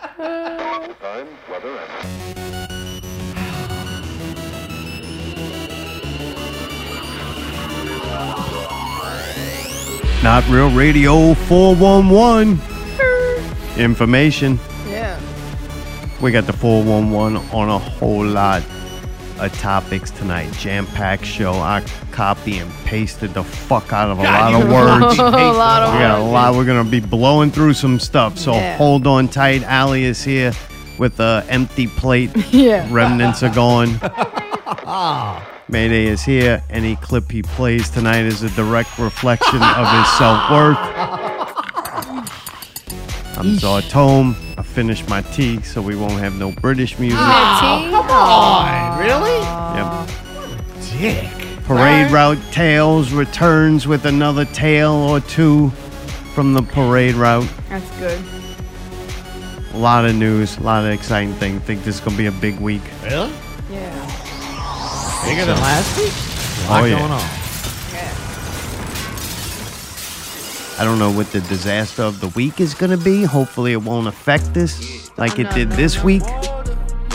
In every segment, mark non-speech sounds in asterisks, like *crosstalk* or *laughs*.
Time, weather, and. Not Real Radio 411. Information. Yeah. We got the 411 on a whole lot of topics tonight. Jam packed show. I copy and pasted the fuck out of *laughs* a lot of *laughs* words. A lot of We got a words. lot. We're gonna be blowing through some stuff, so Yeah. hold on tight. Ali is here with the empty *laughs* plate. Yeah. Remnants *laughs* are gone. Mayday is here. Any clip he plays tonight is a direct reflection of his self worth. I'm Zartome. I finished my tea, so we won't have no British music. Tea? on, really? Yep. Ah. Dick. Parade Route Tales returns with another tale or two from the parade route. That's good. A lot of news, a lot of exciting things. Think this is gonna be a big week. Really? Yeah. Bigger than last week? A lot Oh, yeah. going on. I don't know what the disaster of the week is gonna be. Hopefully, it won't affect this like it did this week.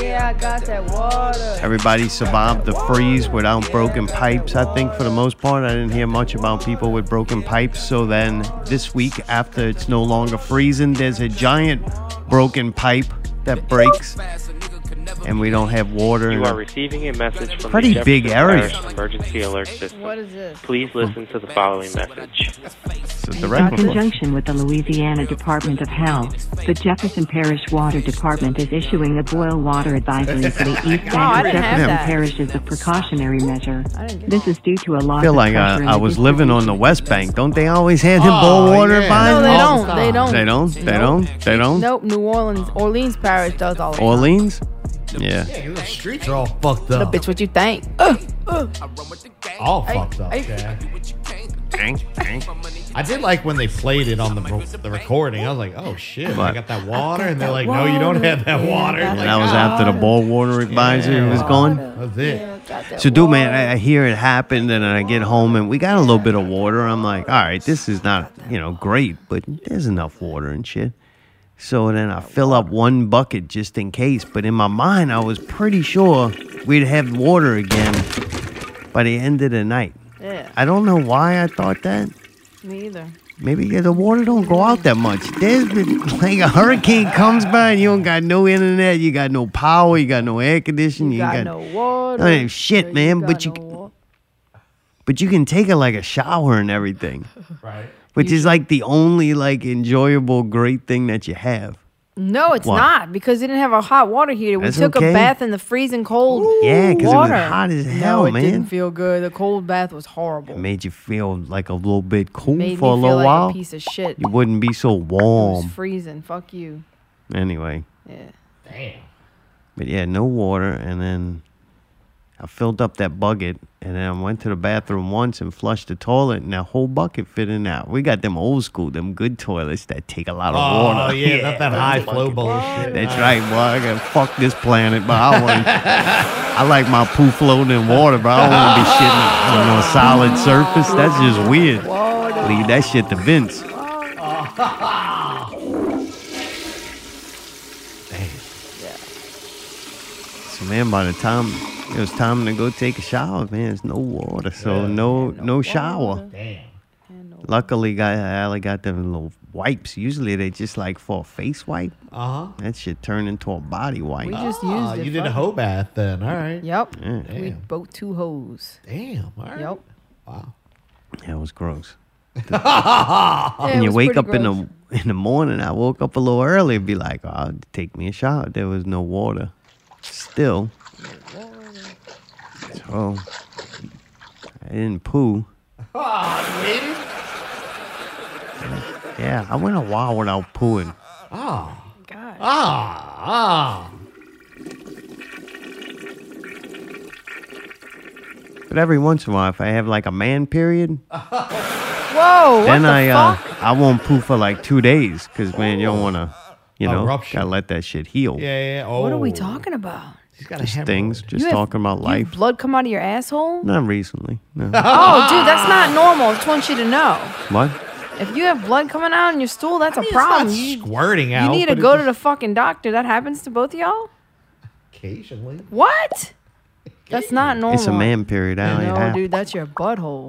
Yeah, I got that water. Everybody survived the freeze without broken pipes. I think for the most part, I didn't hear much about people with broken pipes. So then this week, after it's no longer freezing, there's a giant broken pipe that breaks, and we don't have water. You and are receiving a message from Pretty the big Jefferson area. Parish Emergency alert What system. is this? Please listen to the following message. it's a In direct reflection. conjunction with the Louisiana Department of Health, the Jefferson Parish Water Department is issuing a boil water advisory *laughs* for the east Oh, I end didn't have of Jefferson that. Parish as a precautionary measure. This is due to a I loss feel of like pressure I, in I the was district. living on the West Bank. Don't they always hand him Oh, bowl water yeah. by? No, they All don't. the time. They don't. They don't. They don't. They don't. Nope. New Orleans. Orleans Parish does all that. Orleans. Yeah. Yeah, the streets are all fucked Little up. bitch, what you think? Uh, Ugh. all fucked up. I- Jack. Dang, dang. I did like when they played it on the the recording. I was like, oh shit, What? I got that water, and they're like, no, you don't have that water. Yeah, Like, ah, That was after the bowl water advisory was gone. That's it. Got that So, dude, man, water. I, I hear it happened, and I get home, and we got a little bit of water. I'm like, all right, this is not, you know, great, but there's enough water and shit. So then I fill up one bucket just in case. But in my mind, I was pretty sure we'd have water again by the end of the night. Yeah. I don't know why I thought that. Me either. Maybe yeah, the water don't go out that much. There's been like a hurricane comes by and you don't got no internet, you got no power, you got no air conditioning, You, you, got, ain't got, no water. I ain't shit, Yeah, man, got but you- no water. but you can take it like a shower and everything, Right. which is like the only like enjoyable great thing that you have. No, it's Why? not because they didn't have a hot water heater. We That's took okay. a bath in the freezing cold Yeah, 'cause it was water. hot as No, hell, it man. didn't feel good. The cold bath was horrible. It made you feel like a little bit cool Made for a me little feel like while. a piece of shit. you wouldn't be so It was warm freezing. Fuck you. anyway. Yeah. Damn. But yeah, no water. And then I filled up that bucket. And then I went to the bathroom once and flushed the toilet, and that whole bucket fit in out. We got them old school, them good toilets that take a lot of Oh water. yeah, not that high flow bullshit. That's right, boy. I gotta fuck this planet, but I want. I like my poo floating in water, but I don't want to be shitting on a solid surface. That's just weird. Leave that shit to Vince. Yeah. So man, by the time it was time to go take a shower, man, there's no water, so no no shower. Damn. And no- Luckily, got Allie got them little wipes. Usually, they just like for a face wipe. Uh huh. That shit turned into a body wipe. We just Oh, used it. you did fuck a it. hoe bath then. All right. Yep. Yeah, We Damn. both two hoes. Damn. All right. Yep. Wow. that was gross. Oh. Yeah, it and you was wake pretty up in gross. the *laughs* in the morning. I woke up a little early and be like, "Oh, take me a shower." There was no water. Still, so I didn't poo. Oh, really? Yeah, I went a while without pooing. Oh. God. Ah. Ah. But every once in a while, if I have like a man period, Whoa. What then the I uh, fuck? I won't poo for like two days because man, you don't want to, you know, Eruption. gotta let that shit heal. Yeah. yeah, Oh. What are we talking about? He's got a Just hemorrhoid. things, just You have- talking about you life. have blood come out of your asshole? Not recently. No. *laughs* Oh, dude, that's not normal. I just want you to know. what? If you have blood coming out in your stool, that's a It's not problem. You, squirting you out. need to but it go to just- the fucking doctor. That happens to both of y'all? Occasionally. What? That's not normal. It's a man period. I Oh. No, don't have. dude, that's your butthole.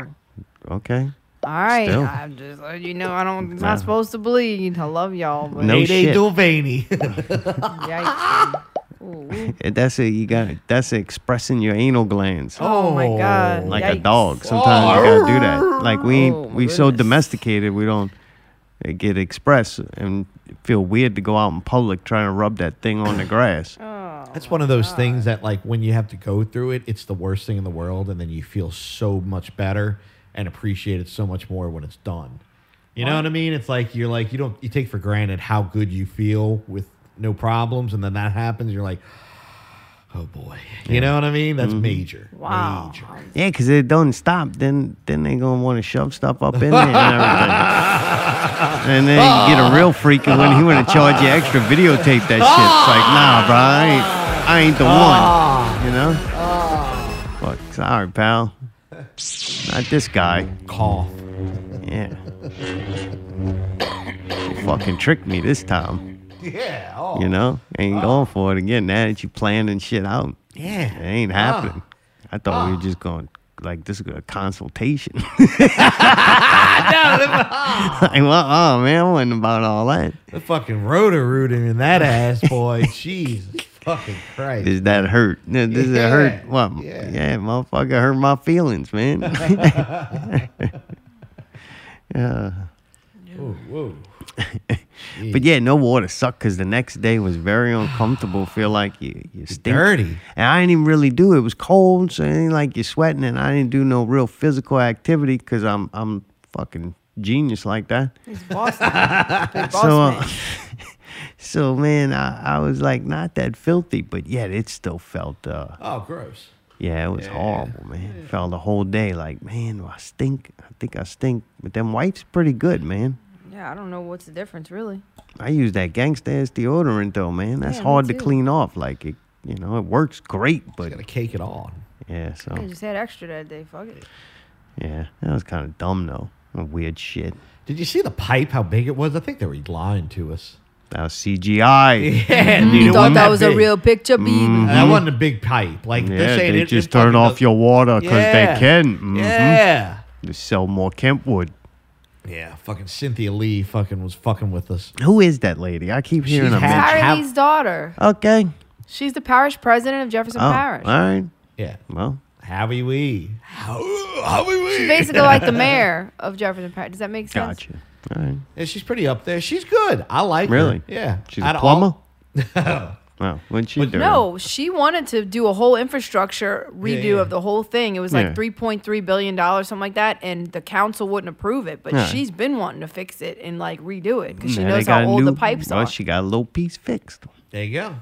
Okay. All right, Still. I'm just letting you know I don't. It's Nah. not supposed to bleed. I love y'all, but No shit. *laughs* Dulvaney. yikes. And That's it. You got. That's expressing your anal glands. Oh my god, like a yikes. Oh, dog. Sometimes you gotta do that. Like we ain't, we so domesticated we don't uh, get expressed and feel weird to go out in public trying to rub that thing on the Oh, grass. That's one of those things that, like, when you have to go through it, it's the worst thing in the world, and then you feel so much better and appreciate it so much more when it's done. You know what I mean? It's like you're like you don't you take for granted how good you feel with no problems, and then that happens. You're like, *sighs* oh boy. You know what I mean? Mm-hmm. That's major. Wow. Major. Yeah, because it don't stop. Then then they gonna want to shove stuff up in there and everything. and then you get a real freak and when he wanna charge you extra videotape that shit. It's like nah, bro, I ain't I ain't the one. You know. Fuck, sorry, pal. Not this guy. Cough. Yeah. You fucking tricked me this time. Yeah. Oh. You know? Ain't going for it again. Now that you planning shit out. Yeah. It ain't happening. I thought we were just going like this is a consultation. like, well, oh man, I wasn't about all that. The fucking rotor root him in that ass, *laughs* boy. Jesus fucking Christ. Does that hurt? No, does it hurt? Yeah, What? yeah. Yeah. motherfucker, hurt my feelings, man. yeah. Ooh, whoa. But yeah, no water sucked because the next day was very uncomfortable. Feel like you you stink. Dirty. And I didn't even really do it. It was cold, so it ain't like you're sweating. And I didn't do no real physical activity because I'm I'm fucking genius like that. He's *laughs* Boston. Big boss So, uh, *laughs* man. so man, I, I was like not that filthy, but yet it still felt. uh Oh, gross. Yeah, it was horrible, man. Felt the whole day like, man, do I stink? I think I stink. But them wipes pretty good, man. yeah, I don't know what's the difference really. I use that gangsta ass deodorant though, man. That's Yeah, me hard to too. clean off. Like it, you know, it works great, but Gotta cake it on. yeah, so I just had extra that day. Fuck it. yeah, that was kind of dumb though. Weird shit. Did you see the pipe? How big it was? I think they were lying to us. That was CGI. *laughs* Yeah, dude, You it thought wasn't that was a big. Mm-hmm. real picture, baby. Mm. That wasn't a big pipe. Like Yeah, this ain't they it- just it turn fucking off does- your water because Yeah. they can. hmm Yeah. They sell more Kempwood. Yeah. Fucking Cynthia Lee fucking was fucking with us. Who is that lady? I keep hearing She's her. half- mention- Harry how- Lee's daughter. Okay. She's the parish president of Jefferson Oh, all Parish. right. Yeah. Well, Howie Wee. How, Howie Wee. She's basically like the mayor of Jefferson Parish. Does that make sense? gotcha. All right. Yeah, she's pretty up there. She's good. I like Really? her. Yeah. She's Out a of all- *laughs* plumber. Wow. What'd she do? No, she wanted to do a whole infrastructure redo yeah. of the whole thing. It was Yeah. like three point three billion dollars, something like that, and the council wouldn't approve it. But Yeah. she's been wanting to fix it and like redo it because she Now they knows got how a old the new- pipes well, are. She got a little piece fixed. There you go.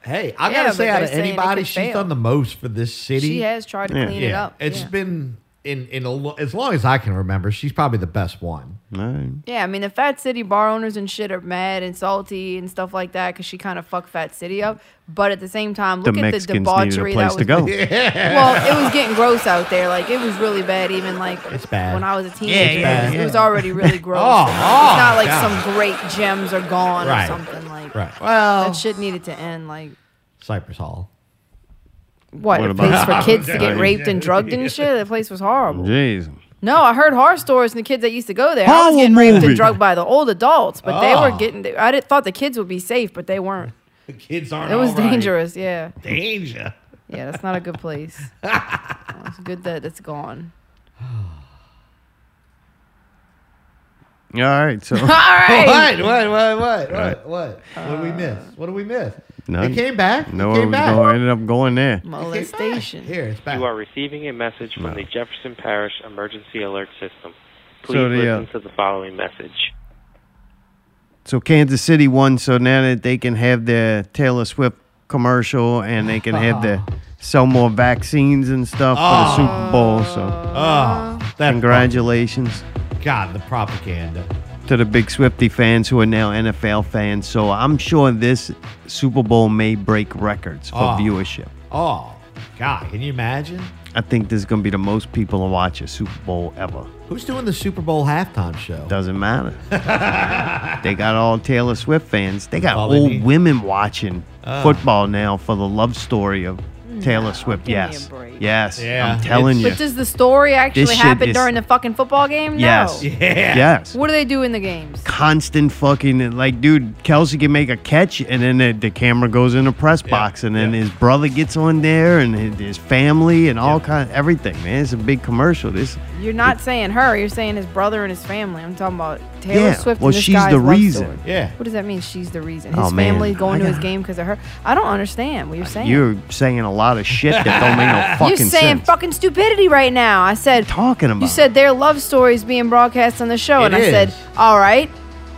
Hey, I Yeah, gotta but say, out they're of saying it anybody, could she's fail. done the most for this city. She has tried to Yeah. clean it Yeah, up. it's yeah. been in in a, lo- as long as I can remember. She's probably the best one. All right. Yeah, I mean the Fat City bar owners and shit are mad and salty and stuff like that because she kind of fucked Fat City up. But at the same time, The look at the Mexicans needed a debauchery place that was. *laughs* to go. Well, it was getting gross out there. Like it was really bad. Even like It's bad. when I was a teenager, yeah, it was yeah. already *laughs* really gross. Oh, it's not like God. some great gems are gone Right. or something like. Right. Well, That shit needed to end. Like Cypress Hall. what? What a place about- for *laughs* kids to get Yeah. raped and drugged and shit. The place was horrible. Jeez. No, I heard horror stories and the kids that used to go there. I was Horror getting raped movie. and drugged by the old adults, but they Oh. were getting. They, I did, thought the kids would be safe, but they weren't. The kids aren't. It was all right. dangerous. Yeah, Danger. yeah. That's not a good place. it's good that it's gone. All right. *laughs* So All right. What? What? What? What? What? Right. What? What did we miss? What Uh, did we miss? none. It came back. no, it it came was back. going. Ended up going there. It came back. Molestation. Here, it's back. You are receiving a message from the Jefferson Parish Emergency Alert System. Please So the, uh, listen to the following message. So Kansas City won. So now that they can have their Taylor Swift commercial and they can have the sell more vaccines and stuff for the Super Bowl. So Uh-huh. oh, that congratulations God, the propaganda. to the big Swifty fans who are now NFL fans. So I'm sure this Super Bowl may break records for Oh. viewership. Oh, God, can you imagine? I think there's going to be the most people to watch a Super Bowl ever. Who's doing the Super Bowl halftime show? Doesn't *laughs* matter. they got all Taylor Swift fans. They got All they old need. women watching Uh. football now for the love story of Mm. Taylor Swift. give me a Yes. break. Yes. Yeah, I'm telling you. But does the story actually shit happen is- during the fucking football game? Yes. No. Yeah. Yes. What do they do in the games? Constant fucking like, dude. Kelsey can make a catch, and then the, the camera goes in the press box, and then yeah. his brother gets on there, and his, his family, and all kind of everything. Man, it's a big commercial. This You're not saying her. You're saying his brother and his family. I'm talking about Taylor Yeah, Swift. well, and this she's guy's the love reason. story. Yeah. What does that mean? She's the reason. Oh, His man. family's going I to his got- game because of her. I don't understand what you're saying. you're saying a lot of shit that *laughs* don't make no You're fucking saying sense. fucking stupidity right now. I said Talking about You said their love story is being broadcast on the show, It and I said, is. all right.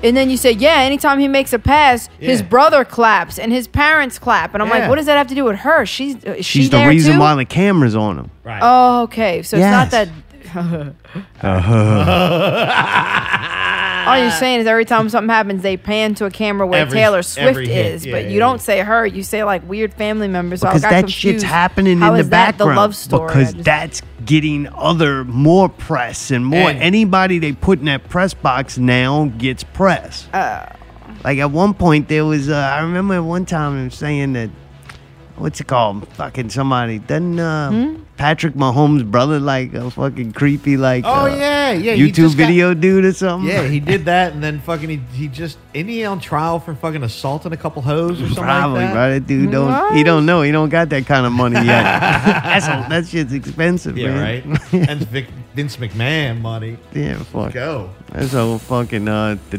And then you said, yeah. Anytime he makes a pass, his Yeah. brother claps and his parents clap, and I'm Yeah. like, what does that have to do with her? She's uh, is she she's the there reason too? why the camera's on him. Right. Oh, okay. So Yes. it's not *laughs* that. All you're saying is every time something happens, they pan to a camera where Every- Taylor Swift every hit. is, Yeah, but yeah, you yeah. don't say her. You say like weird family members. So I because got that confused. shit's happening How in the is that background The love story. I because just- that's getting other more press and more And- anybody they put in that press box now gets press Uh. like at one point there was uh, i remember at one time him saying that what's it called fucking somebody doesn't uh, Hmm? patrick mahomes brother like a fucking creepy like Oh, uh, yeah, yeah, he youtube just got- video dude or something Yeah, he did that, and then fucking he, he just isn't he on trial for fucking assaulting a couple hoes or something Probably, like that? bro. That dude don't. He What? don't know. He don't got that kind of money yet. *laughs* That's a, that shit's expensive, Yeah, man. *laughs* right. and Vic, Vince McMahon money. Yeah, fuck. Go, That's old fucking uh, the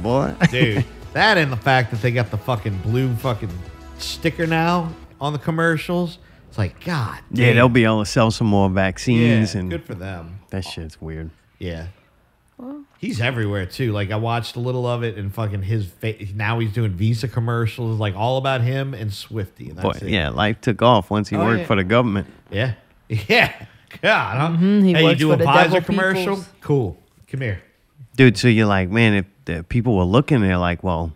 *laughs* boy. dude. that and the fact that they got the fucking blue fucking sticker now on the commercials. It's like God. yeah, damn. they'll be able to sell some more vaccines Yeah, and good for them. that shit's weird. Yeah. He's everywhere too. Like I watched a little of it, and fucking his face. Now he's doing Visa commercials, like all about him and Swifty. And Boy, that's it. yeah, life took off once he Oh, worked yeah. for the government. Yeah. *laughs* Yeah. God. Huh? Mm-hmm, he hey, you works do for a the Pfizer devil commercial? peoples. Cool. Come here. Dude, so you're like, man, if the people were looking, they're like, well,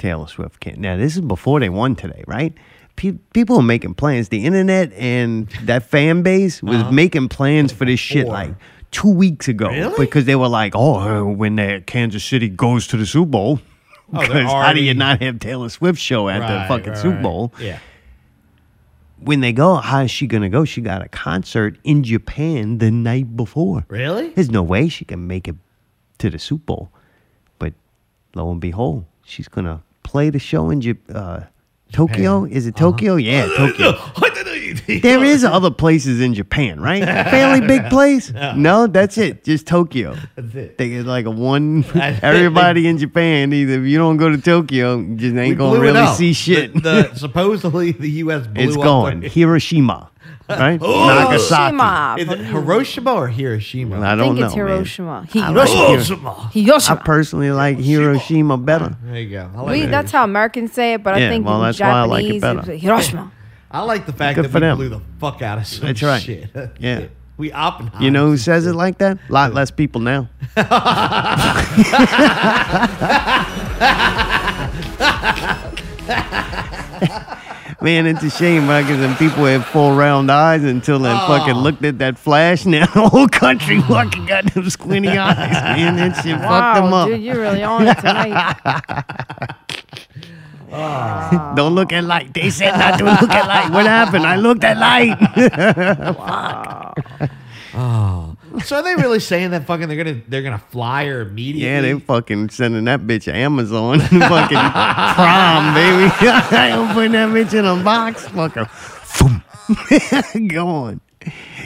Taylor Swift can't. Now, this is before they won today, right? Pe- people were making plans. The internet and that fan base was making plans for this shit Uh-huh. Before. like two weeks ago Really? because they were like, oh, uh, when the Kansas City goes to the Super Bowl. Oh, *laughs* they're Because how do you already- not have Taylor Swift show at the Right, fucking right, Super right. Bowl? Yeah. When they go, how is she gonna go? She got a concert in Japan the night before. *laughs* Really? There's no way she can make it to the Super Bowl. But lo and behold, she's gonna play the show in Jap- uh, Tokyo. Is it Uh-huh. Tokyo? Yeah, Tokyo. *laughs* There is other places in *laughs* Japan, right? Fairly big place. No, that's it. *laughs* Just Tokyo. That's it. They get like a one. I- *laughs* Everybody in Japan, either if you don't go to Tokyo, you just ain't We gonna blew it really up. see shit. The- the- supposedly the U.S. blew *laughs* it's up going the- Hiroshima, *laughs* right? Oh, Nagasaki. Hiroshima. Is it Hiroshima or Hiroshima? I I don't think know. it's man. Hiroshima. I Hiroshima. like Hiro- I Hiroshima. personally like Hiroshima better. There you go. I like, We, that. that's how Americans say it, but Yeah, I think well, in that's why I like it Japanese, it's better. *laughs* Hiroshima. I like the fact Good that for we them. blew the fuck out of some That's right. shit. *laughs* Yeah. we Oppenheimer. You know who says it like that? A lot less people now. Man, it's a shame, right? Because then people had full round eyes until they fucking looked at that flash. *laughs* Now the whole country fucking got them squinty eyes, man. That shit fucked them Wow, up. dude, you're really on it *laughs* tonight. Don't look at light. They said not to look at light. What happened? I looked at light. So are they really saying that fucking they're gonna they're gonna fly her immediately? yeah, they fucking sending that bitch to Amazon. *laughs* fucking prom, baby. *laughs* I'm putting that bitch in a box. *laughs* Fucking. Go on.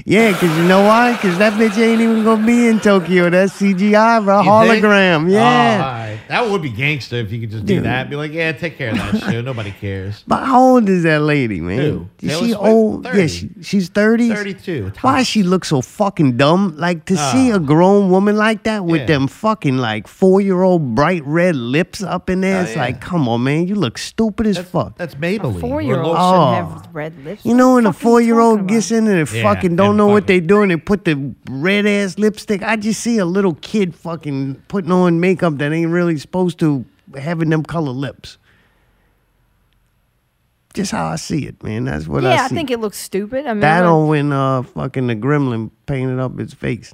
Yeah, because you know why? Because that bitch ain't even going to be in Tokyo. That's CGI, bro. You think? Hologram. Oh, all Yeah. right. That would be gangster if you could just do Dude. that. Be like, yeah, take care of *laughs* that shit. Nobody cares. But how old is that lady, man? Who? Is Taylor she Swift? old? Yeah, 30. she, she's 30s? 32. Why she look so fucking dumb? Like to see a grown woman like that with Ah. Yeah. them fucking like four year old bright red lips up in there. Oh, it's yeah. like, come on, man, you look stupid as fuck. That's Maybelline. Four year olds We're Oh. shouldn't have red lips. you know, when a What the fuck are four you year old talking gets about? in there, Yeah, fucking don't and know what fucking- they're doing. They put the red ass lipstick. I just see a little kid fucking putting on makeup that ain't really supposed to having them color lips. Just how I see it, man. That's what Yeah, I I see. think it looks stupid. I mean, That like- on when uh fucking the gremlin painted up his face.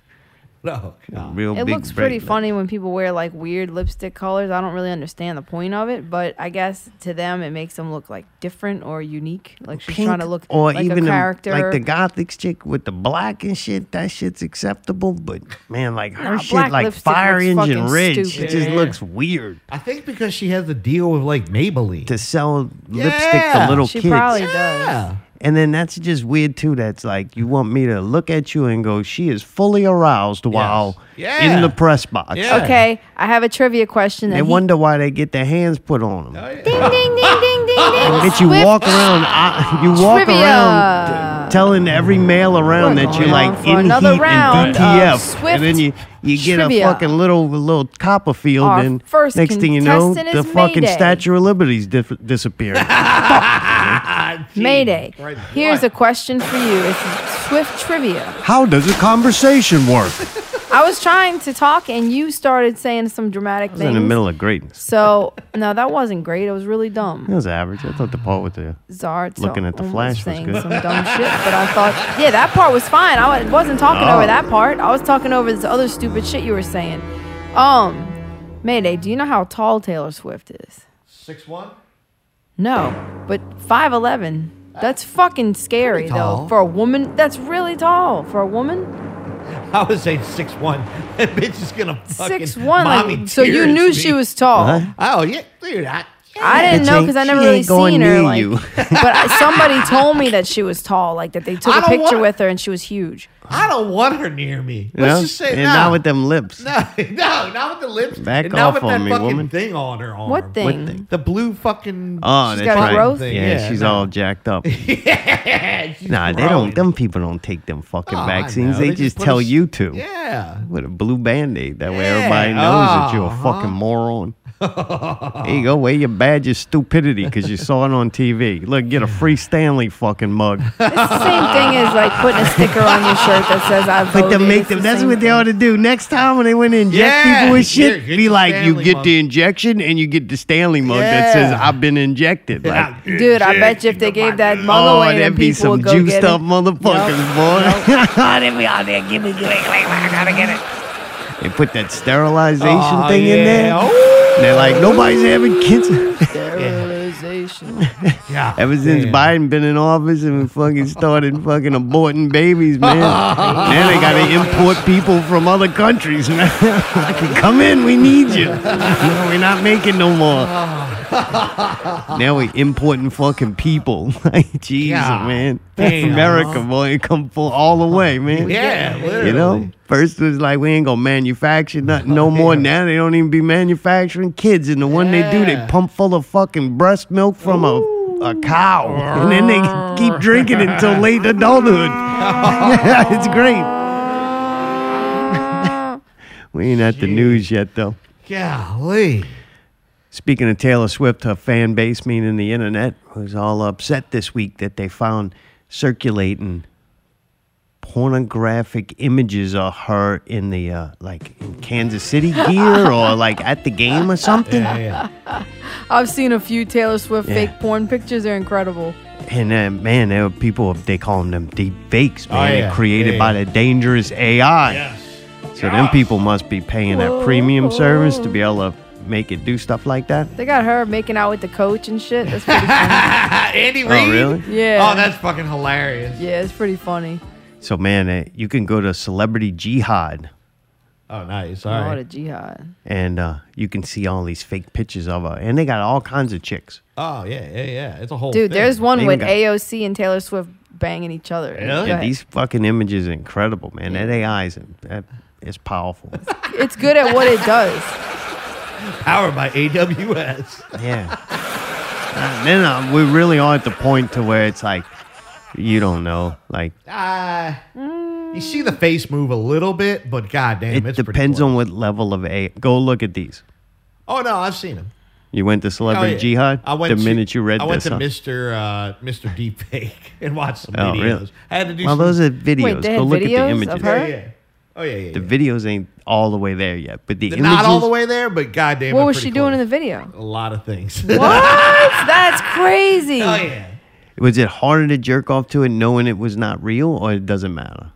no, no. Real It big looks pretty bright- funny when people wear like weird lipstick colors. I don't really understand the point of it, but I guess to them it makes them look like different or unique. Like she's trying to look or like even a the- character. like the gothic chick with the black and shit. That shit's acceptable, but man, like her Nah, shit, black like lipstick fire looks engine fucking red, it stupid. just Yeah. looks weird I think because she has a deal with like Maybelline. to sell lipstick to Yeah. little she kids. probably does. yeah, And then that's just weird too. That's like you want me to look at you and go, she is fully aroused while Yeah. in the press box. Yeah. Okay, I have a trivia question. They that he- wonder why they get their hands put on them. Ding ding ding ding ding ding. Bitch, you Swift walk around, I, you walk trivia. around t- telling every male around We're that you're going like on for in another heat round and of DTF, Swift and then you you get trivia. a fucking little little Copperfield, Our and first next thing you know, contestant the is fucking Mayday. Statue of Liberty's dif- *laughs* disappearing. Mayday. Christ. Here's a question for you. It's Swift trivia. How does a conversation work? I was trying to talk and you started saying some dramatic I was things. in the middle of greatness. So no, that wasn't great. It was really It dumb. was average. I thought the part with the Zard Looking at the flash was saying good. some dumb shit, but I thought, yeah, that part was fine. I wa- wasn't talking Oh. over that part. I was talking over this other stupid shit you were saying. Um, Mayday, do you know how tall Taylor Swift is? six one. No, but five eleven. That's fucking scary pretty tall. though for a woman. That's really tall for a woman. I was saying six one. *laughs* That bitch is gonna fucking Six one. mommy Like, so you tears knew me. she was tall. Huh? Oh yeah, dude. I, I didn't Bitch know ain't- because I she never ain't really going seen her. near Like, you. *laughs* but I, somebody *laughs* told me that she was tall. Like that they took I a don't picture want- with her and she was huge. I don't want her near me. You Let's know? just say and no. not with them lips. No, *laughs* no, not with the lips. Back and not off with on that me, fucking woman. thing on her arm. What thing? thing? The blue fucking. Oh, She's that's got right. growth? Yeah, Thing, yeah, she's no. all *laughs* jacked up. yeah, *laughs* she's nah, they growing. don't. Them people don't take them fucking Oh, I vaccines. know. They, They just just put tell us- you to. Yeah. With a blue band aid. That way Yeah, everybody knows that you're a uh-huh. *laughs* fucking moron. there you go. Wear your badge of stupidity because you saw it on TV. Look, get a free Stanley fucking *laughs* mug. It's the same thing as like putting a sticker on your shirt that says I voted. But Oh, to make It's the them, that's same what they thing. ought to do. Next time when they want to inject Yeah, people with here, shit, get be your like, you Stanley get mug. the injection and you get the Stanley mug that says, Yeah. I've been injected. Like, Yeah. Dude, I bet you if they gave that mug Oh, away, then there'd be people some would go juiced get up it. motherfuckers, boy. *laughs* they'd be out there, give me, give me, give me, I gotta get it. They put that sterilization Oh, thing in there. yeah. Oh, And they're like, nobody's having kids. Sterilization. yeah. *laughs* Ever since Damn. Biden been in office and fucking started fucking aborting babies, man. now they gotta import people from other countries, man. *laughs* like, come in, we need you. *laughs* No, we're not making no more. now we importing fucking people. *laughs* like, Jesus, Yeah. man. That's Damn, America, huh? boy. It come full all the way, man. Yeah, literally. You know, first it was like we ain't gonna manufacture *laughs* nothing no more. Now they don't even be manufacturing kids, and the one they do, they Yeah. pump full of fucking breast milk from a, a cow, and then they keep drinking it until late adulthood. *laughs* yeah, it's great. *laughs* we ain't at the news yet, though. Golly. Speaking of Taylor Swift, her fan base, meaning the internet, was all upset this week that they found circulating pornographic images of her in the uh, like in Kansas City *laughs* gear or like at the game or something. Yeah, yeah. I've seen a few Taylor Swift Yeah. fake porn pictures. They're incredible. And uh, man, there were people they call them them deep fakes, Oh, man, They're yeah. created Yeah, by yeah. the dangerous AI. Yes. So them people must be paying that premium service to be able to make it do stuff like that. They got her making out with the coach and shit. That's *laughs* pretty funny. *laughs* Andy Reid. Oh, really? Yeah. Oh, that's fucking hilarious. yeah, it's pretty funny. So man, uh, you can go to Celebrity Jihad. Oh, nice. All Oh, right. the jihad. and uh, you can see all these fake pictures of her, and they got all kinds of chicks. Oh yeah, yeah, yeah. It's a whole Dude, thing. there's They one even with got- AOC and Taylor Swift banging each other. Really? Go And ahead. these fucking images are incredible, man. That AI is that is powerful. *laughs* It's good at what it does. powered by AWS. yeah. And then uh, we really are at the point to where it's like, you don't know, like Ah, you see the face move a little bit, but goddamn, it it's pretty depends cool. on what level of AI. Go look at these. Oh no, I've seen him. You went to Oh, Celebrity yeah. Jihad. I went the to- minute you read I this, went to huh? Mr. Uh, Mr. Deepfake *laughs* and watched some Oh, videos. really? I had to do well, some, those are videos. Wait, they go had look at the videos of images. her? *laughs* Yeah, yeah. Oh yeah, yeah. The yeah. videos ain't all the way there yet, but the They're images. Not all the way there, but goddamn, What they're was pretty she doing cool. in the video? A lot of things. *laughs* What? That's crazy. Oh yeah. Was it harder to jerk off to it knowing it was not real, or it doesn't matter?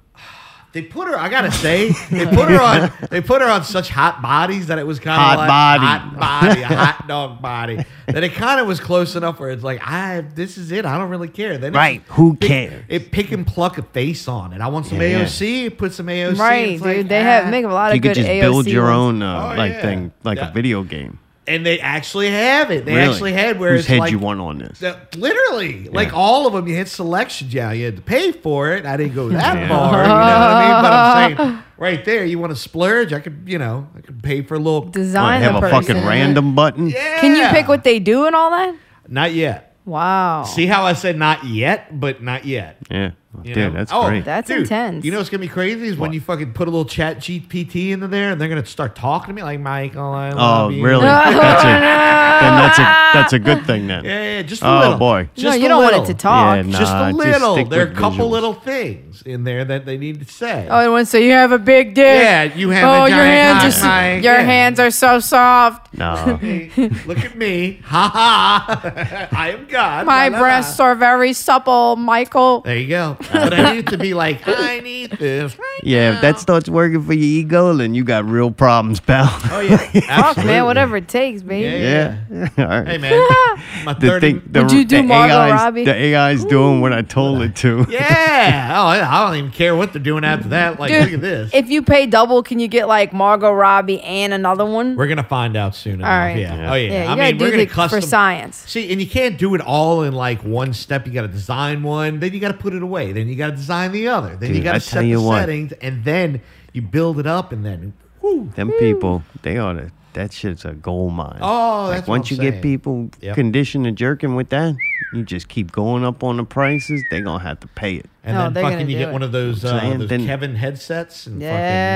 They put her. I gotta *laughs* say, they put her on. They put her on such hot bodies that it was kind Hot of like body. hot body, a *laughs* hot dog body. That it kind of was close enough where it's like, I this is it. I don't really care. Then it- Right, *laughs* who pick- cares? It pick and pluck a face on it. I want some Yeah. AOC. Put some AOC. right, It's dude. like, they ah. have make a lot you of good could just AOC build your ones. own uh, Oh, like yeah. thing, like Yeah. a video game. and they actually have it. They really. actually had where Whose it's head like you want on this? the- literally, like all of them, you hit selection. Yeah, you had to pay for it. I didn't *laughs* go that Yeah. far. You know what I *laughs* mean? But I'm saying, right there, you want to splurge? I could, you know, I could pay for a little. Want Design to have the a person. fucking random button? Yeah. Can you pick what they do and all that? Not yet. Wow. See how I said not yet, but not yet. Yeah. Dude, know? that's Oh, great. That's Dude, intense. You know what's gonna be crazy is when you fucking put a little Chat GPT into there, and they're gonna start talking to me like Michael. I oh, love you." *laughs* really? that's a, Then that's a that's a good thing then. Yeah, yeah, just a Oh, little. boy. no, Just you a don't want little. it to talk. Yeah, just Nah, a just little. stick there are a with couple visuals. little things in there that they need to say. Oh, and when so you have a big dick. Yeah, you have Oh, a your giant hands are s- cock. your Yeah. hands are so soft. No. Hey, Look at *laughs* me. Ha ha. *laughs* I am God. My La, la, la. breasts are very supple, Michael. There you *laughs* go. But I need to be *laughs* like, I need this. Yeah, if that starts working for your ego, then you got real problems, pal. *laughs* Oh, yeah. Fuck, Absolutely. man, whatever it takes, baby. yeah. *laughs* All *laughs* right. Hey, man. My The 30. thing, the, Would you do the Margot AI's, Robbie? The AI's doing what I told it to. yeah. Oh, I I don't even care what they're doing after that. Like, look at this. If you pay double, can you get like Margot Robbie and another one? We're gonna find out soon enough. right. Yeah. Yeah. Oh yeah. Yeah, you I gotta mean, we're do gonna the custom for science. See, and you can't do it all in like one step. You got to design one, then you got to put it away, then you got to design the other, then you Dude, got I to tell set you the what. settings, and then you build it up, and then whoo, Them people, they ought to. That shit's a gold mine. Oh, that's what like once I'm you saying. get people Yep. conditioned to jerking with that, you just keep going up on the prices. They gonna have to pay it. and No, then they're fucking gonna you do get it. one of those, uh, saying, those then- Kevin headsets. And Yeah,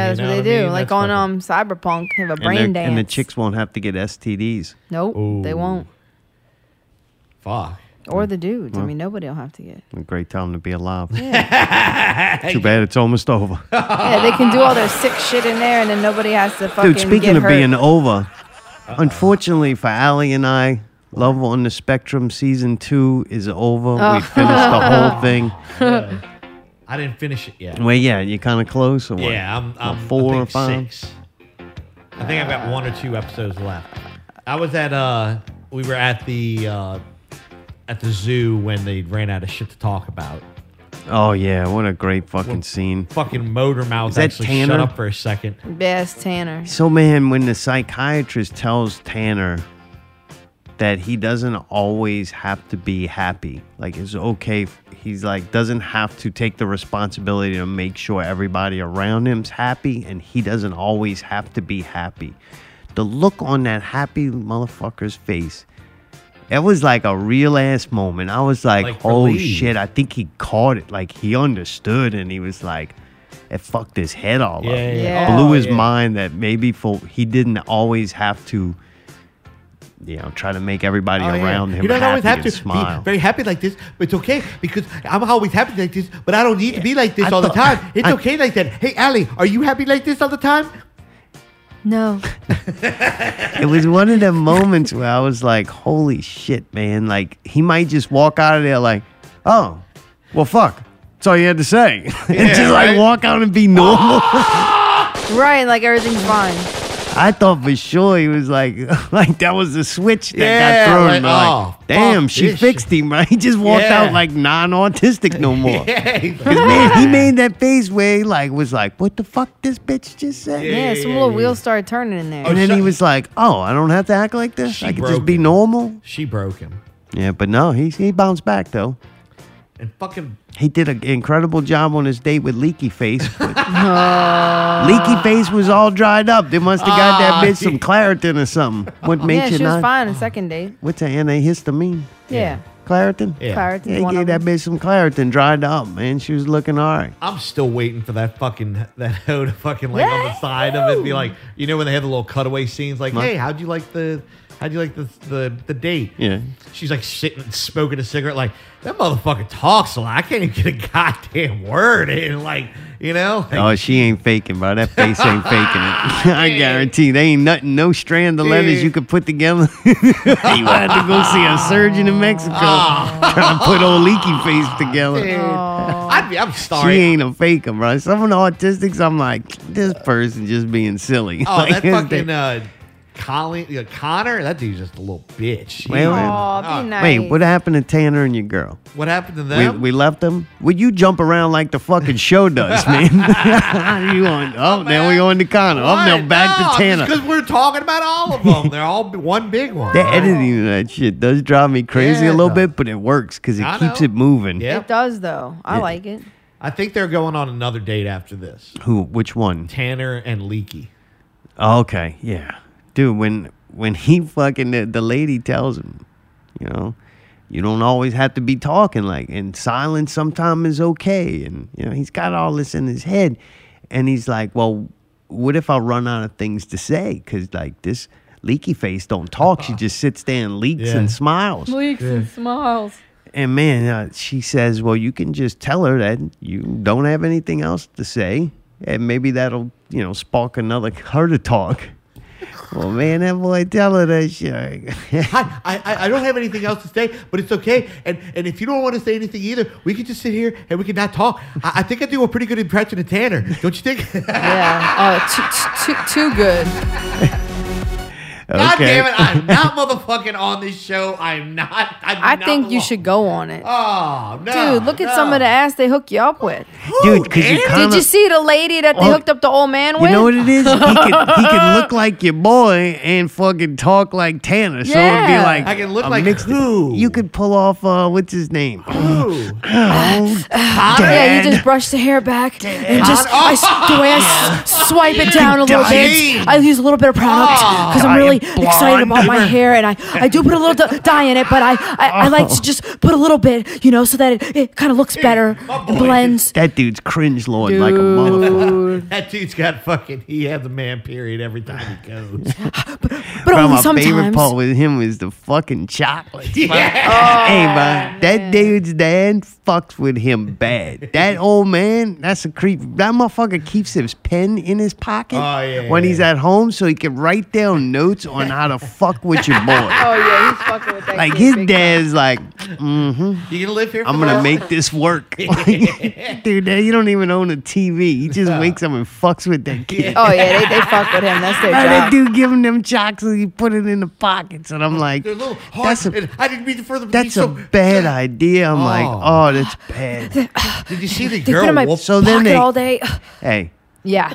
that's fucking, you know what they I do. mean? Like That's on um fucking- Cyberpunk, have a And, brain they're- dance. and the chicks won't have to get STDs. Nope, they Ooh. won't. um, Fuck. Or the dudes. I mean, nobody will have to get. A great time to be alive. *laughs* Too bad it's almost over. Ah. Yeah, they can do all their sick shit in there, and then nobody has to fucking. Dude, speaking get of hurt. being over, unfortunately for Allie and I, Love on the Spectrum season two is over. Oh. We finished *laughs* the whole thing. I didn't finish it yet. Well, yeah, you're kind of close. Or what? Yeah, I'm, Or I'm I four think or five. Six. I think I've got one or two episodes left. I was at uh, we were at the uh, at the zoo when they ran out of shit to talk about. Oh yeah, what a great fucking scene. Fucking motor mouth that actually Tanner? shut up for a second. best Tanner. So man, when the psychiatrist tells Tanner that he doesn't always have to be happy, like it's okay. f- He's like doesn't have to take the responsibility to make sure everybody around him's happy, and he doesn't always have to be happy. The look on that happy motherfucker's face. It was like a real ass moment. I was like, Like, oh relieved. shit, I think he caught it. Like he understood and he was like, it fucked his head all Yeah, up yeah, Yeah. yeah. blew Oh, his yeah. mind that maybe for he didn't always have to you know try to make everybody Oh, yeah. around him you don't happy always have and to smile be very happy like this, but it's okay because I'm always happy like this, but I don't need to be like this I all the thought- time. It's I- okay like that. Hey, Allie, are you happy like this all the time? No. it was one of the moments where i was like holy shit man like he might just walk out of there like oh well fuck that's all you had to say *laughs* and just like right? walk out and *laughs* be normal right, like everything's fine. i thought for sure he was like *laughs* like that was the switch that Yeah, got thrown like, but, like, oh, fuck damn she this fixed him right *laughs* he just walked Yeah. out like non-autistic no more *laughs* Yeah. Cause *laughs* *laughs* man, he made that face where he like was like, "What the fuck this bitch just said?" Yeah, Yeah, yeah, some yeah, little yeah. wheels started turning in there. And then so- he was like, "Oh, I don't have to act like this. She I can broke just be it. normal." She broke him Yeah, but no, he he bounced back though. and fucking He did an incredible job on his date with Leaky Face. *laughs* but- Oh. Leaky Face was all dried up. They must have got that Ah, bitch some Claritin or something. What Oh, yeah, makes she you was not? fine on second date. What's an antihistamine? Yeah. Claritin. Yeah. Pirates is Yeah, one gave of that them. bitch some Claritin, dried up, man. She was looking all right. I'm still waiting for that fucking that hoe to fucking like on the Yeah, side of it and be like, you know when they have the little cutaway scenes like, Huh? hey, how'd you like the how'd you like the the, the date? Yeah. She's like sitting and smoking a cigarette, like, that motherfucker talks a lot. I can't even get a goddamn word in, like, you know? Like, Oh, she ain't faking, bro. That *laughs* face ain't faking it. *laughs* I guarantee. They ain't nothing, no strand of letters you could put together. *laughs* you *laughs* had to go see a surgeon in Mexico trying to put old leaky face together. dude. I'd be, I'm She sorry. ain't a faker, bro. Some of the autistics, I'm like, this person just being silly. oh, Like, *laughs* that they- fucking uh, Colin, uh, Connor, that dude's just a little bitch. Wait, wait. Aw, Uh, be nice. Wait, what happened to Tanner and your girl? What happened to We, them? we left them. Would you jump around like the fucking show *laughs* does, man? *laughs* you on? Oh, now we on to Connor. Oh, now back to Tanner. Because we're talking about all of them. They're all b- one big one. The editing of that shit does drive me crazy Yeah, a little it does. bit, but it works because it I keeps know. it moving. Yeah. It does though. I like it. I think they're going on another date after this. Who? Which one? Tanner and Leaky. Oh, okay, yeah, dude. When when he fucking the, the lady tells him, you know, you don't always have to be talking like, and silence sometimes is okay. And you know, he's got all this in his head, and he's like, well, what if I run out of things to say? Because like this leaky face don't talk. She just sits there and leaks Uh-huh. Yeah. and smiles. Leaks and smiles. And man, uh, she says, "Well, you can just tell her that you don't have anything else to say, and maybe that'll, you know, spark another *laughs* her to talk." well, man, that boy tell her that shit. *laughs* Hi, I, I, I don't have anything else to say, but it's okay. And and if you don't want to say anything either, we can just sit here and we can not talk. I, I think I do a pretty good impression of Tanner. Don't you think? *laughs* God Yeah. Oh, too, too, too good. damn it! I'm not motherfucking on this show. I'm not. I'm I not think you alone. should go on it. Oh no, Dude, look at no. some of the ass they hook you up with. dude, because you Did kind Did you of. see the lady that they Oh, hooked up the old man You with? know what it is? He can, he can look like your boy and fucking talk like Tanner. So it'd be Yeah. like I can look a like mixed- who? You could pull off uh, what's his name? Ooh. Oh, yeah, you Dad. just brush the hair back and just Oh. I s the *laughs* way I s- swipe it down a little Dying. bit. I use a little bit of product Ah. because I'm really Dying excited about blonde. my hair, and I, I do put a little d- dye in it, but I, I, I Oh. like to just put a little bit, you know, so that it, it kind of looks better and blends. that dude's cringe lord like a motherfucker. *laughs* That dude's got fucking. He has a man period every time he *laughs* goes. but Bro, only my favorite sometimes. part with him was the fucking chocolates. bro. Yeah. hey, man, that dude's dad fucks with him bad. *laughs* That old man, that's a creep. That motherfucker keeps his pen in his pocket Oh, yeah, when yeah, he's yeah. at home so he can write down notes on how to fuck with your *laughs* boy. Oh, yeah, he's fucking with that. Like his dad's like, You gonna live here? I'm for the gonna rest- make *laughs* this work, *laughs* Like, dude. Dad, you don't even own a TV. He just Uh. wakes up and fucks with that kid. Oh yeah, they, they fuck with him. That's their Now that dude giving them chocks and he put it in the pockets, and I'm like, They're little hard. that's a and I didn't mean for them to be That's a so. bad idea. I'm like, Oh. oh, that's bad. *laughs* Did you see the They put girl? in my whoop- So then pocket they- all day. *sighs* hey, Yeah.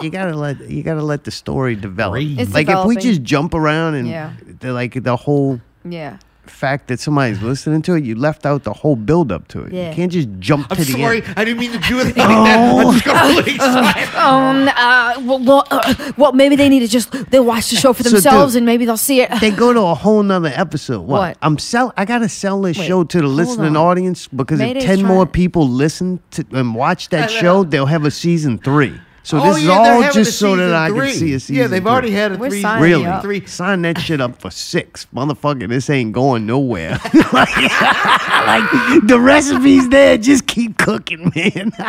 you gotta let you gotta let the story develop. Breathe. It's like if we developing. just jump around and Yeah. the, like the whole Yeah. fact that somebody's listening to it, you left out the whole build up to it. Yeah. You can't just jump I'm to sorry. the end. Oh. I didn't mean to do anything *laughs* like that. I just got *laughs* really excited. Um. Uh. Well, well, uh, well, maybe they need to just they watch the show for So, dude, themselves, and maybe they'll see it. They go to a whole nother episode. What? What? I'm sell. I gotta sell this Wait, show to the hold listening on. audience because Mayday's if ten more trying- people listen to and watch that I know. show, they'll have a season three. So Oh, this is yeah, they're all having a just so that season I three. can see a season. Yeah, they've three. already had a We're three. signing Really? Yeah. Three. Sign that shit up for six. Motherfucker, this ain't going nowhere. *laughs* like, like, the recipe's there. Just keep cooking, man. *laughs*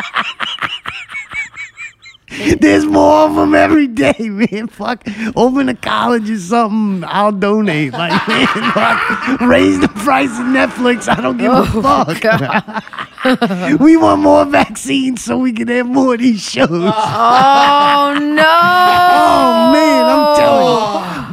There's more of them every day, man. Fuck. Open a college or something. I'll donate. Like, *laughs* man, fuck. Raise the price of Netflix. I don't give a fuck. *laughs* we want more vaccines so we can have more of these shows. Oh no! Oh man, I'm telling you.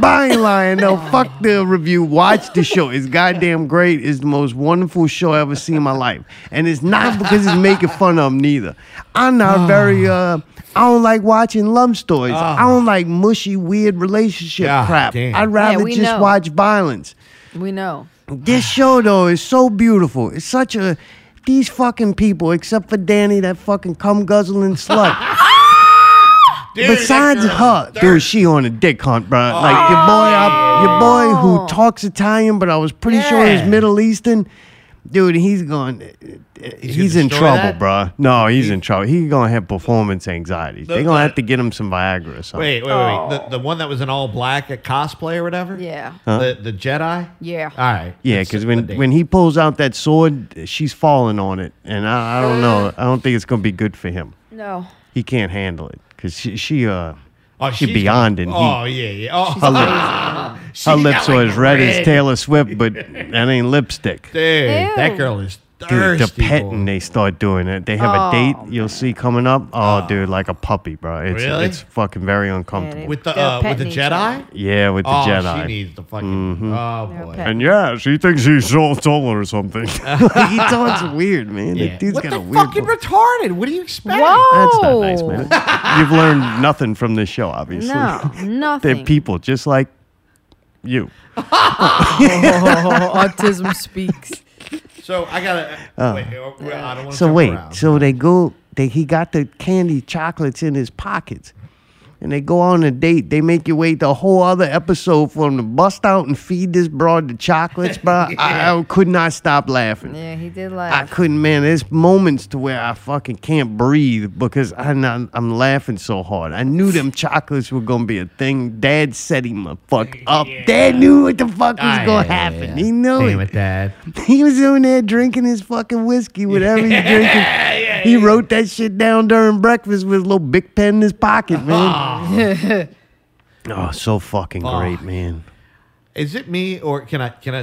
By and lying though, *laughs* fuck the review. Watch the show. It's goddamn great. It's the most wonderful show I ever seen in my life. And it's not because it's making fun of them neither. I'm not very uh I don't like watching love stories. I don't like mushy, weird relationship God crap. damn. I'd rather we just know. watch violence. We know. This show though is so beautiful. It's such a these fucking people, except for Danny, that fucking cum guzzling slut. Dude, that Besides girl's her, dirt. dude, she on a dick hunt, bro. Like your boy, I, your boy who talks Italian, but I was pretty sure he's Oh. Yeah. Middle Eastern. Dude, he's going. He's, gonna in destroy trouble, that? bro. No, he's in trouble. He's gonna have performance anxiety. They're gonna have to get him some Viagra or something. Wait, wait, wait. The, the one that was in all black at cosplay or whatever? Oh. Yeah. The, the Jedi? Yeah. All right. Yeah, That's because the when, date. when he pulls out that sword, she's falling on it, and I, I don't know. I don't think it's gonna be good for him. No. He can't handle it because she, she uh Oh, she she's beyond gonna- in Oh, heat. yeah, yeah. Oh, Her lips- she Her got lips are like as red, as red. Taylor Swift, but that ain't lipstick. Dude, that Ew. girl is Dude, the thirsty. petting they start doing it. They have Oh, a date you'll see coming up. Oh, dude, like a puppy, bro. It's Really? it's fucking very uncomfortable. they- with the They're uh, with the petting each other. Jedi. yeah, with the oh, Jedi. Mm-hmm. she needs the fucking. They're Oh boy. petting and yeah, she thinks she's so tall or *laughs* something. *laughs* he talks weird, man. Yeah. The dude's what got the a weird. fucking voice. retarded? What do you expect? Whoa! That's not *laughs* nice, man. You've learned nothing from this show, obviously. No, *laughs* They're nothing. people just like you. oh, autism *laughs* speaks. So I gotta. wait, I don't want to. Uh. So wait, so they go. They he got the candy chocolates in his pockets, and they go on a date. They make you wait the whole other episode for him to bust out and feed this broad the chocolates, bro. I, I could not stop laughing. Yeah, he did I laugh. couldn't, man. There's moments to where I fucking can't breathe because I'm not, I'm laughing so hard. I knew them chocolates were gonna be a thing. Dad set him the fuck up. Dad knew what the fuck was gonna happen. He knew Damn it. it, Dad. He was in there drinking his fucking whiskey, whatever he drinking. he wrote that shit down during breakfast with a little big pen in his *laughs* pocket, man. oh, so fucking great, man. Is it me or can I? Can I?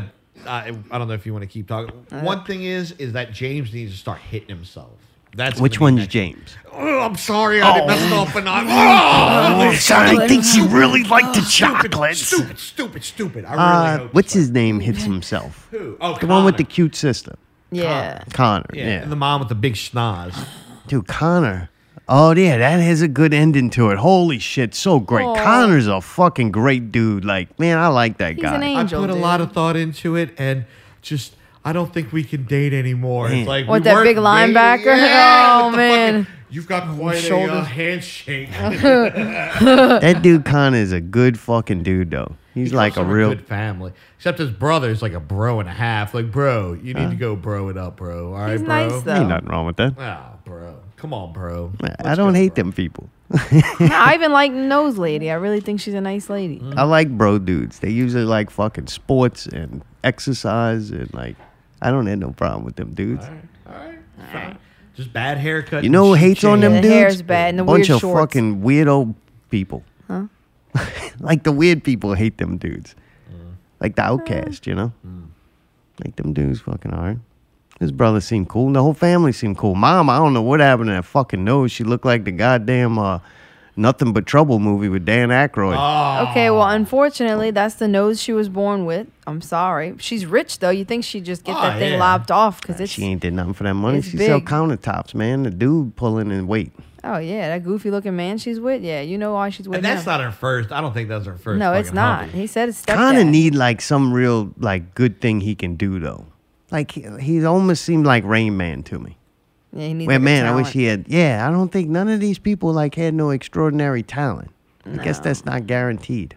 I I don't know if you want to keep talking. Uh, One thing is, is that James needs to start hitting himself. That's Which gonna be one's next. James? Oh, I'm sorry, I didn't mess it up, and I. Oh, I think she really liked the chocolates. Stupid, stupid, stupid. I really Uh, hope. what's his name hits himself? Who? Oh, the one with the Connor. cute sister, Yeah. Connor. yeah, Yeah, and the mom with the big schnoz. dude, Connor. Oh yeah, that has a good ending to it. Holy shit, so great. Aw. Connor's a fucking great dude. Like, man, I like that He's guy. an I angel. put a dude. lot of thought into it, and just I don't think we can date anymore. Man. It's like What, we that weren't big dating- linebacker? Yeah, Oh, with the man. fucking- you've got quite a uh, shoulders. *laughs* handshake. That dude Connor is a good fucking dude though. He's like a Some are real good family. Except his brother's like a bro and a half. Like, bro, you need to go bro it up, bro. All right, He's bro. nice though. *laughs* ain't nothing wrong with that. Ah, bro. Come on, bro. I don't hate them people. No, I even like Nose Lady. I really think she's a nice lady. I like bro dudes. They usually like fucking sports and exercise and like I don't have no problem with them dudes. All right. fine. Just bad haircut. You know who and shit hates on them Yeah, change. the dudes? hair's bad and the Bunch weird of shorts. fucking weirdo people. Huh? *laughs* like the weird people hate them dudes. Like the outcast, you know? Like them dudes fucking hard. His brother seemed cool. and The whole family seemed cool. Mom, I don't know what happened to that fucking nose. She looked like the goddamn uh, Nothing But Trouble movie with Dan Aykroyd. Okay, well, unfortunately, that's the nose she was born with. I'm sorry. She's rich though. You think she'd just get Oh, that thing yeah. lobbed off? Because it's she ain't did nothing for that money. it's She sell big. countertops, man. The dude pulling in weight. oh yeah, that goofy looking man she's with. Yeah, you know why she's with. And that's him. not her first. I don't think that's her first. No, it's fucking not. hobby. He said it's kind of stepdad. need like some real like good thing he can do though. Like he, he almost seemed like Rain Man to me. Yeah, he needs Well, like, a man, I wish talent. he had. Yeah, I don't think none of these people like had no extraordinary talent. I guess that's not guaranteed.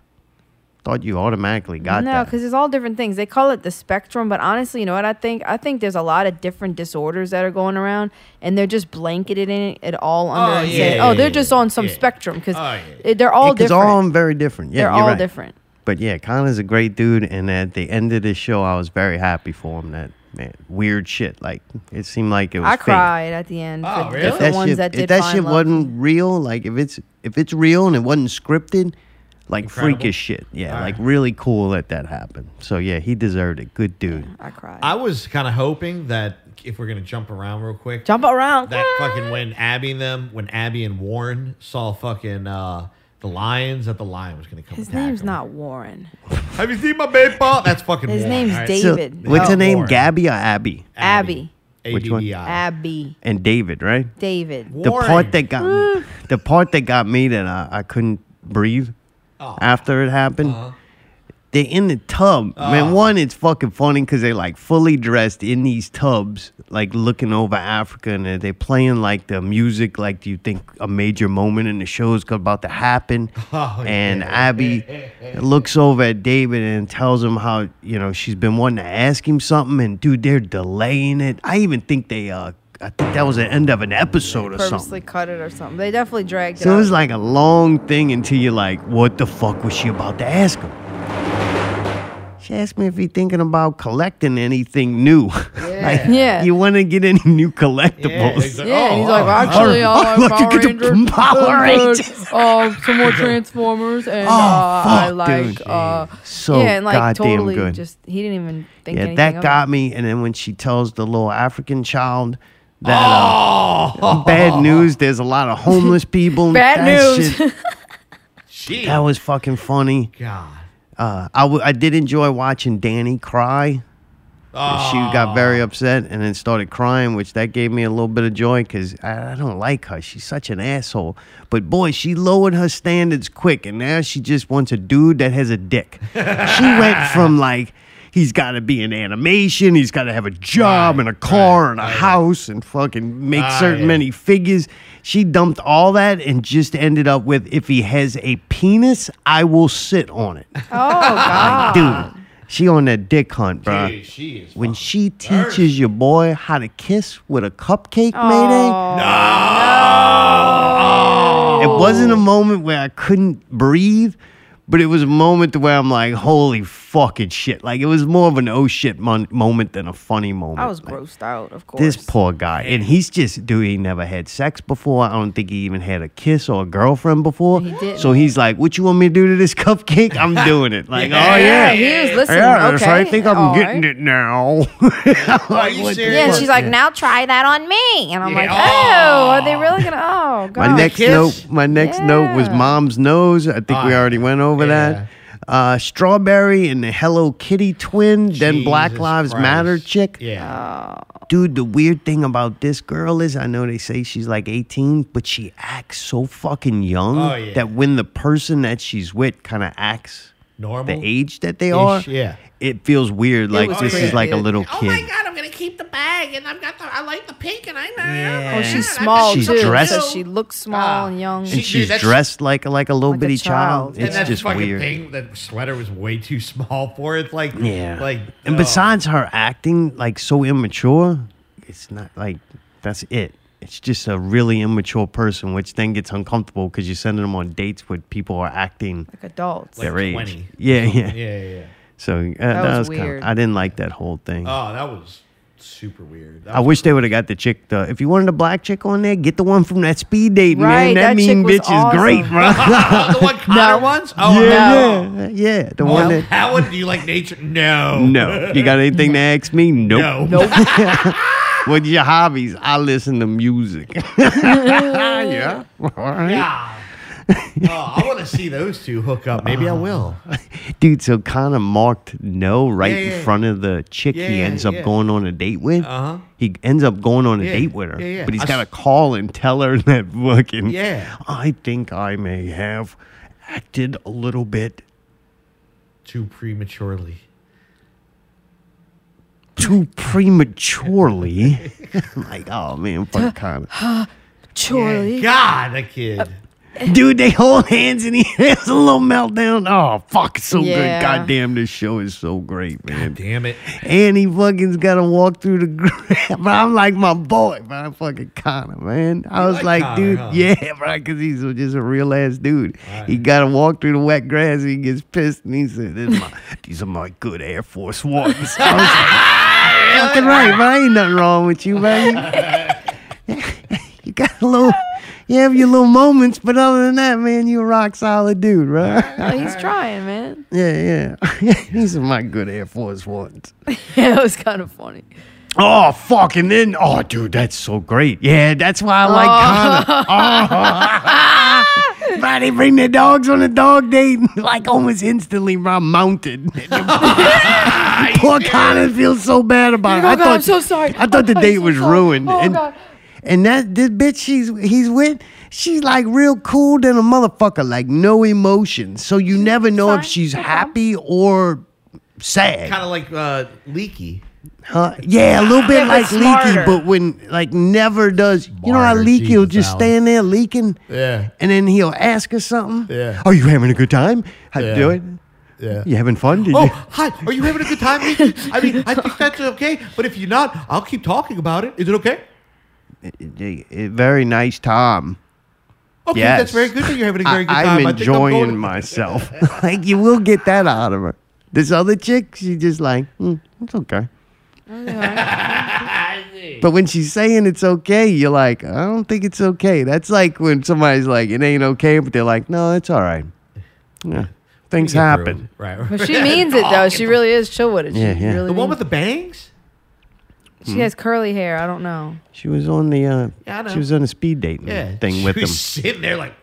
Thought you automatically got no, that. because it's all different things. They call it the spectrum, but honestly, you know what I think? I think there's a lot of different disorders that are going around, and they're just blanketed in it all under. Oh, and yeah, saying, yeah, oh, they're yeah, just on some yeah. spectrum because Oh, yeah. they're all Because different. all of them very different. Yeah, they're you're all right. different. But yeah, Connor's a great dude, and at the end of this show, I was very happy for him. That man, weird shit. Like it seemed like it was. I fake. cried at the end. Oh, for really? The If that ones shit, that if did that find shit love. wasn't real, like if it's if it's real and it wasn't scripted, like Incredible. freakish shit. Yeah, Alright. like really cool that that happened. So yeah, he deserved it. Good dude. I cried. I was kind of hoping that if we're gonna jump around real quick, Jump around. that fucking when Abby and them, when Abby and Warren saw fucking uh, the lions, that the lion was gonna come. His attack name's them. not Warren. Have you seen my baseball? That's fucking. His Warren, name's all right? Dave- So, David. what's her Oh, name? Warren. Gabby or Abby? Abby. Which one? ABBI. Abby. And David, right? David. What? The Warren. part that got me, the part that got me that I, I couldn't breathe Oh. Uh-huh. after it happened. They're in the tub, man. Oh. One, it's fucking funny because they like fully dressed in these tubs, like looking over Africa, and they're, they're playing like the music, like you think a major moment in the show is about to happen. *laughs* Oh, and yeah. Abby looks over at David and tells him how you know she's been wanting to ask him something, and dude, they're delaying it. I even think they, uh, I think that was the end of an episode or something. Purposely cut it or something. They definitely dragged it. So it was out. like a long thing until you're like, what the fuck was she about to ask him? She asked me if he thinking about collecting anything new. *laughs* Like, Yeah. you want to get any *laughs* new Yeah, collectibles? exactly. Yeah, and he's like, Oh, well, actually, oh, I like look, Power look at the Rangers, Power *laughs* and, uh, Rangers. uh, some more Transformers, and Oh, uh, I fuck, like, dude. uh, So yeah, and like goddamn totally good. just he didn't even think yeah, anything that of got me. And then when she tells the little African child "Oh." that *laughs* uh, bad news, there's a lot of homeless people. Oh. *laughs* Bad That news. shit- Gee, that was fucking funny. God. Uh, I, w- I did enjoy watching Danny cry. She got very Ah. upset and then started crying, which that gave me a little bit of joy because I, I don't like her. She's such an asshole. But boy, she lowered her standards quick, and now she just wants a dude that has a dick. *laughs* she went from like he's got to be in animation, he's got to have a job and a car and a house and fucking make Ah, certain yeah. many figures. She dumped all that and just ended up with if he has a penis, I will sit on it. him. Oh God, Dude, she on that dick hunt, bro. Dude, she is When fucking she dirty. teaches your boy how to kiss with a cupcake Oh, mayday, it wasn't a moment where I couldn't breathe, but it was a moment to where I'm like, holy fucking shit. Like, it was more of an oh shit mon- moment than a funny moment. I was Like, grossed out. Of course, This poor guy. And he's just, dude, he never had sex before. I don't think he even had a kiss or a girlfriend before. He didn't. So he's like, what you want me to do to this *laughs* cupcake? I'm doing it. Like, oh, yeah, he yeah. was listening. Yeah, okay, so I think I'm all getting right. it *laughs* now. Are you Yeah, and serious? she's like, now try that on me, and I'm like, Yeah. oh, are they really gonna? Oh God, my next kiss? note, my next note was Yeah. mom's nose. I think we Ah, already went over yeah. that. Uh, strawberry and the Hello Kitty twin, then Black Jesus Lives Christ. Matter chick. Uh, Yeah. Dude, the weird thing about this girl is I know they say she's like 18, but she acts so fucking young Oh, yeah. that when the person that she's with kind of acts the Normal. age that they Oh. Ish, are, yeah. it feels weird. Like was this is weird, like a dude. little kid. Oh my god, I'm gonna keep the bag, and I've got the I like the pink, and I know. Yeah. Oh, she's Yeah, small she's too. dressed- Ah. So she looks small and young. and She- she's that's- dressed like like a little Like a bitty child. child. And It's and that just fucking weird. thing, that sweater was way too small for it. It's Like, Yeah. like, and oh. besides her acting like so immature, it's not like that's it. It's just a really immature person, which then gets uncomfortable because you're sending them on dates with people who are acting like adults. Like their age. 20. Yeah, yeah, yeah, yeah, yeah. So uh, that, was was, kind weird. of. I didn't like that whole thing. Oh, that was super weird. That I was- wish they would have got the chick. The if you wanted a black chick on there, get the one from that speed date, Right, man. that That, mean chick bitch was is great, awesome. bro. *laughs* Oh, the *laughs* one Connor ones. *laughs* Oh, yeah, yeah, yeah. The Well, one that how would do you like nature? No, No. You got anything to ask me? Nope. no. *laughs* What's your hobbies? I listen to music. *laughs* yeah. All right. Ah. oh, I want to see those two hook up. Maybe I will. Uh-huh. Dude, so Connor marked no right Yeah, yeah, in yeah. front of the chick Yeah, he yeah, ends up yeah. going on a date with. Uh-huh. He ends up going on a Yeah, date with her. yeah, yeah. But he's I got to s- call and tell her *laughs* that fucking. Yeah. I think I may have acted a little bit Too prematurely. too prematurely. *laughs* like, oh man, fuck Connor. Surely. God, that kid. Dude, they hold hands and he *laughs* has a little meltdown. Oh, fuck, it's so Yeah. good. Goddamn, this show is so great, man. Damn it. And he fucking's got to walk through the *laughs* ground. But I'm like my boy, but I'm fucking Connor, man. I was like like, Connor, dude, huh? yeah, *laughs* bro, because he's just a real ass dude. He got to walk through the wet grass. he gets pissed and he said, "This is my- *laughs* These are my good Air Force Ones. I was like, *laughs* fucking right, bro. Ain't nothing wrong with you, man. you *laughs* got a little, you have your little moments, but other than that, man, you a rock solid dude, bro. *laughs* Oh, he's trying, man. *laughs* yeah, yeah. *laughs* These are my good Air Force Ones. Yeah, it was kind of funny. Oh, fucking then. Oh, dude, that's so great. Yeah, that's why I *laughs* like Connor. Oh. *laughs* Bro, they bring their dogs on a dog date, *laughs* and, like almost instantly, bro, I'm mounted. *laughs* Poor Connor feels so bad about it. Oh, God, I'm so sorry. I thought the I'm date so was sorry. ruined. Oh, and, God. and that this bitch she's he's with, she's like real cool than a motherfucker, like no emotions. So you never know if Fine, she's no problem. happy or sad. Kind of like uh, leaky. Huh? Uh, Yeah, a little bit Yeah, but like smarter. Leaky, but when like never does. you know how Smarter, Leaky will Jesus, just stand there leaking, Yeah. and then he'll ask us something. Yeah. Are you having a good time? How Yeah. you doing? You having fun? Did Oh, you? hi. Are you having a good time? Leaky? I mean, I think that's okay. But if you're not, I'll keep talking about it. Is it okay? Eh, eh, Very nice, Tom. Okay, Yes. that's very good that you're having a very good I, time. am I think I'm enjoying going- myself. *laughs* like you will get that *laughs* "Hmm, out of her. This other chick, she just like, mm, it's okay. But when she's saying it's okay, you're like, I don't think it's okay. That's like when somebody's like, it ain't okay, but they're like, no, it's all right. Yeah. Things Get through. happen. Right. But she means it though. She really is chill with it. She Yeah, yeah. really the means- one with the bangs? she has curly hair. I don't know. She was on the uh, Yeah, I know. she was on a speed dating Yeah. thing with She's them. sitting there like,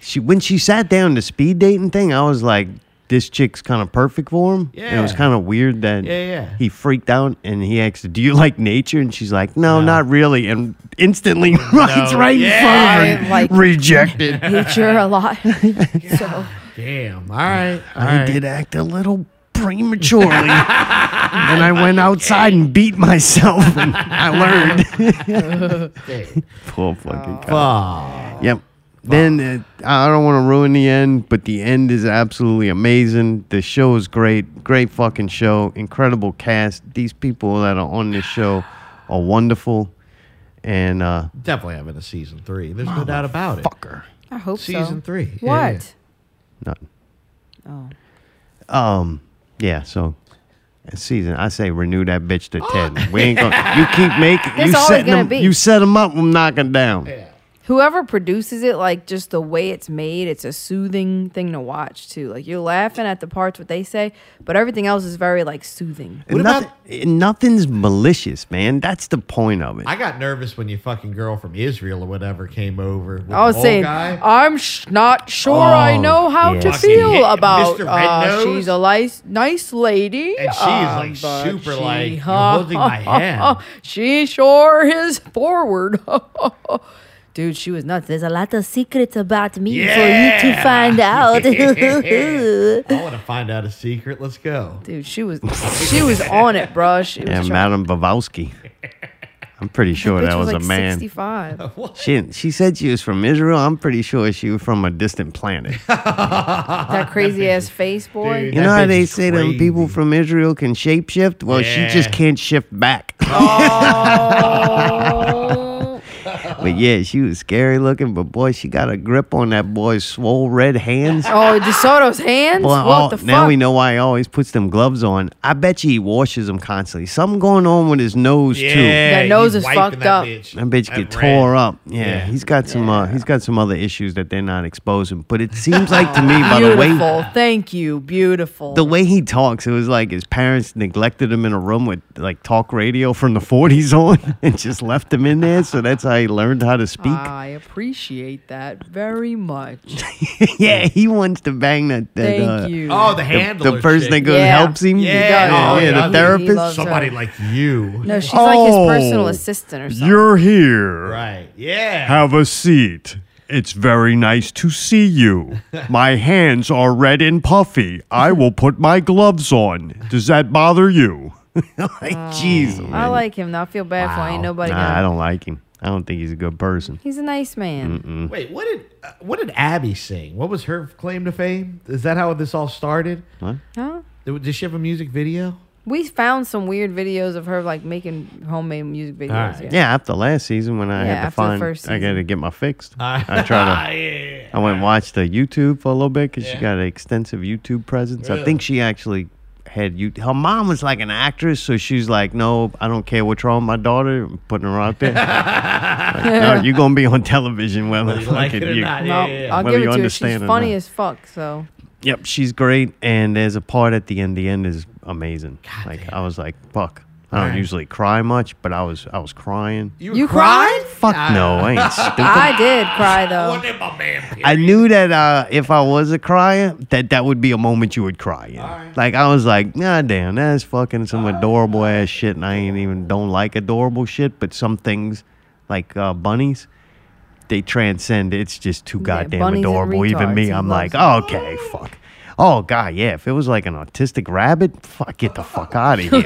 She when she sat down the speed dating thing, I was like, this chick's kind of perfect for him. And it was Yeah. kind of weird that Yeah, yeah. he freaked out and he asked, "Do you like nature?" And she's like, "No, not really." And instantly, *laughs* right, No. right I in front of her, didn't like *laughs* rejected. nature a lot. *laughs* so damn. All right. All I right. did act a little *laughs* prematurely. and I went outside and beat myself and I *laughs* learned. *laughs* Poor Oh. fucking cop. Fuck. Yep. Then uh, I don't want to ruin the end, but the end is absolutely amazing. The show is great. Great fucking show. Incredible cast. These people that are on this show *sighs* are wonderful. And uh Definitely having a season three. There's no doubt about it. fucker. I hope so. Season three. Yeah, What? yeah. Nothing. Oh. Um. Yeah. So. a Season, I say renew that bitch to *laughs* ten. We ain't gonna. You keep making. That's you all it's setting gonna them. be. You set them up. I'm knocking down. Whoever produces it, like just the way it's made, it's a soothing thing to watch too. Like you're laughing at the parts what they say, but everything else is very like soothing. And What nothing, and nothing's malicious, man. That's the point of it. I got nervous when your fucking girl from Israel or whatever came over. With I was the old saying, oh, guy. I'm sh- not sure I Oh, know how yeah. to Fucking hit feel Mr. about. Red Uh, Nose. she's a nice, nice lady, And she's, uh, like, but super, *laughs* like, you're holding my hand. She sure is forward. *laughs* Dude, she was nuts. There's a lot of secrets about me for you to find *laughs* out. Dude, I want to find out a secret. Let's go. she was she was on it, bro. She was yeah, trying- Madame Bavowski. I'm pretty sure bitch that was, like a man. 65. She she said she was from Israel. I'm pretty sure she was from a *laughs* distant planet. *laughs* That crazy ass face boy. Dude. You That know how bitch they is say them people crazy. from Israel can shapeshift? Well, Yeah. Oh. she just can't shift back. *laughs* *laughs* but yeah, she was scary looking, but boy, she got a grip on that boy's swole red *laughs* hands. Oh, DeSoto's hands? Boy, what all- the fuck? now we know why he always puts them gloves on. I bet you he washes them constantly. Something going on with his nose too. Yeah, That nose he's is wiping fucked that up. Bitch. That bitch get red. tore up. Yeah, Yeah. he's got some. Uh, he's got some other issues that they're not exposing. But it seems like to me, by the way, Beautiful. Thank you. Beautiful. the way he talks, it was like his parents neglected him in a room with like talk radio from the 40s on *laughs* and just left him in there. So that's how he learned how to speak. I appreciate that very much. *laughs* yeah, he wants to bang *laughs* that. that Thank uh, you. Oh, the The, handler. the person that chick. goes Yeah. helps him. Yeah. yeah, Oh, yeah. yeah, He- the he loves therapist. Somebody her. like you. No, she's like his Oh, personal assistant or something. You're here. *laughs* Right. Yeah. Have a seat. It's very nice to see you. My hands are red and puffy. I will put my gloves on. Does that bother you? like, Oh. jeez. I man. like him. Now I feel bad for him. Ain't nobody Nah, gonna- I don't like him. I don't think he's a good person. He's a nice man. Wait, what did uh, what did Abby sing? What was her claim to fame? Is that how this all started? Huh? Did did she have a music video? We found some weird videos of her like making homemade music videos. Alright. yeah. Yeah, after last season when I Yeah, had to after the find, first I got to season. get my *laughs* fixed. I Ah, tried to. I went and watched the YouTube for a little bit because she got an extensive YouTube presence. I think she actually had you. Her mom was like an actress, so she's like, "No, I don't care what's wrong with my daughter. I'm putting *laughs* her out there. like, no, you're gonna be on television whether you like it or you- not. No, Yeah, yeah, yeah. I'll Whether give you it to her. She's understand or funny not. as fuck. So Yep, she's great. And there's a part at the end. The end is amazing. like I was like, "Fuck." I don't Alright. usually cry much, but I was I was crying. were You cried? Fuck no, *laughs* I ain't stupid. I did cry though. What did my man? I knew that uh, if I was a crier, that that would be a moment you would cry in. Like I was like, nah, damn, that's fucking some adorable ass shit, and I ain't even don't like adorable shit. But some things, like uh, bunnies, they transcend. It's just too goddamn bunnies and adorable. Even retards, me, he I'm like, loves okay, fuck. Oh god, yeah. If it was like an autistic rabbit, fuck, get the fuck out *laughs* of here.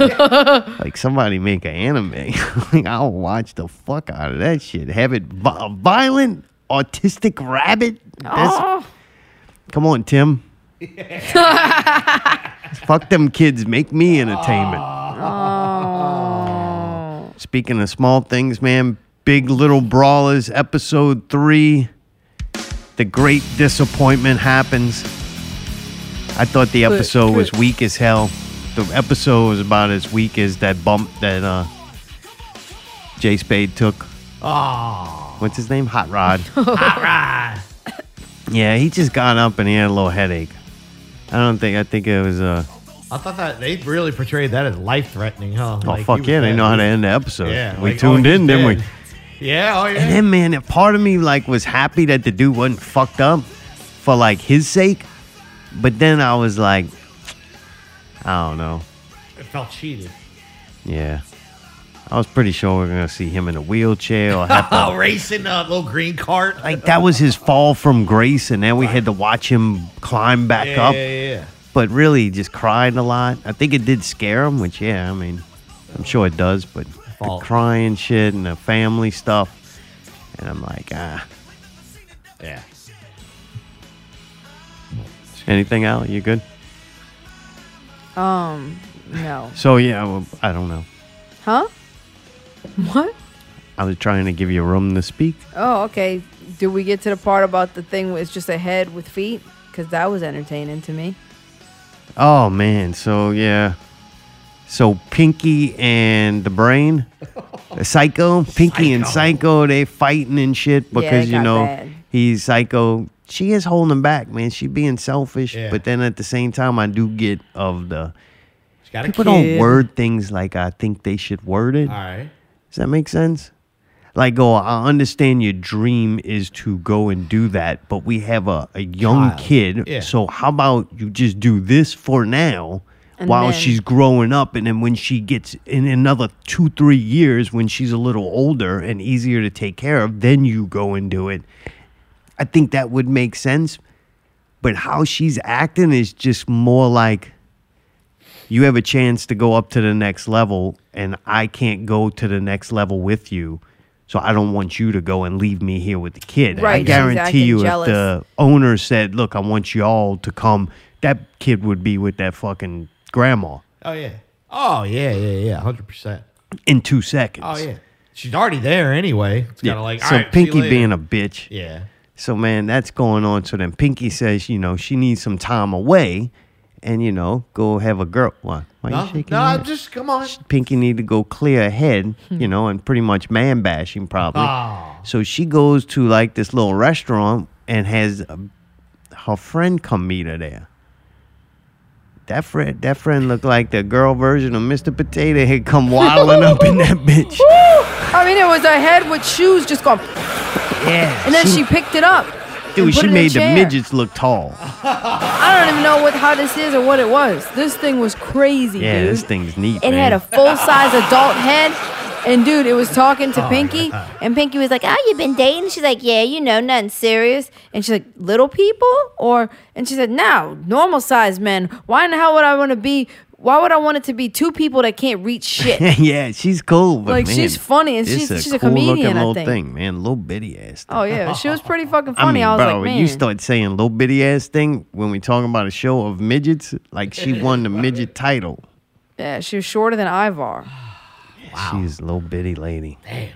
like somebody make an anime. *laughs* like I'll watch the fuck out of that shit. Have it vi- violent, autistic rabbit. That's, Oh, Come on, Tim. Fuck them kids. Make me entertainment. Speaking of small things, man, Big Little Brawlers, episode three. The great disappointment happens. I thought the episode was weak as hell. The episode was about as weak as that bump that uh Jay Spade took. Oh, What's his name? Hot Rod. Hot Rod. yeah, he just got up and he had a little headache. I don't think. I think it was. Uh, I thought that they really portrayed that as life threatening, huh? oh fuck yeah! They know how to end the episode. Yeah, we like, oh, tuned he's in, didn't we? dead. Yeah, oh And yeah. then, man, a part of me like was happy that the dude wasn't fucked up for like his sake, but then I was like, I don't know. It felt cheated. Yeah, I was pretty sure we are gonna see him in a wheelchair or have to *laughs* *laughs* Oh, racing a little green cart. like that was his fall from grace, and then we had to watch him climb back yeah, up. yeah, yeah. But really, he just cried a lot. I think it did scare him, which yeah, I mean, I'm sure it does. But Fault. the crying shit and the family stuff, and I'm like, ah. Yeah. Anything out? You good? Um, no. So yeah, well, I don't know. Huh? What? I was trying to give you room to speak. Oh, okay. Did we get to the part about the thing where it's just a head with feet? Because that was entertaining to me. Oh man, so yeah. So Pinky and the Brain, the Psycho, Pinky and Psycho, they fighting and shit Yeah, it because you got know bad. he's Psycho. She is holding back, man. She being selfish, Yeah. but then at the same time, I do get of the She's got a people kid. don't word things like I think they should word it. All right. Does that make sense? Like, oh, I understand your dream is to go and do that, but we have a, a young Child. kid. Yeah. So, how about you just do this for now And while then- she's growing up? And then, when she gets in another two, three years, when she's a little older and easier to take care of, then you go and do it. I think that would make sense. But how she's acting is just more like you have a chance to go up to the next level, and I can't go to the next level with you. So I don't want you to go and leave me here with the kid. I Right, she's guarantee acting you, jealous. if the owner said, "Look, I want you all to come," that kid would be with that fucking grandma Oh yeah. Oh yeah, yeah, yeah. Hundred percent. in two seconds. Oh yeah. She's already there anyway. It's Yeah. kind of like so Pinky being a bitch. yeah. So man, that's going on. So then Pinky says, you know, she needs some time away, and you know, go have a girl. Why? Why you No, shaking? no, your head? I'm just come on. Pinky need to go clear her head, you know, and pretty much man bashing probably. Ah. Oh. So she goes to like this little restaurant and has uh her friend come meet her there. That friend, that friend looked like the girl version of Mr. Potato Head come waddling up *laughs* in that bitch. I mean, it was a head with shoes just going, Yeah, and then she, picked it up. and *laughs* dude, put she it in a made the chair. Oh, midgets look tall. I don't even know what how this is or what it was. This thing was crazy, Yeah, dude. this thing's neat. It man. had a full size adult head. And dude, it was talking Oh, to Pinky, and Pinky was like, "Oh, you've been dating?" She's like, "Yeah, you know, nothing serious." And she's like, "Little people?" Or and she said, "No, normal sized men. Why in the hell would I want to be? Why would I want it to be two people that can't reach *laughs* shit?" yeah, she's cool, but Like, man, she's funny, and it's she's- a she's a cool comedian, I Looking little think. thing, man, little bitty ass. Thing. oh yeah, she was pretty fucking I funny. mean, I, was bro, like, "Man, you start saying little bitty ass thing when we talking about a show of midgets, like she won the midget title. yeah, she was shorter than Ivar." She's a little bitty lady. Damn.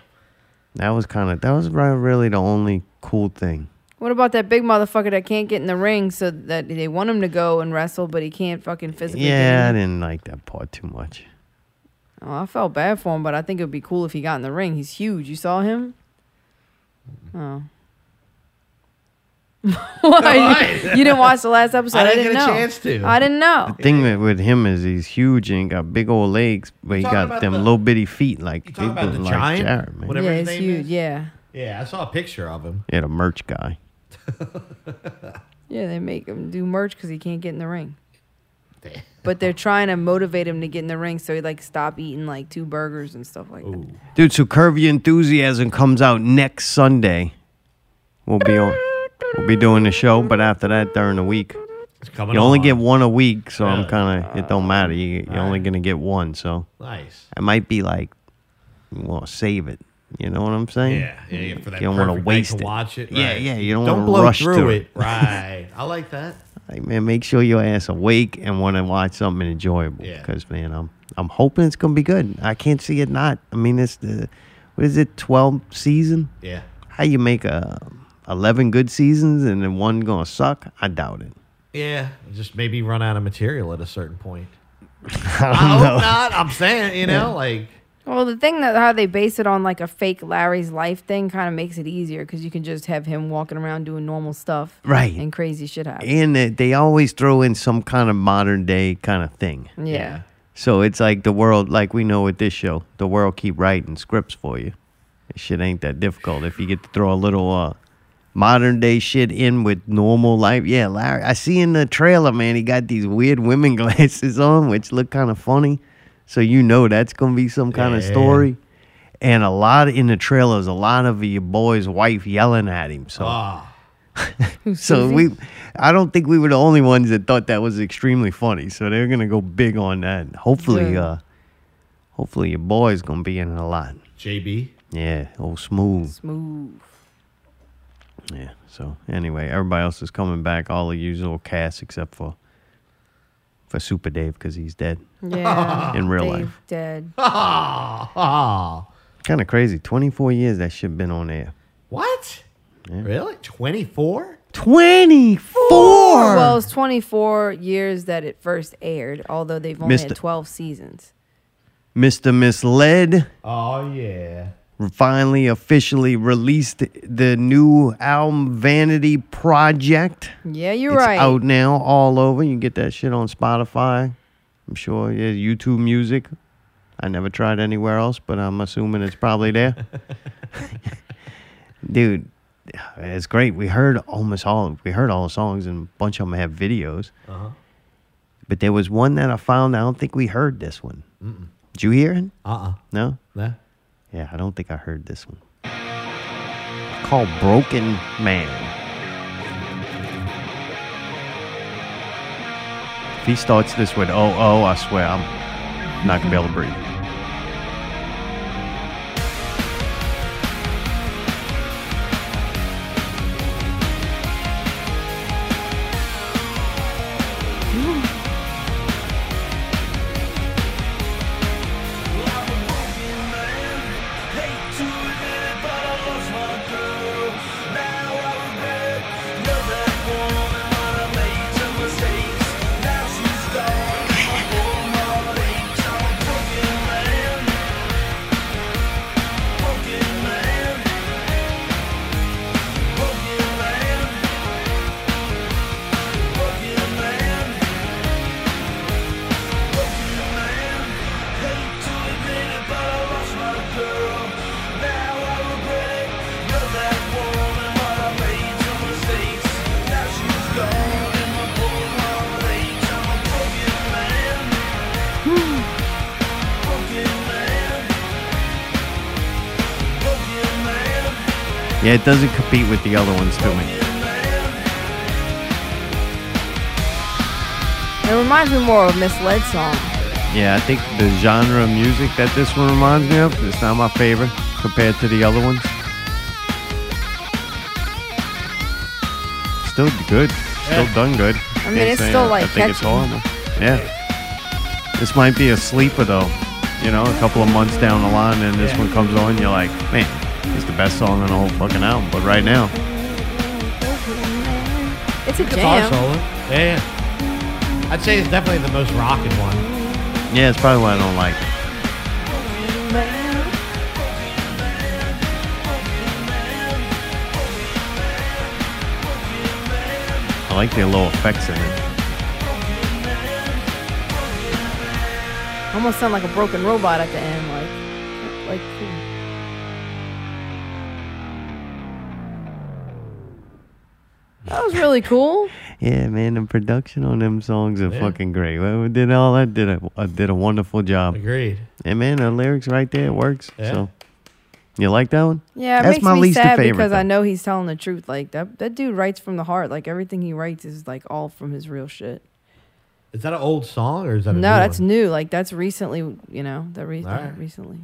That was kind of that was ri- really the only cool thing. What about that big motherfucker that can't get in the ring so that they want him to go and wrestle, but he can't fucking physically? get Yeah, I in? didn't like that part too much. Oh, I felt bad for him, but I think it would be cool if he got in the ring. He's huge. You saw him? Oh. *laughs* *laughs* Why? You, you didn't watch the last episode. I I didn't didn't, get a know. chance to. I didn't know. The thing with- with him is he's huge and he got big old legs, but he talking got about them the- little bitty feet like You talking they about look the like giant? Jared, man. Whatever yeah, his he's name huge. is? Yeah. Yeah, I saw a picture of *laughs* him. Yeah, the merch guy. Yeah, they make him do merch because he can't get in the ring. But they're trying to motivate him to get in the ring, so he like stop eating like two burgers and stuff like that. Dude, so Curvy Enthusiasm comes out next Sunday. We'll be on. We'll be doing the show, but after that, during the week, It's coming. you only on. get one a week, so I'm Really? kind of. It don't matter. You, you're only gonna get one, so Nice. I might be like, well, save it. You know what I'm saying? Yeah, yeah, yeah. For that You don't want wanna to waste it. To watch it. Yeah, right. yeah, you don't don't wanna blow rush through through it. it. *laughs* right. I like that. Like, man, make sure your ass awake and want to watch something enjoyable. Yeah. Because man, I'm I'm hoping it's gonna be good. I can't see it not. I mean, it's the what is it? 12 season? Yeah. How you make a 11 good seasons and then one gonna suck? I doubt it. Yeah. Just maybe run out of material at a certain point. *laughs* I don't I know. hope not. I'm saying, you know, like Well, the thing that how they base it on like a fake Larry's life thing kind of makes it easier because you can just have him walking around doing normal stuff, Right. And crazy shit happens. And they- they always throw in some kind of modern day kind of thing. Yeah. So it's like the world, like we know with this show, the world keep writing scripts for you. This shit ain't that difficult if you get to throw a little uh, modern day shit in with normal life. Yeah, Larry, I see in the trailer, man, he got these weird *laughs* women glasses on, which look kind of funny. So you know that's gonna be some kind of Yeah. story. And a lot in the trailers, a lot of your boy's wife yelling at him. So. Ah, So we, I don't think we were the only ones that thought that was extremely funny. So they're gonna go big on that. And Hopefully, Yeah. uh, hopefully your boy's gonna be in it a lot. JB. Yeah, old smooth. Smooth. Yeah. So anyway, everybody else is coming back. All the usual cast except for for Super Dave because he's dead. Yeah. In real Dave life. Dead. Ah, ah. Kind of crazy. Twenty four years that shit been on air. *laughs* What? Really? Twenty four? Twenty four. Well, it's 24 years that it first aired, although they've only Missed it. had 12 seasons. Mr. Misled. Oh yeah. finally officially released the new album Vanity Project. Yeah, you're it's right. out now all over. You can get that shit on Spotify. I'm sure. Yeah, YouTube Music. I never tried anywhere else, but I'm assuming it's probably there. *laughs* Dude, it's great. We heard almost all we heard all the songs and a bunch of them have videos. But there was one that I found. I don't think we heard this one. Did you hear it? Uh uh No. Nah. Yeah, I don't think I heard this one. It's called Broken Man. If he starts this with oh oh, I swear I'm not gonna be able to breathe. Yeah, it doesn't compete with the other ones to me. It reminds me more of a misled song. Yeah, I think the genre of music that this one reminds me of is not my favorite compared to the other ones. Still good. Still done good. I mean, it's still, I like, think it's catchy. horrible. Yeah. This might be a sleeper though. You know, a couple of months down the line, and this one comes on, you're like, man, it's the best song in the whole fucking album. But right now, It's a Guitar jam. solo. Yeah. yeah. I'd say it's definitely the most rocking one. yeah, it's probably why I don't like. it. I like the little effects in it. Almost sound like a broken robot at the end, like, like. cool. hmm. That was really cool. Yeah, man, the production on them songs are fucking great. Well, we did all that, did a uh, did a wonderful job. Agreed. And man, the lyrics right there it works. Yeah. So, you like that one? Yeah, it that's makes my me least sad favorite. because I though. know he's telling the truth. Like that, that dude writes from the heart. Like everything he writes is like all from his real shit. Is that an old song or is that a No, new that's one? new. Like that's recently. You know, that, re- that Alright. recently.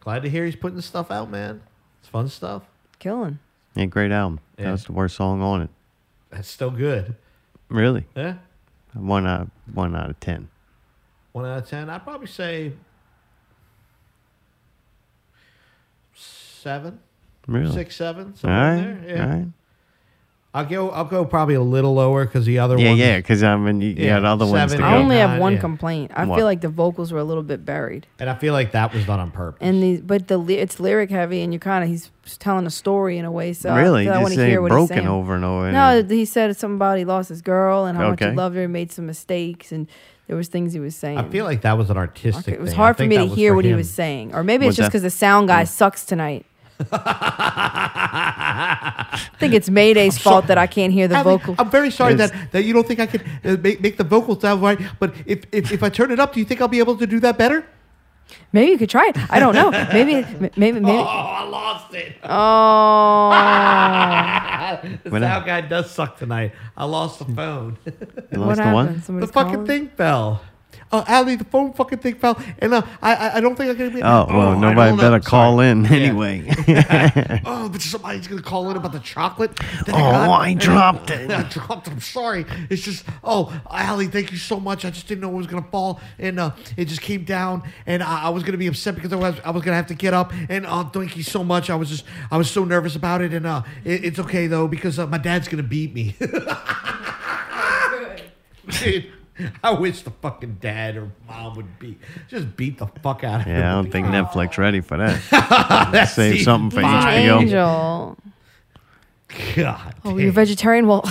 Glad to hear he's putting stuff out, man. It's fun stuff. Killing. Yeah, great album. That Yeah. was the worst song on it. That's still good. Really, Yeah. one out one out of ten. One out of ten. I'd probably say seven, Really. six, seven, All somewhere in right, there. Yeah. all right. I'll go. I'll go probably a little lower because the other Yeah, one. yeah, because I mean, you, you Yeah, got other ones to seven, go. eight. I only Not- have one yeah. complaint. I What? feel like the vocals were a little bit buried, And I feel like that was done on purpose. and the but the ly- it's lyric heavy, and you kind of he's telling a story in a way. So Really, I, feel I this want to ain't hear what he's broken saying. over and over. No, and- he said somebody lost his girl and how much Okay. he loved her, and made some mistakes, and there was things he was saying. I feel like that was an artistic. it was thing. I hard for think me that to was hear for what he him. was *laughs* saying, or maybe What's it's just that? because the sound guy sucks tonight. I think it's *laughs* Mayday's fault that I can't hear the Abby, vocal. I'm very sorry It's- that, that you don't think I could uh, make, make the vocals sound right. But if, if if I turn it up, do you think I'll be able to do that better? Maybe you could try it. I don't know. Maybe, m- maybe, *laughs* maybe. Oh, I lost it. Uh, Oh, *laughs* The What sound hap- guy does suck tonight. I lost the phone. You what lost the one. happened? the Somebody's fucking calling? thing fell. Oh, Ali, the phone fucking thing fell, and uh, I, I I don't think I can. Be, Oh well, I nobody don't know. Sorry. better call in anyway. *laughs* Oh, but somebody's gonna call in about the chocolate. that Oh, got, I and- dropped it. I dropped. it. I'm sorry. It's just. Oh, Allie, thank you so much. I just didn't know it was gonna fall, and uh, it just came down, and I, I was gonna be upset because I was I was gonna have to get up, and uh, thank you so much. I was just I was so nervous about it, and uh, it, it's okay though because uh, my dad's gonna beat me. *laughs* Dude, I wish the fucking dad or mom would beat just beat the fuck out of Yeah, I him. don't think Netflix ready *laughs* for that. *laughs* Save something for He's an HBO. angel. God. Oh, you're damn. vegetarian. Well,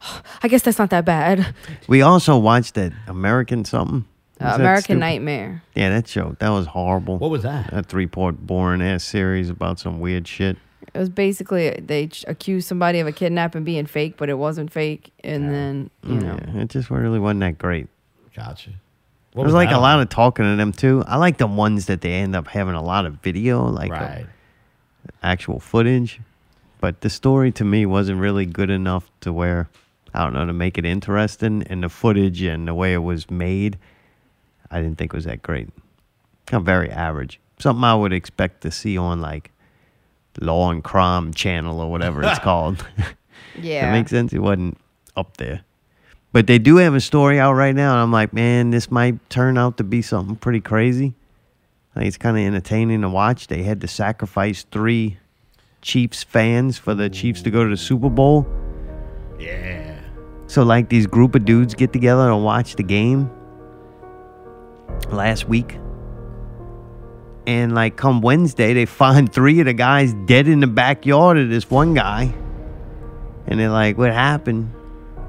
*sighs* I guess that's not that bad. We also watched that American something. Was Uh, that American stupid? Nightmare. Yeah, that show that was horrible. What was that? That three part boring ass series about some weird shit. It was basically they ch- accused somebody of a kidnapping being fake, but it wasn't fake, and then you know. Yeah, it just really wasn't that great. Gotcha. There was like a lot of talking to them too. I like the ones that they end up having a lot of video, like uh, the right. actual footage. But the story to me wasn't really good enough to where I don't know to make it interesting. And the footage and the way it was made, I didn't think was that great. Kind of very average. Something I would expect to see on like Law and Crime Channel or whatever it's called. *laughs* Yeah. That makes sense. It wasn't up there. But they do have a story out right now, and I'm like, man, this might turn out to be something pretty crazy. Like it's kind of entertaining to watch. They had to sacrifice three Chiefs fans for the Chiefs to go to the Super Bowl. Yeah. So like these group of dudes get together and watch the game last week. And like come Wednesday, they find three of the guys dead in the backyard of this one guy. And they're like, what happened?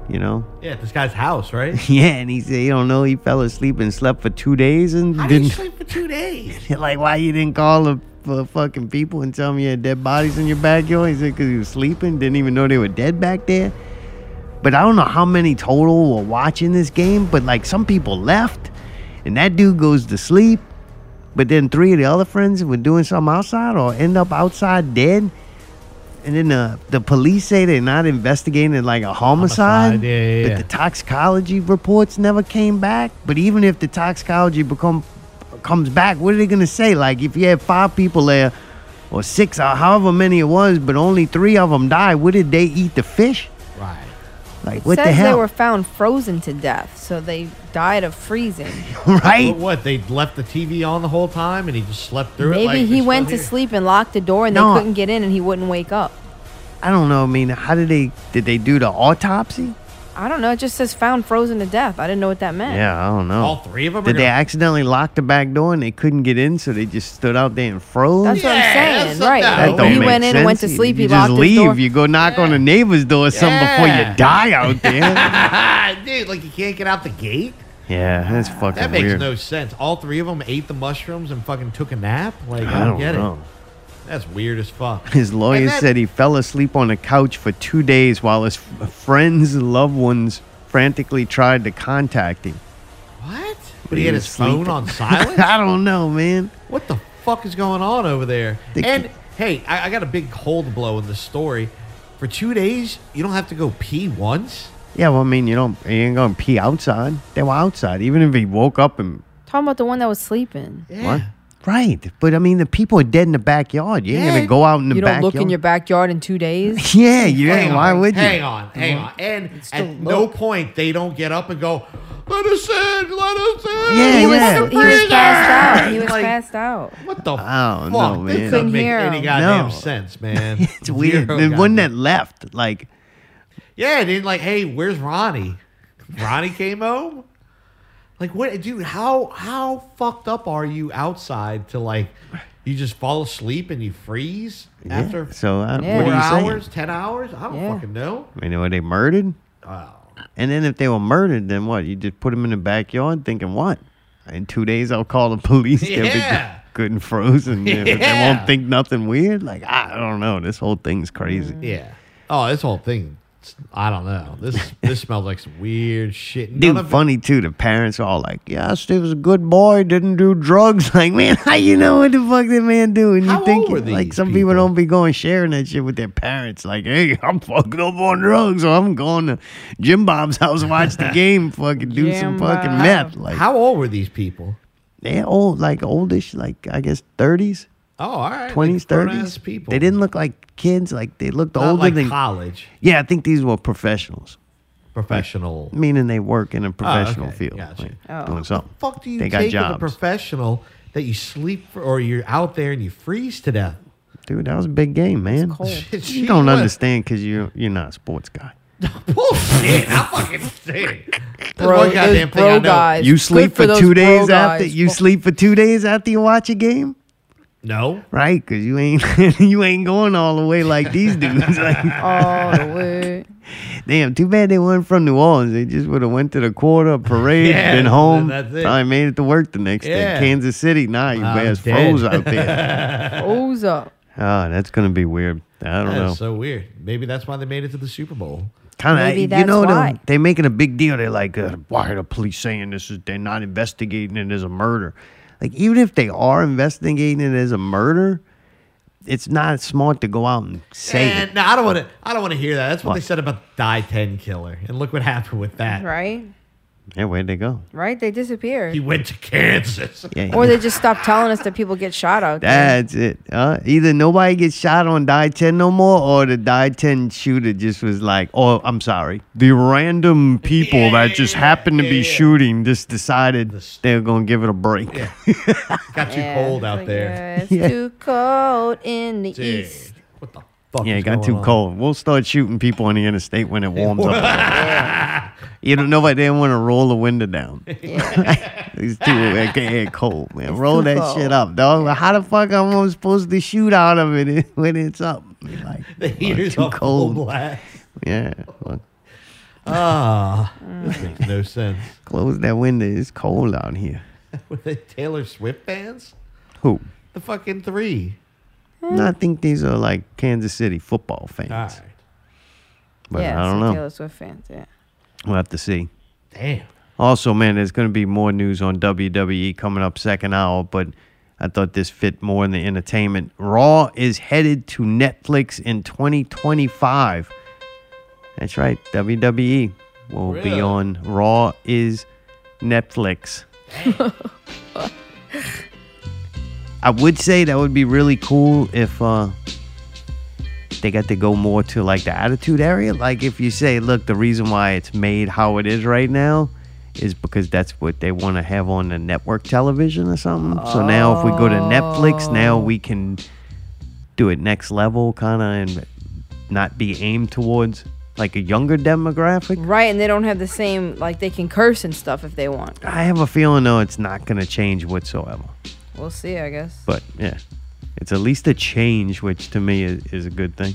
You know? *laughs* Yeah, at this guy's house, right? Yeah, and he said, you don't know, he fell asleep and slept for two days and I didn't *laughs* didn't sleep for two days. like why you didn't call the the fucking people and tell them you had dead bodies in your backyard? He said because he was sleeping, didn't even know they were dead back there. But I don't know how many total were watching this game, but like some people left, and that dude goes to sleep. But then three of the other friends were doing something outside or end up outside dead. And then the, the police say they're not investigating like a homicide. Homicide, yeah, yeah, but yeah. the toxicology reports never came back. But even if the toxicology become comes back, what are they gonna say? Like if you had five people there, or six, or however many it was, but only three of them died. What did they eat? The fish? right. Like what Says the they hell? *laughs* were found frozen to death, so they died of freezing. right? But what? They left the TV on the whole time, and he just slept through it. Maybe like, he it's went still to here? sleep and locked the door, and No. they couldn't get in, and he wouldn't wake up. I don't know. I mean, how did they did they do the autopsy? I don't know. It just says found frozen to death. I didn't know what that meant. Yeah, I don't know. All three of them. Did they accidentally lock the back door and they couldn't get in, so they just stood out there and froze? That's what I'm Yeah, saying, that's right? not- that Like, don't he make went in and went to sense. sleep. You, he you just locked leave. his door. You go knock on a neighbor's door or something before Yeah. you die *laughs* out there. Ah, dude, like you can't get out the gate. yeah, that's fucking That makes weird. no sense. All three of them ate the mushrooms and fucking took a nap. Like I don't, I don't get know. it. That's weird as fuck. His lawyer And that- said he fell asleep on a couch for two days while his f- friends' loved ones frantically tried to contact him. What? But he had was his phone sleeping. on silent. *laughs* I don't know, man. What the fuck is going on over there? They and keep- hey, I, I got a big cold blow in this story. For two days, you don't have to go pee once. Yeah, well, I mean, you don't, you ain't gonna pee outside. They were outside, even if he woke up and Talking about the one that was sleeping. what? Right, but I mean, the people are dead in the backyard. You ain't gonna Yeah. go out in the you don't backyard. look in your backyard in two days. *laughs* *laughs* yeah, you ain't. on, Why would you? Mm-hmm. Hang *laughs* on, hang on. And still at no look. point they don't get up and go, "Let us in, let us in." *laughs* Yeah, he was yeah. he was passed out. He was Like- passed out. What the I don't fuck? know, This Oh, man. doesn't make Couldn't hear any *laughs* him. goddamn No. sense, man. It's weird. Zero the one goddamn- that left, like, Yeah, and then like, hey, where's Ronnie? Ronnie came home. Like, what, dude? How how fucked up are you outside to like, you just fall asleep and you freeze Yeah, after so uh, Yeah. what four are you saying? hours, ten hours? I don't Yeah. fucking know. I mean, were they murdered? And then if they were murdered, then what? You just put them in the backyard thinking what? In two days, I'll call the police. *laughs* They'll be Yeah. good *laughs* and frozen. Yeah, but They Yeah. won't think nothing weird. Like I don't know. This whole thing's crazy. Yeah. Oh, this whole thing. it's- I don't know. *laughs* This this smells like some weird shit. None Dude, of it- funny too. The parents are all like, "Yeah, Steve was a good boy. Didn't do drugs." *laughs* Like, man, how you know what the fuck that man do? And How you think old were like these some people? people? don't be going sharing that shit with their parents. Like, hey, *laughs* I'm fucking up on drugs, or I'm going to Jim Bob's house to *laughs* watch the game, fucking do Jim some fucking Bob. meth. Like, How old were these people? they're old, like oldish, like I guess thirties, Oh, all right. like twenties, grown-ass thirties. people. They didn't look like kids. Like they looked Not older like than. college yeah, I think these were professionals, professional. meaning they work in a professional Oh, okay, field, gotcha. like, doing something. fuck do you they take got as a jobs. professional that you sleep for, or you're out there and you freeze to death? Dude, that was a big game, man. She *laughs* You don't was- understand because you you're not a sports guy. *laughs* Bullshit! I fucking say it. That's Bro, one goddamn those thing bro I know. guys. It's you good sleep for for, those bro two days after guys. you sleep for two days after you watch a game, No, right? Because you ain't *laughs* you ain't going all the way like *laughs* these dudes. Like, All the way. damn, too bad they weren't from New Orleans. They just would have went to the quarter parade, Yeah, been home. that's it. Probably made it to work the next Yeah. day. Kansas City, nah, you I'm ass dead. *laughs* froze out there. O's up. Ah, that's gonna be weird. I don't know. that's so weird. Maybe that's why they made it to the Super Bowl. Kind of, Maybe you that's know, why. they're, they're making a big deal. They're like, uh, why are the police saying this is, they're not investigating it as a murder? Like, even if they are investigating it as a murder, it's not smart to go out and say And it. no, I don't want to. I don't want to hear that. That's what, What? they said about the Die Ten killer, and look what happened with that. Right? Yeah, where'd they go? Right? They disappear. He went to Kansas. Yeah, Or they just stop telling us that people get shot out. there. that's it. Uh, either nobody gets shot on Die 10 no more, or the Die 10 shooter just was like, oh, I'm sorry. The random people that just happened to be shooting just decided they were going to give it a break. Got too Yeah. cold It's out like, there. *laughs* yeah, it's Yeah. too cold in the Dude, east. what the fuck? Yeah, is it got going too on? cold. We'll start shooting people on the interstate when it warms up. *laughs* you don't know why they want to roll the window down. *laughs* it's too it get- it cold, man. roll too that cold. shit up, dog. How the fuck am I supposed to shoot out of it *laughs* when it's up? Like, *laughs* The heater's too on full cold. blast. yeah, well, Ah, this makes no sense. close that window. It's cold out here. *laughs* Were they Taylor Swift fans? Who? The fucking three. No, I think these are like Kansas City football fans, All right. but yeah, I don't some know. Taylor Swift fans. Yeah. We'll have to see. Damn. Also, man, there's going to be more news on WWE coming up second hour, but I thought this fit more in the entertainment. Raw is headed to Netflix in 2025. That's right, WWE will Really? be on Raw is Netflix. I would say that would be really cool if uh, they got to go more to like the attitude area. Like if you say, look, the reason why it's made how it is right now is because that's what they want to have on the network television or something. So now if we go to Netflix, now we can do it next level kind of and not be aimed towards like a younger demographic. Right, and they don't have the same like they can curse and stuff if they want. I have a feeling though it's not going to change whatsoever. We'll see, I guess. But yeah, it's at least a change, which to me is, is a good thing.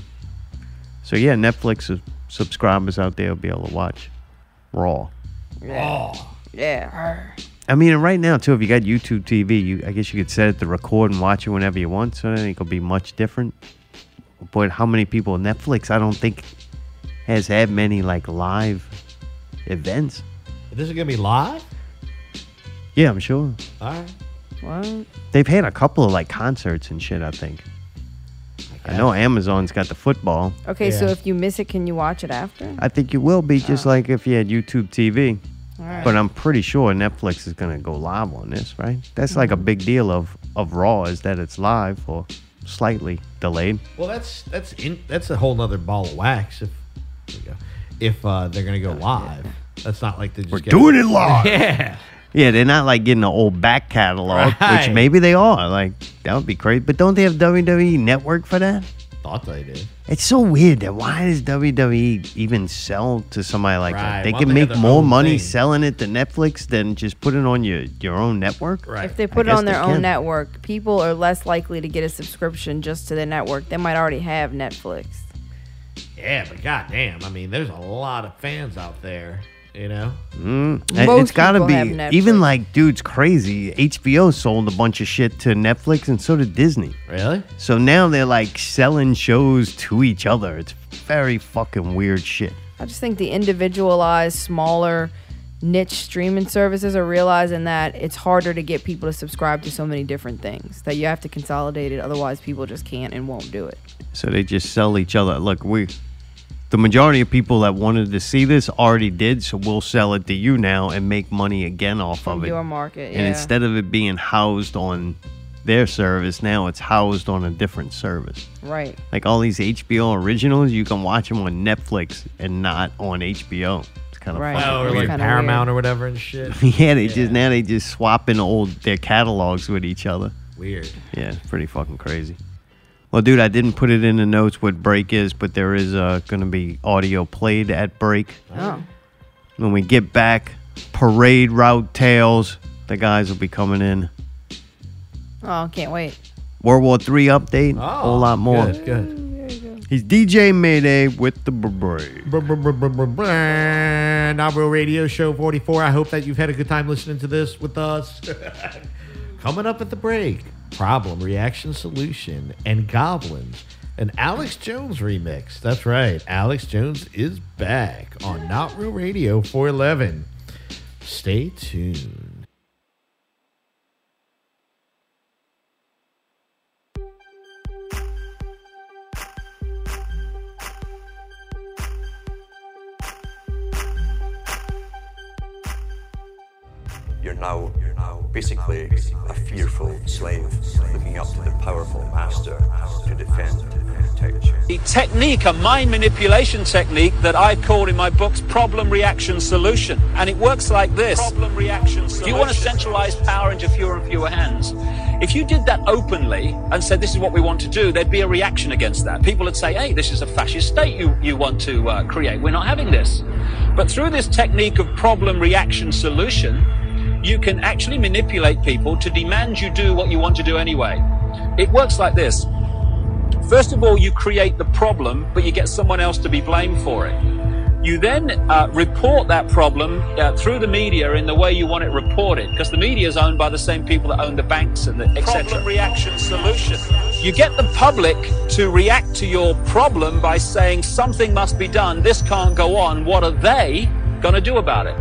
So yeah, Netflix su- subscribers out there will be able to watch Raw. Yeah. Yeah. I mean, and right now too, if you got YouTube TV, you I guess you could set it to record and watch it whenever you want. So I don't think it'll be much different. But how many people Netflix? I don't think has had many like live events. This is gonna be live. Yeah, I'm sure All right. What? they've had a couple of like concerts and shit. I think. I know Amazon's got the football. Okay, so Yeah. if you miss it, can you watch it after? I think you will be just like if you had YouTube TV. But I'm pretty sure Netflix is gonna go live on this, right? That's like a Mm-hmm. big deal of of Raw is that it's live or slightly delayed. Well, that's that's in, that's a whole nother ball of wax. If there you go. if uh, they're gonna go live, that's not like they just get- it live. Yeah. Yeah, they're not like getting the old back catalog, Right. which maybe they are. Like that would be crazy. But don't they have WWE E Network for that? thought they did. It's so weird that why does WWE even sell to somebody like Right, that? They why can don't they have make their more own money thing? selling it to Netflix than just put it on your, your own network. Right. If they put it guess on they their own can. network, people are less likely to get a subscription just to their network. They might already have Netflix. yeah, but goddamn, I mean, there's a lot of fans out there. You know, And it's Most got to people have be Netflix. even like dude's crazy. HBO sold a bunch of shit to Netflix and so did Disney. really? So now they're like selling shows to each other. It's very fucking weird shit. I just think the individualized, smaller, niche streaming services are realizing that it's harder to get people to subscribe to so many different things that you have to consolidate it. Otherwise, people just can't and won't do it. So they just sell each other. Look, we the majority of people that wanted to see this already did, so we'll sell it to you now and make money again off of it. Your market, And yeah. instead of it being housed on their service, now it's housed on a different service. Right. Like all these HBO originals, you can watch them on Netflix and not on HBO. It's kind of Right. fucking Oh, or It's like weird. kinda Paramount weird. or whatever and *laughs* shit. yeah, they just now they just swapping old their catalogs with each other. Weird. Yeah, it's pretty fucking crazy. Well, dude, I didn't put it in the notes what break is, but there is uh, going to be audio played at break. Oh. When we get back, parade route tales. The guys will be coming in. Oh, can't wait. World War Three update. a whole lot more. Oh, Good. good. He's DJ Mayday with the parade. Br- br- br- br- br- br- Novel Radio Show 44. I hope that you've had a good time listening to this with us. *laughs* Coming up at the break Problem, Reaction, Solution, and Goblins. An Alex Jones remix. That's right. Alex Jones is back on Not Real Radio 411. Stay tuned. You're now, you're now basically a fearful slave looking up to the powerful master to defend and protect you. The technique, a mind manipulation technique that I've called in my books problem reaction solution. And it works like this problem reaction solution. You want to centralize power into fewer and fewer hands. If you did that openly and said this is what we want to do, there'd be a reaction against that. People would say, hey, this is a fascist state you, you want to uh, create. We're not having this. But through this technique of problem reaction solution, you can actually manipulate people to demand you do what you want to do anyway. It works like this. First of all, you create the problem, but you get someone else to be blamed for it. You then uh, report that problem uh, through the media in the way you want it reported, because the media is owned by the same people that own the banks and the etc. Problem, reaction, solution. You get the public to react to your problem by saying something must be done. This can't go on. What are they going to do about it?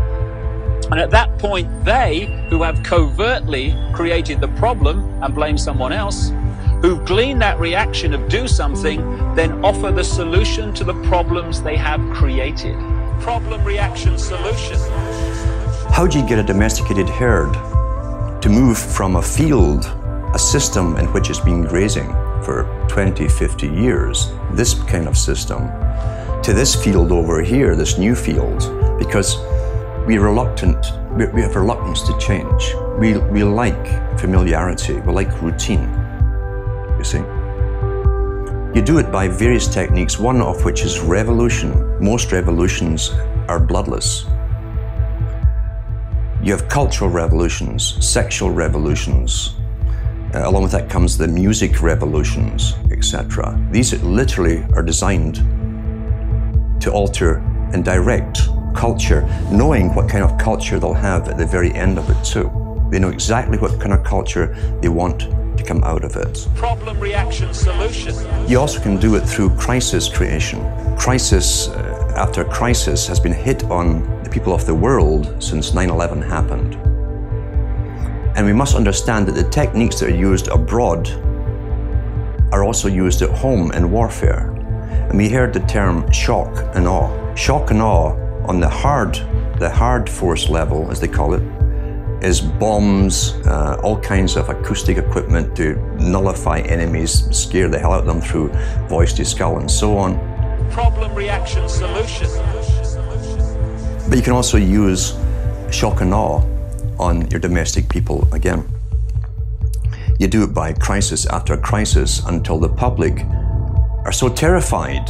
And at that point, they, who have covertly created the problem and blame someone else, who glean that reaction of do something, then offer the solution to the problems they have created. Problem, reaction, solution. How do you get a domesticated herd to move from a field, a system in which it's been grazing for 20, 50 years, this kind of system, to this field over here, this new field? Because we're reluctant, we, we have reluctance to change. We, we like familiarity, we like routine, you see. You do it by various techniques, one of which is revolution. Most revolutions are bloodless. You have cultural revolutions, sexual revolutions. Uh, along with that comes the music revolutions, etc. These literally are designed to alter and direct culture, knowing what kind of culture they'll have at the very end of it, too. They know exactly what kind of culture they want to come out of it. Problem, reaction, solution. You also can do it through crisis creation. Crisis uh, after crisis has been hit on the people of the world since 9 11 happened. And we must understand that the techniques that are used abroad are also used at home in warfare. And we heard the term shock and awe. Shock and awe on the hard, the hard force level, as they call it, is bombs, uh, all kinds of acoustic equipment to nullify enemies, scare the hell out of them through voice to skull and so on. Problem, reaction, solution. But you can also use shock and awe on your domestic people again. You do it by crisis after crisis until the public are so terrified.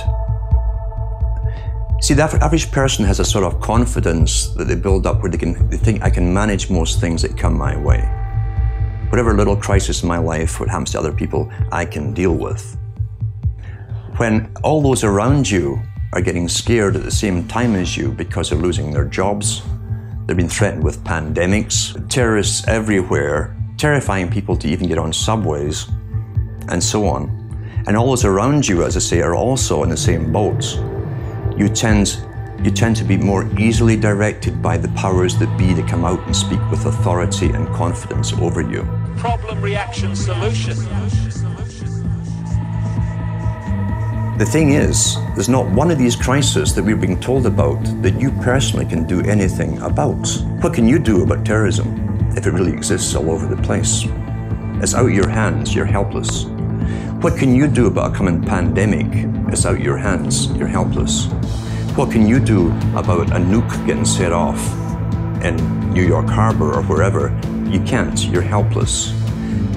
See, the aver- average person has a sort of confidence that they build up where they can they think I can manage most things that come my way. Whatever little crisis in my life, what happens to other people, I can deal with. When all those around you are getting scared at the same time as you because they're losing their jobs, they've been threatened with pandemics, terrorists everywhere, terrifying people to even get on subways, and so on. And all those around you, as I say, are also in the same boats. You tend, you tend to be more easily directed by the powers that be to come out and speak with authority and confidence over you. Problem, reaction, solution. The thing is, there's not one of these crises that we're being told about that you personally can do anything about. What can you do about terrorism if it really exists all over the place? It's out of your hands, you're helpless. What can you do about a coming pandemic? It's out of your hands, you're helpless. What can you do about a nuke getting set off in New York Harbor or wherever? You can't, you're helpless.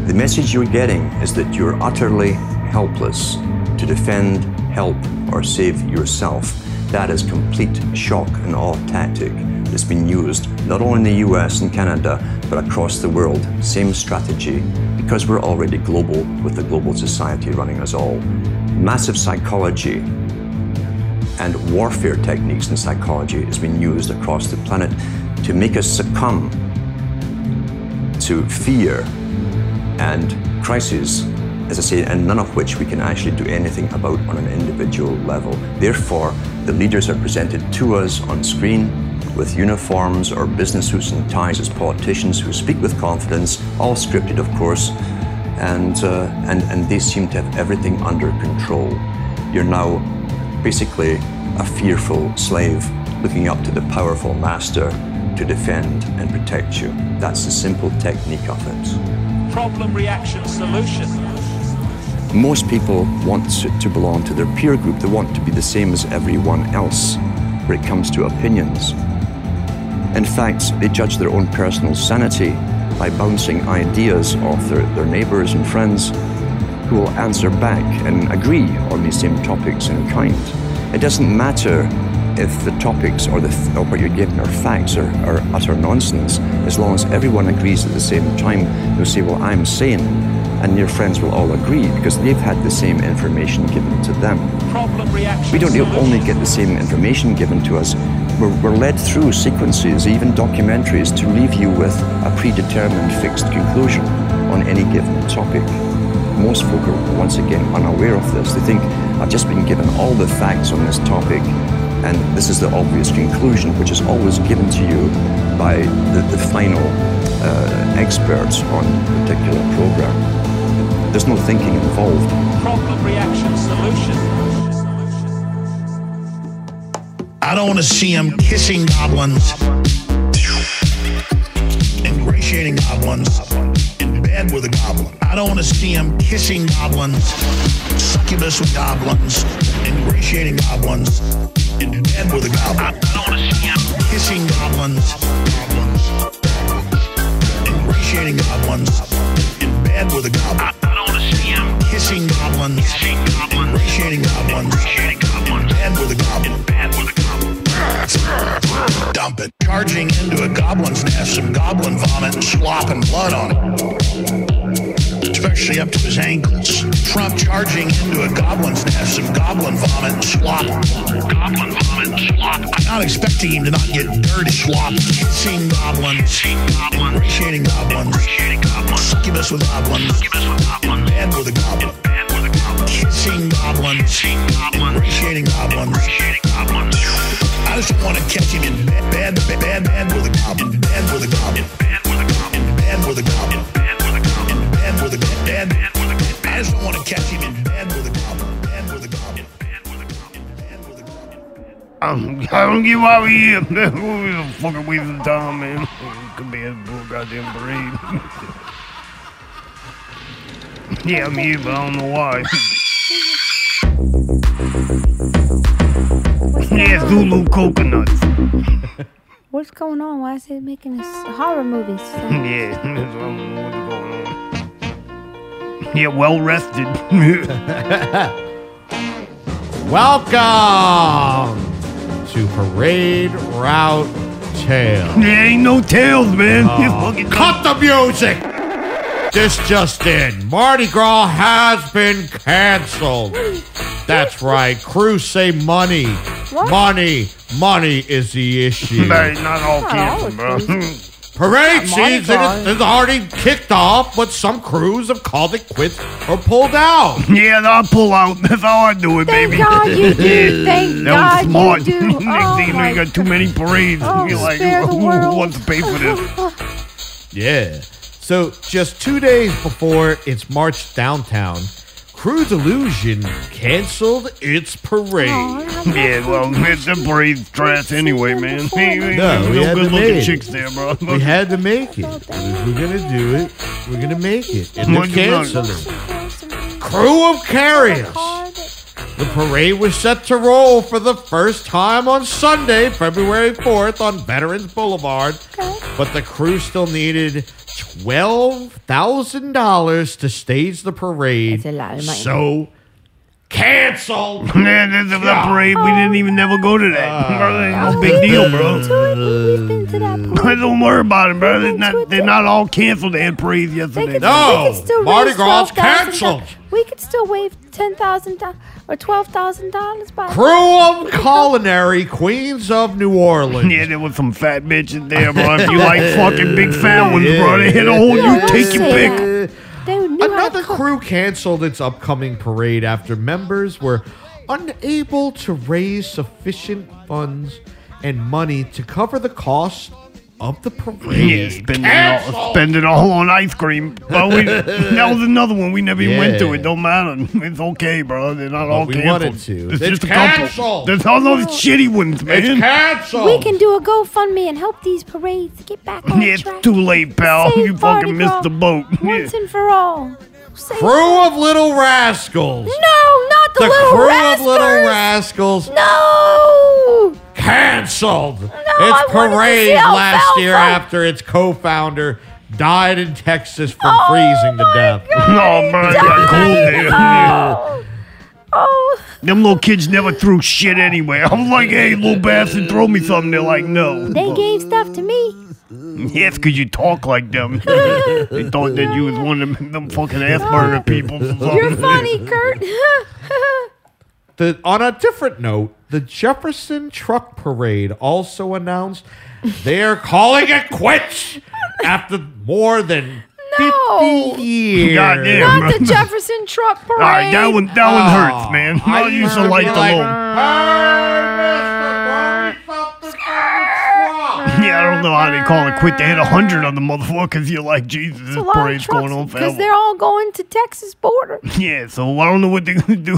The message you're getting is that you're utterly helpless to defend, help, or save yourself. That is complete shock and awe tactic that's been used not only in the US and Canada, but across the world. Same strategy, because we're already global with the global society running us all. Massive psychology and warfare techniques in psychology has been used across the planet to make us succumb to fear and crises, as I say, and none of which we can actually do anything about on an individual level. Therefore, the leaders are presented to us on screen with uniforms or business suits and ties as politicians who speak with confidence, all scripted, of course, and, uh, and, and they seem to have everything under control. You're now basically a fearful slave looking up to the powerful master to defend and protect you. That's the simple technique of it. Problem, reaction, solution. Most people want to- to belong to their peer group. They want to be the same as everyone else when it comes to opinions. In fact, they judge their own personal sanity by bouncing ideas off their, their neighbors and friends who will answer back and agree on these same topics in kind. It doesn't matter if the topics or, the, or what you're given are facts or, or utter nonsense, as long as everyone agrees at the same time, you'll say, Well, I'm sane. And your friends will all agree because they've had the same information given to them. Problem, reaction, We don't solution. only get the same information given to us, we're, we're led through sequences, even documentaries, to leave you with a predetermined fixed conclusion on any given topic. Most folk are once again unaware of this. They think, I've just been given all the facts on this topic, and this is the obvious conclusion, which is always given to you by the, the final uh, experts on a particular program. There's no thinking involved. Problem, reaction, solution. I don't want to see him kissing goblins, ingratiating goblins, in bed with a goblin. I don't want to see him kissing goblins, succubus with goblins, ingratiating goblins, in bed with a goblin. I don't want to see him kissing goblins, ingratiating goblins, in bed with a goblin. I don't want to see him kissing goblins, ingratiating goblins, in bed with a goblin. Dump it. Charging into a goblin's nest, some goblin vomit and slop and blood on it. Especially up to his ankles. Trump charging into a goblin's nest, some goblin vomit and slop. Goblin vomit and slop. I'm not expecting him to not get dirty slop. Kissing goblins. Kissing goblins. Appreciating goblins. Appreciating goblins. Succubus with goblins. Succubus with goblins. In bed with a goblin. In bed with a goblin. Kissing goblins. Kissing goblins. Appreciating goblins. Appreciating goblins. I just want to catch him in bed, bed, bed, bed, bed with a goblin, bed with a goblin, bed with a goblin, bed with a goblin, bed with a goblin, bed with a goblin, bed with a goblin. I just want to catch him in bed with a goblin, bed with a goblin, bed with a goblin, bed with a goblin. I'm, I don't get why we here. *laughs* We're fucking wasting time, man. Could be a little goddamn parade. *laughs* yeah, I'm here, but I don't know why. *laughs* yeah, Zulu coconuts. *laughs* What's going on? Why is they making this horror movies? yeah, I don't know what's going on. Yeah, well rested. Welcome to Parade Route Tales. *laughs* There ain't no tails, man. Oh. Cut the music! This just in. Mardi Gras has been canceled. That's right. Crews say money. Money. Money is the issue. Hey, not all canceled, bro. *laughs* Parade Not Mardi season Gras. is already kicked off, but some crews have called it quits or pulled *laughs* out. yeah, I'll pull out. *laughs* That's how I do it, Thank baby. God you do. Thank *laughs* God that was you do. smart. *laughs* Next Oh thing you know, my you got *laughs* too many parades. Oh, You're like, spare the who world. wants to pay for *laughs* this? Yeah. So just two days before its march downtown, Crew Delusion canceled its parade. yeah, well, *laughs* it's a parade trash anyway, man. *laughs* Ain't No, we had to make good looking it. chicks there, bro. We had to make it. We're gonna do it. We're gonna make it. And they're What you got? canceling. Crew of carriers. The parade was set to roll for the first time on Sunday, February 4th, on Veterans Boulevard. But the crew still needed $12,000 to stage the parade. That's a lot of money. So canceled. *laughs* Yeah, the, the, the parade, we didn't even never go to that. Uh, bro, that ain't no big deal, bro. *laughs* Don't worry about it, bro. They're not, they're not all canceled. They had parades yesterday. We could still raise $12,000. We could still waive ten thousand dollars or twelve thousand dollars by Crew of Culinary Queens of New Orleans. Yeah, there was some fat bitches there, bro. If you like fucking big fat ones, bro, they hit a whole hole. You take your pick. Another crew canceled its upcoming parade after members were unable to raise sufficient funds and money to cover the cost of the Yeah, parade. spend it, all, spend it all on ice cream. But we, that was another one. We never even went to Yeah. it. Don't matter. It's okay, bro. They're not But all we canceled. wanted to. It's, It's just a couple. canceled. There's all those shitty ones, man. We can do a GoFundMe and help these parades get back on Yeah, it's track too late, pal. Save you Mardi fucking missed Gras the boat. once and for all. Save- Crew of Little Rascals. No, not the, The little crew rascals. of Little Rascals No. canceled I its wanted to parade see last year alfalfa. after its co-founder died in Texas from Oh freezing to death. No, bro, I got cold there. Yeah. Oh, Them little kids never threw shit anyway. I'm like, hey, little bastard, throw me something. They're like, no. *laughs* They gave stuff to me. Yes, because you talk like them. *laughs* they thought that you was one of them, them fucking Asperger people. *laughs* You're funny, Kurt. *laughs* The, on a different note, the Jefferson Truck Parade also announced they are calling it quits after more than no. 50 years. Goddamn. Not the Jefferson truck parade. *laughs* All right, that one, that one hurts, man. I, used to like the little. Yeah, I don't know how they call it quit. They hit a hundred on the motherfucker because you're like, Jesus, this parade's going on Because forever. they're all going to Texas border, Yeah, so I don't know what they're gonna *laughs* do.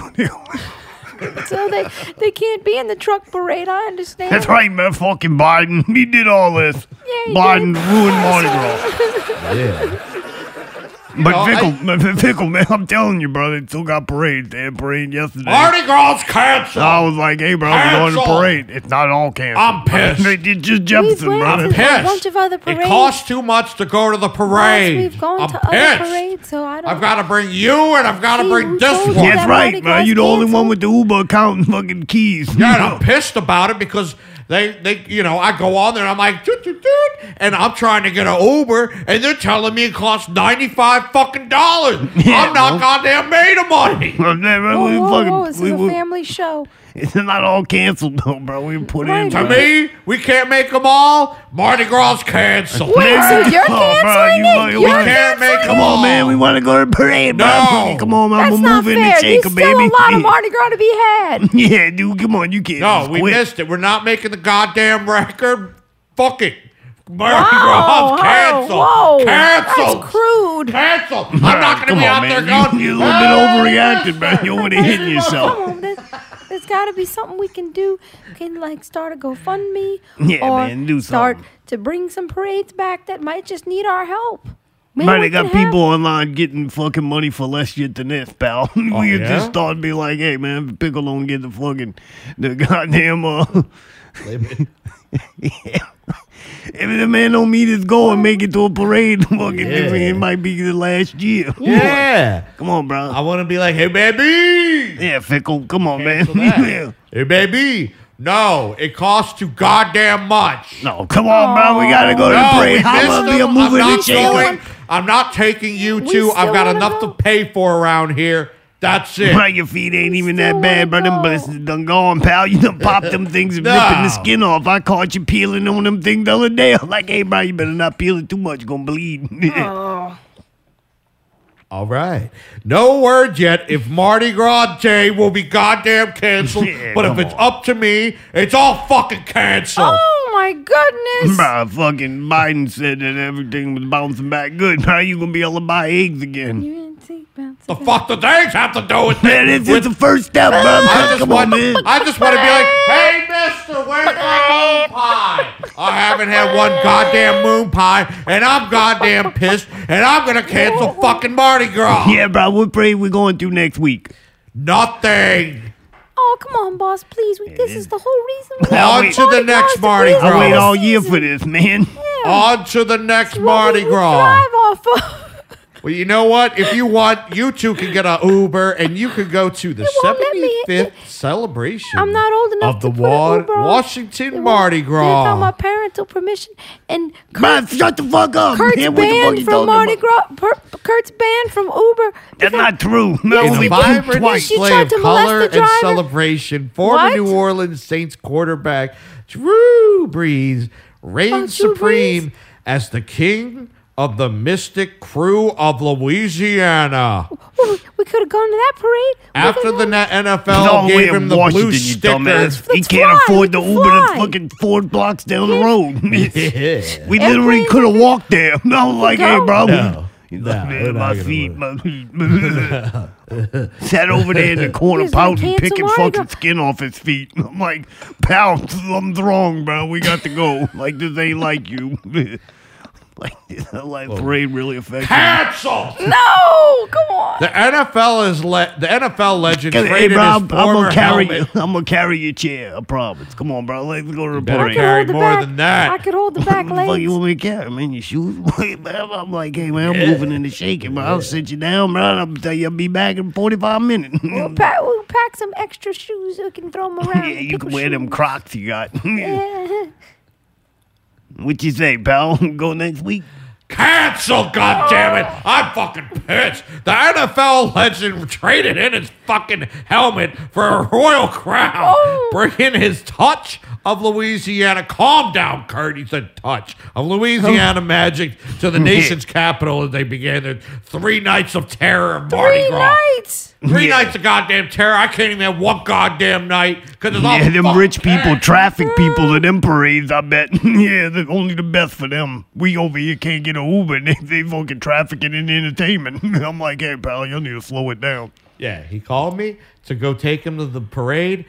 so *laughs* they they can't be in the truck parade. I understand. That's right, man. Fucking Biden, he did all this. he Biden did. ruined Mardi Gras. You But know, Fickle, man, Fickle, man, I'm telling you, bro, they still got parade. They had parade yesterday. Mardi Gras So canceled. I was like, hey, bro, we're going to Cancel. parade. It's not all canceled. I'm *laughs* pissed. They did just We've Jefferson, went bro. to a bunch of other It parades. costs too much to go to the Plus, parade. We've gone I'm to pissed. other parades, so I don't. I've got to bring you and I've got to See, bring we this told one. you That's that Mardi right, man. Gras You're the only canceled. one with the Uber account and fucking keys. *laughs* Yeah, and I'm pissed about it because they, they, you know, I go on there and I'm like, doot, doot, doot, and I'm trying to get an Uber, and they're telling me it costs ninety five fucking dollars. *laughs* I'm not goddamn made of money. Well, man, man, Whoa, we whoa, fucking- whoa! This we- is a we- family show. *laughs* It's not all canceled, though, bro. We put in. Right. To bro. me, we can't make them all. Mardi Gras canceled. Wait, so Man, you're come on, bro, canceling you it? fucking- You're we can't canceling make it? Come on, man. We want to go to parade, bro. No. Come on, man. That's We're not moving fair. the There's shaker, still baby. a *laughs* lot of Mardi Gras to be had. yeah, dude, come on. You can't. No, just we quit. missed it. We're not making the goddamn record. Fuck it. Mardi Wow, Gras canceled. wow, whoa. Canceled. That's crude. Canceled. I'm All right, not going to come be on, out there man. going. "Ah, You- You're a little bit overreacted, man. You're already hitting yourself. Come on, there's, there's got to be something we can do. We Can like start a GoFundMe Yeah, or man, do start something. to bring some parades back that might just need our help. Maybe Man, they we got can have- people online getting fucking money for less shit than this, pal. *laughs* we could Oh, yeah? just start and be like, hey, man, if Pickle don't get the fucking, the goddamn, uh, *laughs* If the man don't meet his goal and make it to a parade, *laughs* fucking it might be the last year. Yeah. Come on, bro. I want to be like, hey, baby. Yeah, fickle. Come on, man. *laughs* Yeah. *laughs* Hey, baby. No, it costs too goddamn much. No, come on, bro. We gotta go to the Oh, No, we parade. missed How about them. be a I'm moving not and shaking? going. I'm not taking you We two. I've still got wanna enough to pay for around here. That's *laughs* it. Bro, your feet ain't even that bad, bro. Them blisters done gone, pal. You done popped them things and ripping No. the skin off. I caught you peeling on them things the other day. *laughs* I'm like, hey, bro, you better not peel it too much. You're gonna bleed. *laughs* All right. No word yet if Mardi Gras Day will be goddamn canceled. but if come it's up to me, it's all fucking canceled. Oh my goodness. Bro, Ah, fucking Biden said that everything was bouncing back good. How you gonna be able to buy eggs again? The fuck the things have to do with Man, it? this is the first step, bro. I just Come want, on, man. I just want to be like, hey, mister, where's my moon pie? I haven't had one goddamn moon pie, and I'm goddamn pissed, and I'm gonna cancel fucking Mardi Gras. Yeah, bro. What parade we going to next week? Nothing. Oh, come on, boss, please. We, this is the whole reason. we- Now On we- to the next Mardi Gras. I wait all year for this, man. On to the next Mardi We Gras. Thrive off of. *laughs* Well, you know what? If you want, you two can get an Uber, and you can go to the won't let me- 75th celebration I'm not old enough of to the put Wa- Uber on. Washington They Mardi won't- They Gras. found my parental permission and Man, Kurt's, shut the fuck up. Kurt's man. What the fuck banned you from talking Mardi about? Gras. Per, Kurt's banned from Uber. That's not true. Not In only a banned vibrant twice. You display tried of to molest color the and driver? celebration, former What? New Orleans Saints quarterback Drew Brees reigned Fuck you, supreme as the king of the mystic crew of Louisiana. Well, we could have gone to that parade. We After could've the gone- na- NFL No, gave we're him in the Washington, blue you sticker, dumbass. He Let's can't fly, afford the let's Uber to fly. fucking four blocks down the *laughs* road. *laughs* Yeah. We literally Airplane could have walked there. *laughs* No, like, hey, go. bro. No, He's no, like, we're not man, my gonna feet. my- *laughs* Sat over *laughs* there in the corner, He's gonna pouting, cancel picking Mardi fucking Gras. skin off his feet. *laughs* I'm like, pal, something's wrong, bro. We got to go. *laughs* Like, this ain't like you. *laughs* like, *laughs* that like, Oh. parade really affects you. Cancel! No, come on. The NFL is le- the NFL legend Hey, traded bro, his I'm, I'm former gonna carry you. helmet. I'm gonna carry your chair. I promise. Come on, bro. Let's go to the better parade. carry the more back, than that. I could hold the *laughs* back What the fuck you legs. want me to carry, man? Your shoes? *laughs* I'm like, hey, man, I'm moving and shaking, bro. I'll sit you down, bro. and I'll tell you, I'll be back in 45 minutes. *laughs* We'll pack, we'll pack some extra shoes. We can throw them around. yeah, and you pick can up wear them shoes. Crocs you got. *laughs* Yeah. what you say, pal? *laughs* go next week? Cancel, goddammit! I'm fucking pissed. The NFL legend traded in his fucking helmet for a royal crown. Oh. Bring in his touch of Louisiana. Calm down, Kurt. He said touch of Louisiana Oh. magic *laughs* to the nation's capital as they began their three nights of terror of Mardi Three Gras. nights. Three Yeah. nights of goddamn terror. I can't even have one goddamn night because it's all yeah, them fucking rich people, canceled. traffic people, and them parades, I bet. *laughs* yeah, they're only the best for them. We over here can't get a Uber, *laughs* and they, they fucking trafficking in entertainment. *laughs* I'm like, hey, pal, you'll need to slow it down. Yeah, he called me to go take him to the parade.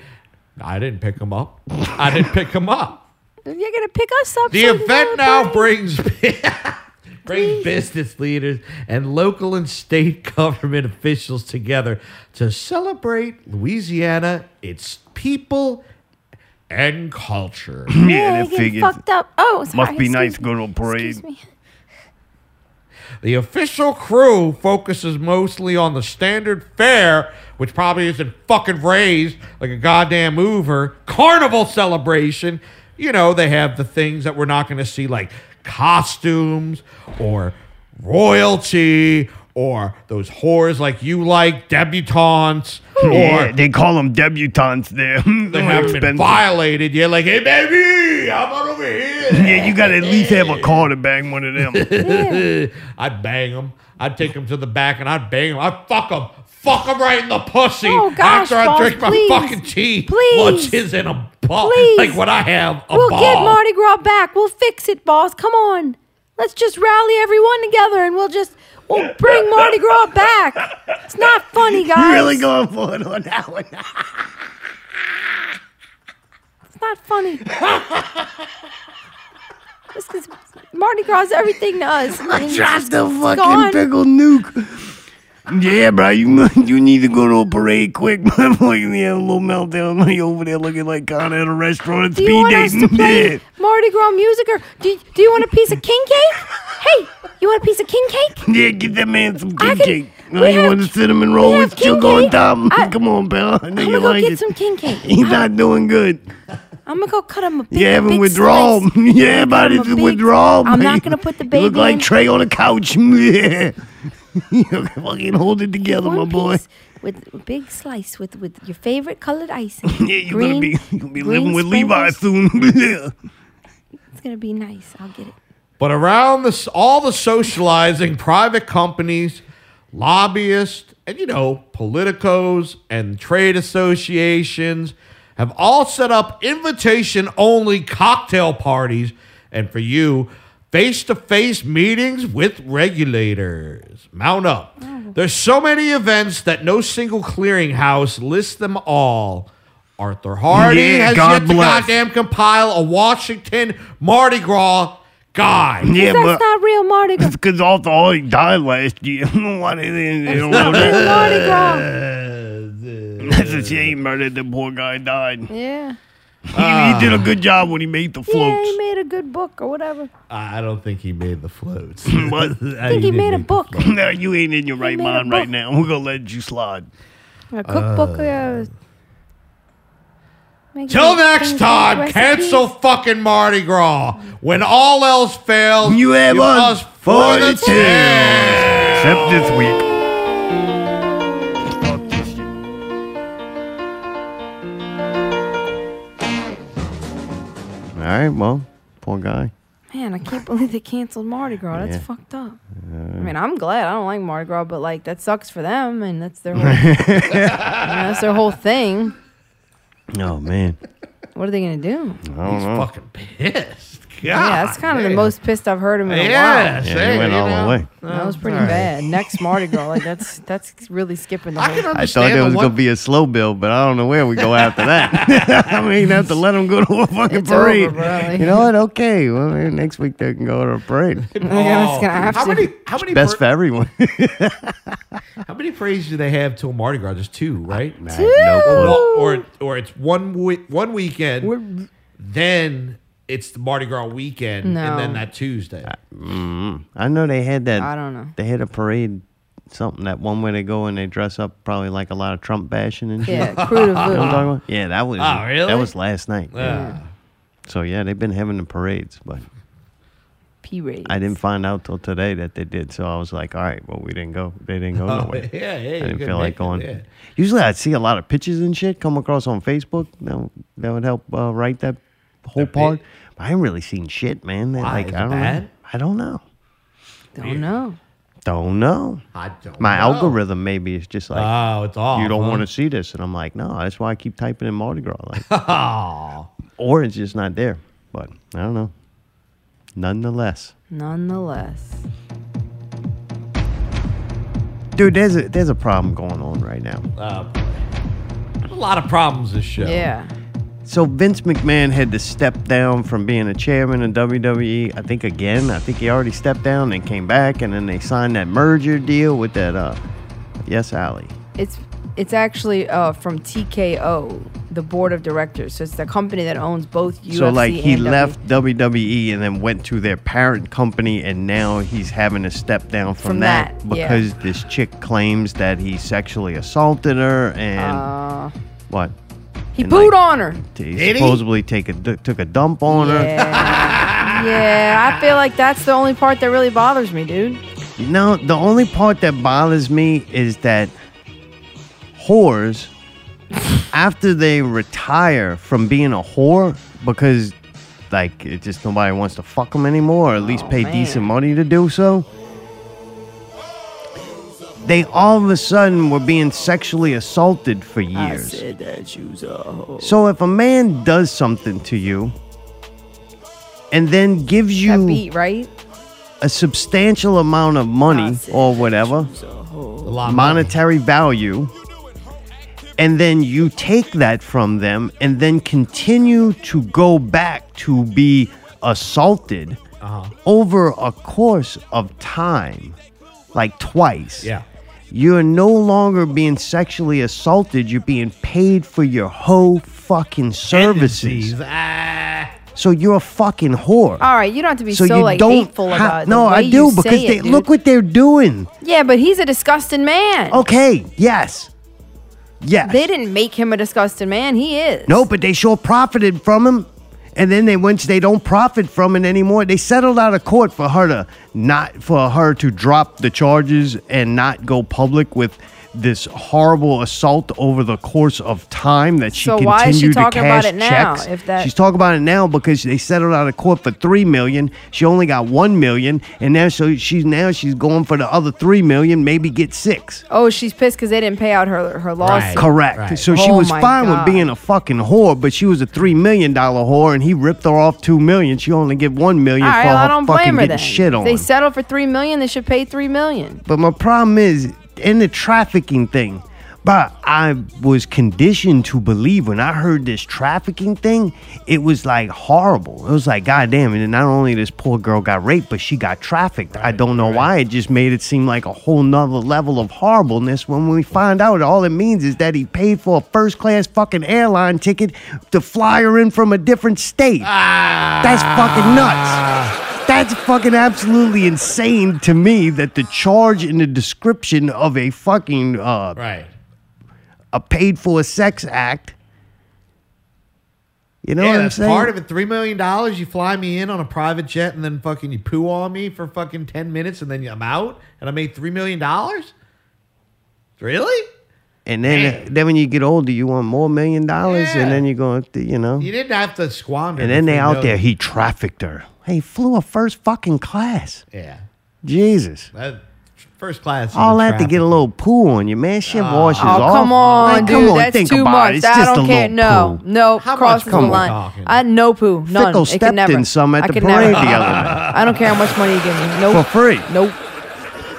I didn't pick him up. I didn't pick him up. You're gonna pick us up. The so we can go to event the now parade. brings *laughs* brings business leaders and local and state *laughs* government officials together to celebrate Louisiana, its people, and culture. Yeah, that they getting figures. fucked up. Oh, sorry, Must be excuse nice me. going to a parade. Excuse me. The official crew focuses mostly on the standard fare, which probably isn't fucking raised like a goddamn Uber. Carnival celebration. You know, they have the things that we're not going to see, like costumes or royalty or those whores like you like, debutantes. *laughs* Yeah, Or they call them debutantes there. *laughs* they They're have been expensive. violated. You're like, hey, baby, I'm on over here. *laughs* Yeah, you got to at least have a car to bang one of them. *laughs* I'd bang him. I'd take him to the back and I'd bang him. I'd fuck him. Fuck him right in the pussy Oh, gosh, after I boss, drink my please. fucking tea, Please. lunches, and a ball. Please. Like when I have a We'll ball. get Mardi Gras back. We'll fix it, boss. Come on. Let's just rally everyone together and we'll just we'll bring Mardi Gras back. It's not funny, *laughs* you guys. *laughs* really going for it on *laughs* that one? It's not funny. this is *laughs* Mardi Gras is everything to us. I And dropped the it's fucking gone. pickle nuke. Yeah, bro, you *laughs* you need to go to a parade quick. *laughs* My boy, you have a little meltdown. Like over there looking like kind of at a restaurant at Do you speed want us dating. to play *laughs* Yeah. Mardi Gras music or do, do you want a piece of king cake? Hey, you want a piece of king cake? Yeah, get that man some I king can- cake. we Now you have- want the cinnamon we roll have with king sugar on cake. top? I- *laughs* Come on, pal. I know I'm you gonna go like get it. some king cake. *laughs* He's not doing good. I'm gonna go cut him a big, You having big withdrawal. *laughs* slice. You I'm gonna having cut him a big- withdrawal. I'm man. not gonna put the You baby. look like in Trey on the couch. *laughs* Yeah. You fucking hold it together, my one boy. piece With a big slice with with your favorite colored icing. *laughs* *laughs* Yeah, you're Green. gonna be you gonna be green living with Levi sprinkles. soon. *laughs* Yeah. It's gonna be nice. I'll get it. But around this, all the socializing, private companies, lobbyists, and you know, politicos and trade associations have all set up invitation only cocktail parties and for you, face to face meetings with regulators. Mount up. There's so many events that no single clearinghouse lists them all. Arthur Hardy Yeah, has God yet to bless. goddamn compile a Washington Mardi Gras guide. Yeah, That's but not real Mardi *laughs* Gras. because Arthur Hardy died last year. *laughs* I don't know why they didn't. They That's don't not know real that. Mardi Gras. Uh, That's a shame, bro, that the poor guy died. He, Yeah. Ah. he did a good job when he made the Yeah, floats. he made a good book or whatever. I I don't think he made the *laughs* floats. What? I think he made a book, no, *laughs* you ain't in your right made a mind right book. now. We're gonna let you slide. a cookbook. Uh, make Till it- next things, time, recipes. cancel fucking Mardi Gras. When all else fails, You have give us us for the 42. tail. Except this week. Fuck this shit. All right, well, poor guy. Man, I can't believe they canceled Mardi Gras. That's Yeah. fucked up. Uh, I mean, I'm glad. I don't like Mardi Gras, but like that sucks for them, and that's *laughs* their whole, *laughs* you know, that's their whole thing. Oh man, What are they gonna do? I don't He's know. fucking *laughs* pissed. God, yeah, that's kind of the most pissed I've heard him in a Yeah, while. Ah, Yeah, say, he went you all know. the way. That was pretty bad. Next Mardi Gras, like that's that's really skipping the I can whole. I thought understand there the was one- gonna be a slow build, but I don't know where we go *laughs* after that. *laughs* I mean, have to let them go to a fucking It's over, parade. bro. you know what? Okay, well maybe next week they can go to a parade. Like, I'm just gonna have Oh, how to. many? How many? Best par- for *laughs* everyone. How many parades do they have till Mardi Gras? Just two, right? no Or, clue. or or it's one week, one weekend, then it's the Mardi Gras weekend, No. and then that Tuesday. Uh, I know they had that. I don't know. They had a parade, something that one way they go and they dress up probably like a lot of Trump bashing *laughs* and shit. Yeah, *laughs* crew de You know what I'm vote. talking about? Yeah, that was. Oh, really? That was last night. *laughs* Yeah. So yeah, they've been having the parades, but P rate. I didn't find out till today that they did. So I was like, all right, well we didn't go. They didn't go *laughs* Oh, nowhere. yeah, yeah, you I didn't could feel make like it, going. yeah. Usually I'd see a lot of pictures and shit come across on Facebook. That would, that would help uh, write that whole That bit? part. But I ain't really seen shit, man. They're Why? Like Is I it don't know. bad? I don't know. Don't know. Don't know. I don't. My know. algorithm maybe is just like Oh, it's off. you don't huh? want to see this, and I'm like, no, that's why I keep typing in Mardi Gras, like, *laughs* Oh, or it's just not there. But I don't know. Nonetheless, Nonetheless, dude, there's a there's a problem going on right now. uh, a lot of problems this show. yeah. So Vince McMahon had to step down from being a chairman of WWE. I think again. I think he already stepped down and came back, and then they signed that merger deal with that. Uh, yes, Allie. It's it's actually uh, from TKO, the board of directors. So it's the company that owns both UFC so like he and W- E. left WWE and then went to their parent company, and now he's having to step down from, From that, that, yeah. because this chick claims that he sexually assaulted her and Uh, what? he and, booed like, on her. He Did he? supposedly take a d- took a dump on her. Yeah. yeah, I feel like that's the only part that really bothers me, dude. No, the only part that bothers me is that *laughs* whores, after they retire from being a whore, because like it just nobody wants to fuck them anymore, or at least Oh, pay man. decent money to do so. They all of a sudden were being sexually assaulted for years. I said that you's a hoe. So if a man does something to you and then gives you That beat, right? a substantial amount of I money said or whatever, a lot of money. monetary value, and then you take that from them and then continue to go back to be assaulted over a course of time, like twice. Yeah, You're no longer being sexually assaulted. You're being paid for your whole fucking services. ah, So you're a fucking whore. All right, you don't have to be so, you like don't hateful ha- about it. No, the way I do you say because they it, dude. look Oh. what they're doing. Yeah, but he's a disgusting man. Okay, yes, yes. They didn't make him a disgusting man. He is. No, but they sure profited from him. And then they once they don't profit from it anymore, they settled out of court for her to not for her to drop the charges and not go public with this horrible assault over the course of time that she So continued why is she to talking cash about it now, checks. if that- She's talking about it now because they settled out of court for three million. She only got one million, and now so she's now she's going for the other three million, maybe get six. Oh, she's pissed because they didn't pay out her her lawsuit. Correct. So she Oh was my fine God. with being a fucking whore, but she was a three million dollar whore, and he ripped her off two million. She only get one All million right, for well, her I don't fucking blame her getting then. shit on. They settled for three million. They should pay three million. but my problem is in the trafficking thing. But I was conditioned to believe when I heard this trafficking thing, it was like horrible. It was like, God damn it. And not only this poor girl got raped, but she got trafficked. I don't know why. It just made it seem like a whole nother level of horribleness when we find out all it means is that he paid for a first class fucking airline ticket to fly her in from a different state. Ah. That's fucking nuts. That's fucking absolutely insane to me that the charge in the description of a fucking uh, right a paid for sex act. You know yeah, what I'm that's saying? part of it. Three million dollars. You fly me in on a private jet, and then fucking you poo on me for fucking ten minutes, and then I'm out, and I made three million dollars. Really? And then then when you get older, you want more million dollars, and then you're going to you know. You didn't have to squander. And the then they three out there. million. He trafficked her. Hey, flew her first fucking class. Yeah. Jesus. That first class. is All a that to traffic. get a little poo on you, man. Shit washes oh, off. come on, Man, dude. come on, that's think too about much. It. It's I just don't a care. little No, poo. no. crosses the come on. line. I no poo. None. Fickle it could stepped never. in some at I the could parade never. the other night. I don't care how much money you give me. Nope. For free. Nope.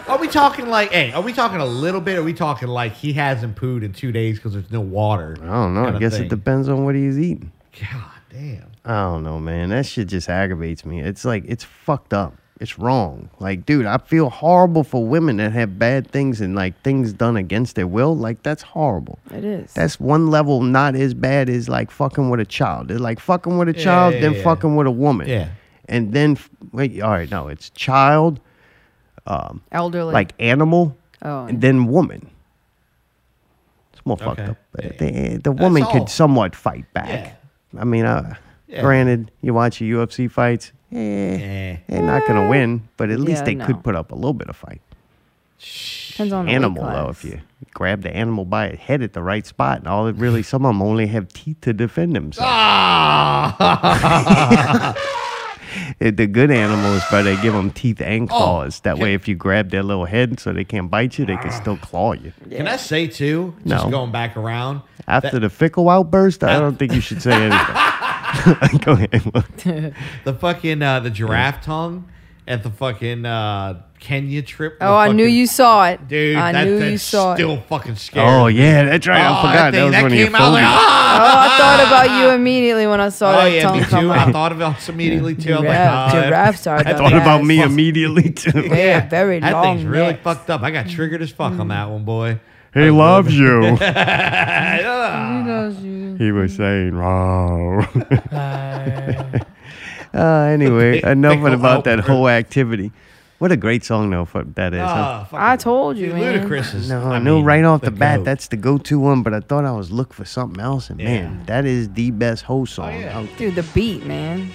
Are we talking like? Hey, are we talking a little bit? Are we talking like he hasn't pooed in two days because there's no water? I don't know. I kinda guess thing? it depends on what he's eating. Damn. I don't know, man. That shit just aggravates me. It's like it's fucked up. It's wrong. Like, dude, I feel horrible for women that have bad things and like things done against their will. Like, that's horrible. It is. That's one level not as bad as like fucking with a child. It's like fucking with a Yeah, child, yeah, then yeah. fucking with a woman. Yeah. And then f- wait, all right, no, it's child, um, Elderly. like animal, Oh. and then woman. It's more fucked Okay. up. But the, the woman all. could somewhat fight back. I mean, uh, Yeah. granted, you watch your UFC fights, eh, they're not gonna win, but at least Yeah, they could no. put up a little bit of fight. Depends on the weight animal class. though, if you grab the animal by its head at the right spot, and all it really, some of them only have teeth to defend themselves. Ah! If the good animal is better, they give them teeth and claws. that way, if you grab their little head so they can't bite you, they can still claw you. *laughs* Can I say too? Just No. going back around. After that- the fickle outburst, I don't think you should say anything. *laughs* Go ahead. Will. the fucking uh, the giraffe tongue at the fucking uh, Kenya trip. Oh, I knew Fucking- you saw it, Dude, I that, knew that's you saw it. still fucking scary. Oh yeah, that's right. I Oh, forgot that, thing- was one of your came out like, ah! phobias. Oh, I *laughs* thought about you immediately when I saw Oh that yeah, tongue me come too. out. I thought of us immediately too. I'm Giraffe- like, oh, that- *laughs* giraffes are that I thing- thought about me *laughs* immediately too. They *laughs* have very That long thing's really necks. fucked up. I got triggered as fuck on that one, boy. He loves *laughs* you. He loves you. he was saying, "Wow." uh, *laughs* anyway, Pickle enough about that outburst. whole activity. What a great song though. For that is. huh? Ah, I told you, man. No, Oh, I, knew right off the, bat that's the go-to one, but I thought I was looking for something else, and man, that is the best whole song. out Dude, the beat, man.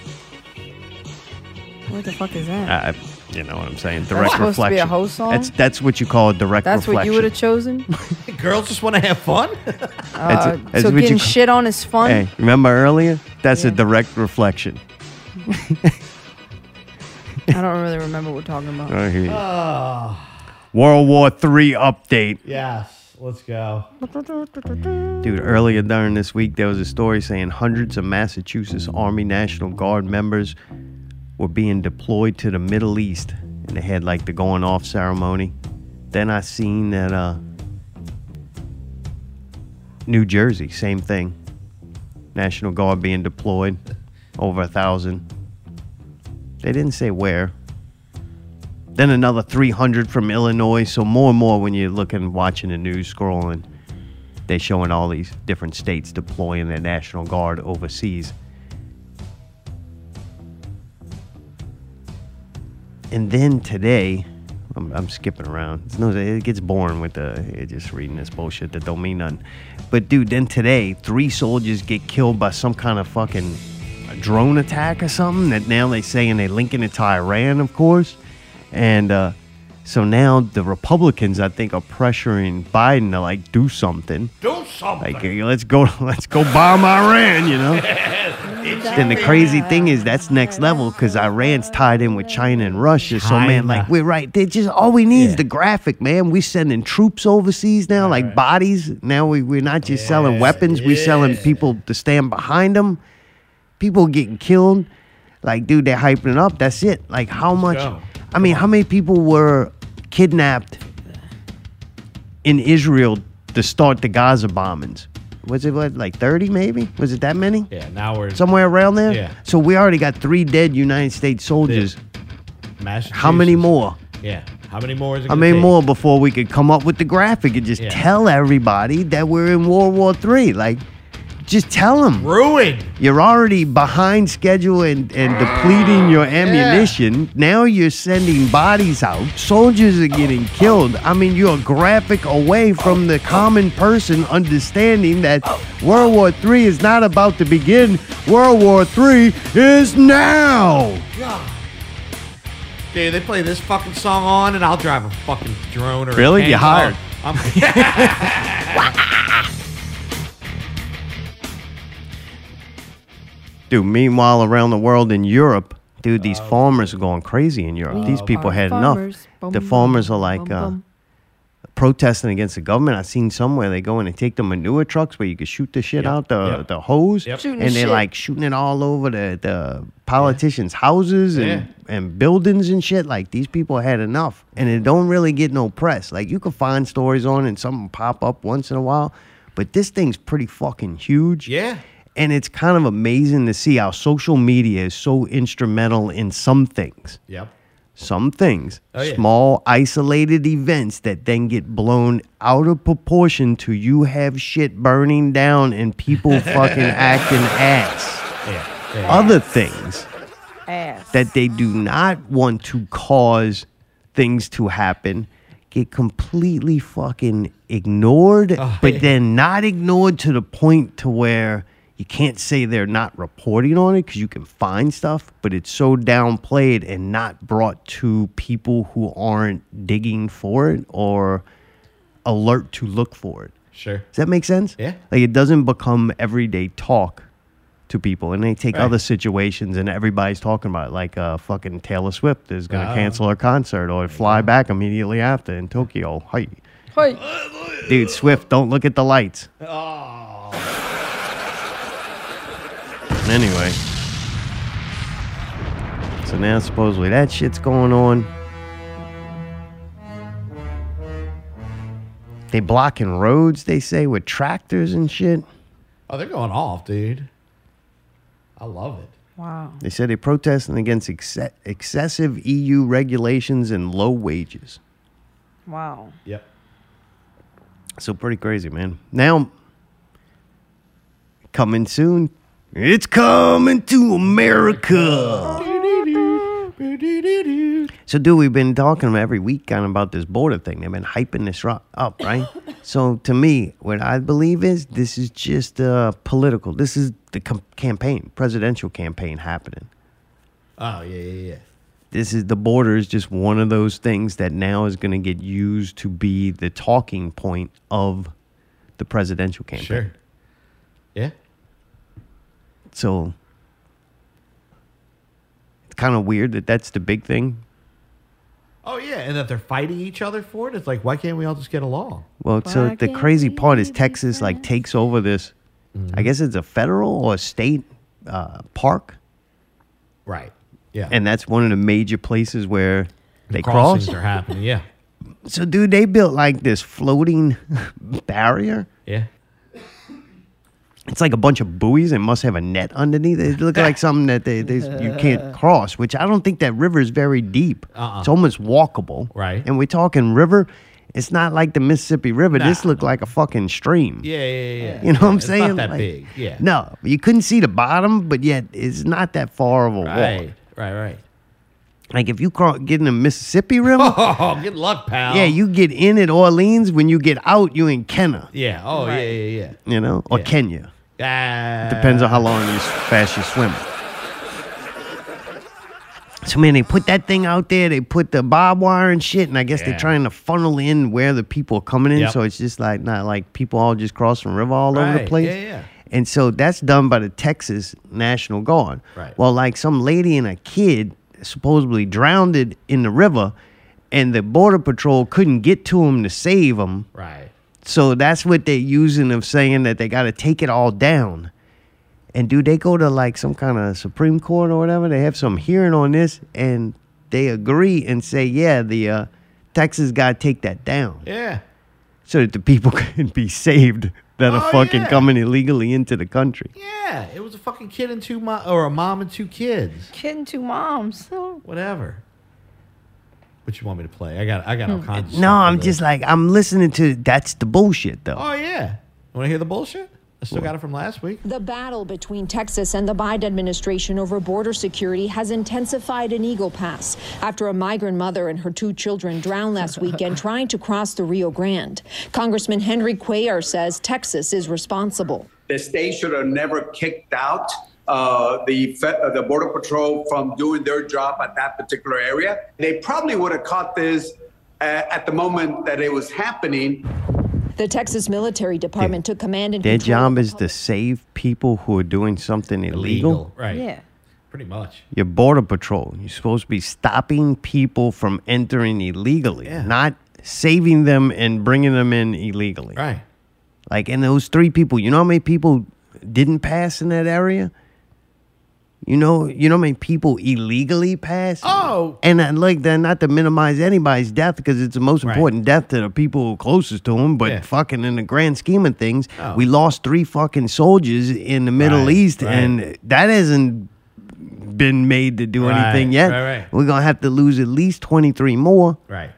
What the fuck is that? I, you know what I'm saying? That's Direct supposed to be a reflection. whole song? That's that's what you call a direct That's what you reflection. would have *laughs* chosen. Girls just want to have fun. *laughs* Uh, that's so what you getting ca- shit on is fun. Hey, remember earlier? That's a direct reflection. I don't really remember what we're talking about. I hear you. Oh, World War Three update. yes, let's go. Dude, earlier during this week, there was a story saying hundreds of Massachusetts Army National Guard members were being deployed to the Middle East, and they had like the going off ceremony. Then I seen that uh, New Jersey, same thing. National Guard being deployed, over a thousand. They didn't say where. Then another 300 from Illinois. So more and more when you're looking, watching the news, scrolling, they're showing all these different states deploying their National Guard overseas. And then today, I'm, I'm skipping around. It's no, it gets boring with the eh, just reading this bullshit that don't mean nothing. But dude, then today, three soldiers get killed by some kind of fucking a drone attack or something. That now they saying they're linking it to Iran, of course. And uh, so now the Republicans, I think, are pressuring Biden to like do something. Do something. Like eh, let's go, *laughs* let's go bomb Iran. You know. Then the crazy thing is that's next level because Iran's tied in with China and Russia. So man, like China. we're right. They just all we need is the graphic, man. We sending troops overseas now, like bodies. Now we we're not just selling weapons. we selling people to stand behind them. People getting killed. Like dude, they're hyping it up. That's it. Like how much? I mean, how many people were kidnapped in Israel to start the Gaza bombings? Was it what, like 30 maybe? Was it that many? Yeah, now we're somewhere around there. Yeah. So we already got three dead United States soldiers. Massachusetts. How many more? Yeah. How many more is it How gonna many take? more before we could come up with the graphic and just Yeah. tell everybody that we're in World War Three? Like, just tell them. Ruin. You're already behind schedule and, and depleting your ammunition. Now you're sending bodies out. Soldiers are getting killed. I mean, you're a graphic away from the common person understanding that World War Three is not about to begin. World War Three is now. Yeah. Dude, they play this fucking song on, and I'll drive a fucking drone or a Really? You tank. hired. Oh, I'm- Dude, meanwhile, around the world in Europe, dude, these farmers are going crazy in Uh, Europe. these people are had farmers. enough. Bum, the bum, farmers are like bum, uh, bum. protesting against the government. I've seen somewhere they go in and take the manure trucks where you can shoot the shit out the, the hose, Yep. Shooting and the they're shit. like shooting it all over the, the politicians' houses and, and buildings and shit. Like these people had enough, and it don't really get no press. Like you can find stories on and something pop up once in a while, but this thing's pretty fucking huge. yeah. And it's kind of amazing to see how social media is so instrumental in some things. Yep. Some things, Oh, yeah. small isolated events that then get blown out of proportion to you have shit burning down and *laughs* people fucking acting ass. Other things uh, Ass. that they do not want to cause things to happen get completely fucking ignored but then not ignored to the point to where you can't say they're not reporting on it because you can find stuff but it's so downplayed and not brought to people who aren't digging for it or alert to look for it Sure. does that make sense? Yeah. Like it doesn't become everyday talk to people, and they take Right. other situations, and everybody's talking about it. Like uh, fucking Taylor Swift is gonna Ah. cancel her concert or fly back immediately after in Tokyo. Hi, Hey. dude, Swift, don't look at the lights. Oh. Anyway, so now supposedly that shit's going on. They blocking roads, they say, with tractors and shit. oh, they're going off, dude. I love it. Wow. They said they're protesting against ex- excessive EU regulations and low wages. Wow. Yep. So pretty crazy, man. Now, coming soon, it's coming to America. So, dude, we've been talking every week kind of about this border thing. They've been hyping this ro- up, right? so, to me, what I believe is this is just uh, political. This is the com- campaign, presidential campaign happening. Oh, yeah, yeah, yeah. this is the border is just one of those things that now is going to get used to be the talking point of the presidential campaign. Sure. Yeah. So it's kind of weird that that's the big thing. Oh, yeah. And that they're fighting each other for it. It's like, why can't we all just get along? Well, so Why the can't crazy part is Texas like takes over this. I guess it's a federal or a state uh, park, Right. Yeah. and that's one of the major places where they Crossings cross. are happening. Yeah. So, *laughs* dude, they built like this floating barrier. Yeah. It's like a bunch of buoys and must have a net underneath. It looked like something that they, they you *laughs* can't cross, which I don't think that river is very deep. Uh-uh. It's almost walkable. Right. And we're talking river. It's not like the Mississippi River. This looked like a fucking stream. Yeah, yeah, yeah. yeah. You know what I'm It's saying? Not that Like, big. Yeah. No, you couldn't see the bottom, but yet it's not that far of a walk. Right. Right. Right. *laughs* Like if you cro- get in the Mississippi River, Oh, good luck, pal. yeah, you get in at Orleans. When you get out, you in Kenna, Yeah. Oh, yeah, yeah, yeah. you know, or Kenya. Ah. Depends on how long and s- fast you swim. So man, they put that thing out there. They put the barbed wire and shit, and I guess Yeah. they're trying to funnel in where the people are coming in. Yep. So it's just like not like people all just crossing the river all over Right. the place. Yeah, yeah. And so that's done by the Texas National Guard. Right. Well, like some lady and a kid supposedly drowned it in the river, and the border patrol couldn't get to them to save them. Right. So that's what they're using of saying that they got to take it all down. And do they go to like some kind of Supreme Court or whatever? They have some hearing on this, and they agree and say, yeah, the uh, Texas got to take that down Yeah. so that the people *laughs* can be saved that are Oh, fucking yeah. coming illegally into the country. Yeah. It was a fucking kid and two mom, or a mom and two kids. Kid and two moms. Whatever. What you want me to play? I got. I got all kinds. Of Hmm. No, stuff for I'm this. just like I'm listening to that's the bullshit though. Oh yeah. Want to hear the bullshit? I still got it from last week. The battle between Texas and the Biden administration over border security has intensified in Eagle Pass after a migrant mother and her two children drowned last weekend trying to cross the Rio Grande. Congressman Henry Cuellar says Texas is responsible. The state should have never kicked out uh, the fe- uh, the border patrol from doing their job at that particular area. They probably would have caught this uh, at the moment that it was happening. The Texas military department took command and Their control. job is to save people who are doing something illegal. Right. Pretty much. Your border patrol. You're supposed to be stopping people from entering illegally, not saving them and bringing them in illegally. Right. Like, and those three people, you know how many people didn't pass in that area? You know, you know how many people illegally passed? Oh. And I like that, not to minimize anybody's death because it's the most important death to the people closest to them. But fucking in the grand scheme of things, we lost three fucking soldiers in the Middle Oh. Right, East, right. and that hasn't been made to do Right, anything yet. right, right. We're gonna have to lose at least twenty three more. Right.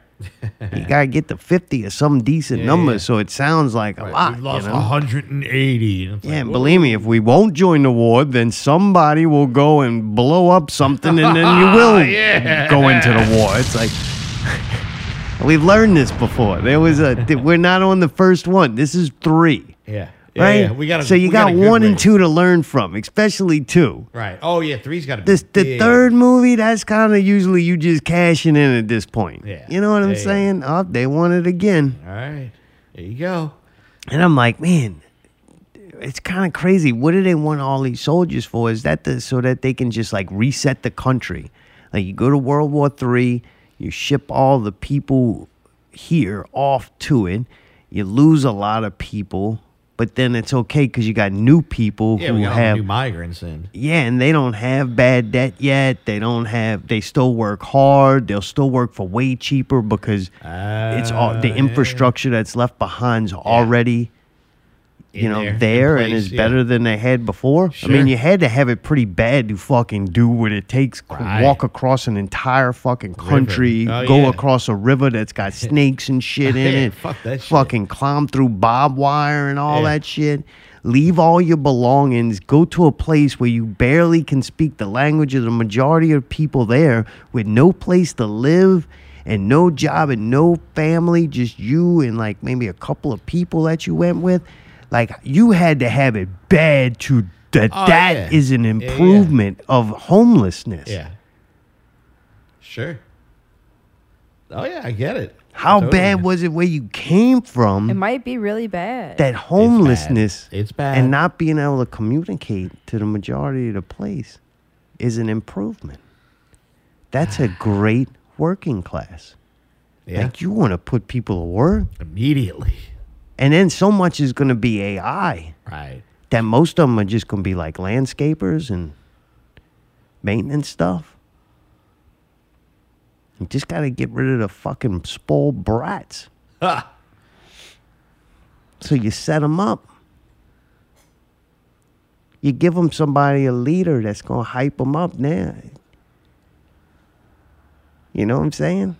You gotta get to fifty or some decent Yeah, number, yeah. so it sounds like a lot. We've lost you know? 180. And it's Yeah, and believe me, if we won't join the war, then somebody will go and blow up something, and *laughs* then you will Yeah. go into the war. It's like *laughs* we've learned this before. There was a th- we're not on the first one. This is three, Yeah. Yeah, right? yeah, We got. so you got, one and two to learn from, especially two. Right. Oh yeah. Three's got to be. This the big. third movie. That's kind of usually you just cashing in at this point. Yeah. you know what I'm Yeah, yeah. saying? Oh, they want it again. All right. There you go. And I'm like, man, it's kind of crazy. What do they want all these soldiers for? Is that the so that they can just like reset the country? Like you go to World War Three, you ship all the people here off to it, you lose a lot of people, but then it's okay because you got new people Yeah, who we got all have the new migrants in. yeah, and they don't have bad debt yet. They don't have. They still work hard. They'll still work for way cheaper because it's all the Ah, infrastructure that's left behind's already, you In know, there, there, in and place, is yeah. better than they had before. I Sure. mean, you had to have it pretty bad to fucking do what it takes. c- Walk across an entire fucking country, Oh, go yeah. across a river *laughs* that's got snakes and shit in Yeah, it. fuck that shit. Fucking climb through barbed wire and all Yeah. that shit. Leave all your belongings. Go to a place where you barely can speak the language of the majority of people there, with no place to live and no job and no family, just you and like maybe a couple of people that you went with. Like you had to have it bad to that. Oh, that is yeah. an Yeah, yeah. improvement of homelessness. Yeah. Sure. Oh yeah, I get it. How Totally. bad was it where you came from? It might be really bad. that homelessness It's bad. and not being able to communicate to the majority of the place is an improvement. That's a great working class. Yeah. Like you want to put people to work. Immediately. And then so much is going to be AI Right. that most of them are just going to be like landscapers and maintenance stuff. You just got to get rid of the fucking spoiled brats. Ha. So you set them up. You give them somebody a leader that's gonna hype them up now. You know what I'm saying?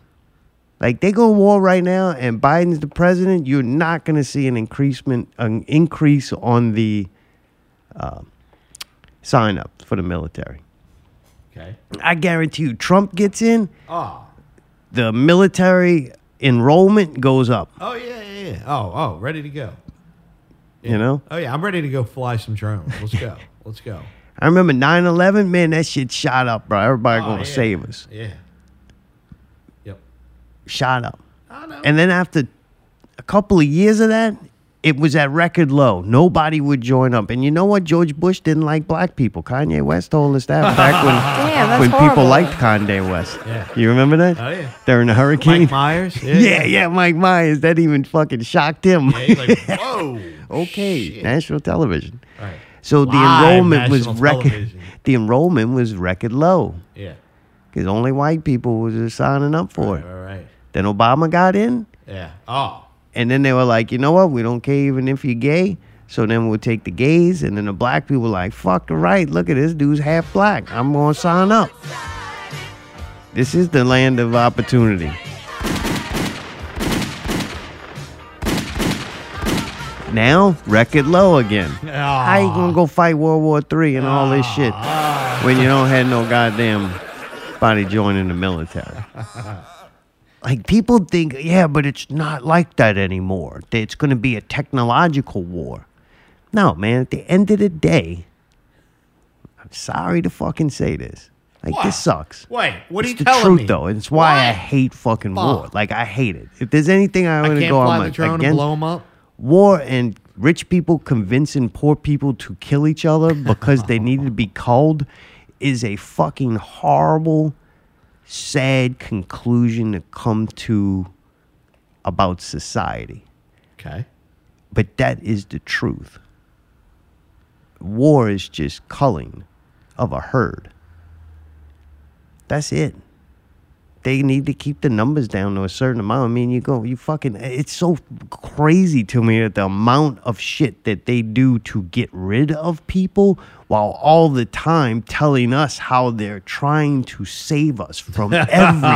Like they go to war right now, and Biden's the president. You're not gonna see an increasement, an increase on the uh, sign up for the military. Okay. I guarantee you, Trump gets in, Oh. the military enrollment goes up. Oh yeah, yeah, yeah. Oh, oh, ready to go. You know. Oh yeah, I'm ready to go fly some drones. Let's *laughs* go. Let's go. I remember 9 11, man, that shit shot up, bro. Everybody Oh, gonna yeah. save us. Yeah. Shot up. And then after a couple of years of that, it was at record low. Nobody would join up. And you know what? George Bush didn't like black people. Kanye West told us that *laughs* back when, Damn, that's when people horrible. liked Kanye West. Yeah. You remember that? Oh, yeah. During the hurricane? Mike *laughs* Myers? Yeah, yeah, Mike Myers. That even fucking shocked him. Whoa. okay, national television. Right. So the Live enrollment was national record. television. *laughs* The enrollment was record low Yeah. because only white people was just signing up for it. All right. Then Obama got in, Yeah. Oh. and then they were like, you know what? We don't care even if you're gay. So then we'll take the gays, and then the black people were like, fuck the right. Look at this dude's half black. I'm gonna sign up. This is the land of opportunity. Now record low again. How you gonna go fight World War Three and all this shit when you don't have no goddamn body joining the military? Like people think, yeah, but it's not like that anymore. That It's going to be a technological war. No, man. At the end of the day, I'm sorry to fucking say this. Like this sucks. Wait, what are It's you the telling truth, me? though. and It's why I hate fucking war. Like I hate it. If there's anything I'm going to Can't go on fly my the drone against, and blow 'em up. war and rich people convincing poor people to kill each other because they needed *laughs* to be called is a fucking horrible, sad conclusion to come to about society. Okay. But that is the truth. War is just culling of a herd. That's it. They need to keep the numbers down to a certain amount. I mean, you go, you fucking, it's so crazy to me that the amount of shit that they do to get rid of people while all the time telling us how they're trying to save us from everything.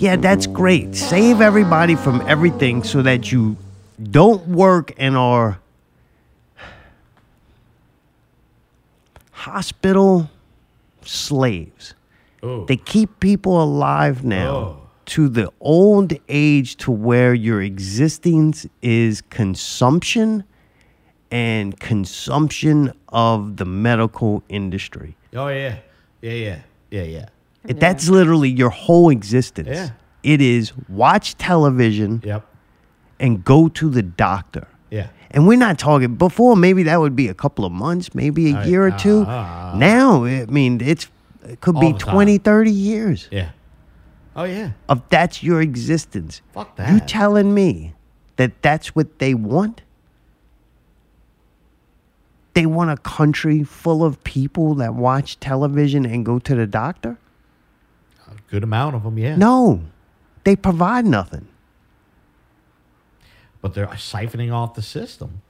Yeah, that's great. Save everybody from everything so that you don't work and are hospital slaves. Oh. They keep people alive now to the old age to where your existence is consumption and consumption of the medical industry. Oh yeah. Yeah yeah yeah yeah. It- That's literally your whole existence. Yeah. It is watch television yep. and go to the doctor. Yeah. And we're not talking before, maybe that would be a couple of months, maybe a Right. year or two. Ah. now, I mean, it's, it could All be the time. 20, 30 years Yeah. Oh yeah. of that's your existence. Fuck You that. telling me that that's what they want? They want a country full of people that watch television and go to the doctor? Good amount of them. Yeah. No, they provide nothing. But they're uh, siphoning off the system.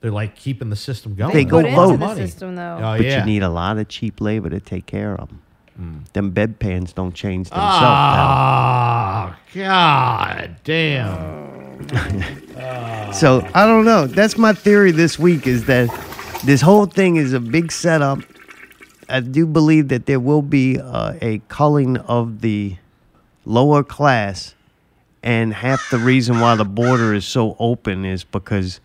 They're like keeping the system going. They go That's low. all Into the money. system, though. Oh but yeah. Mm. you need a lot of cheap labor to take care of them. Them bedpans don't change themselves. Ah, God damn. pal. So I don't know. That's my theory this week is that this whole thing is a big setup. I do believe that there will be uh, a culling of the lower class, and half the reason why the border is so open is because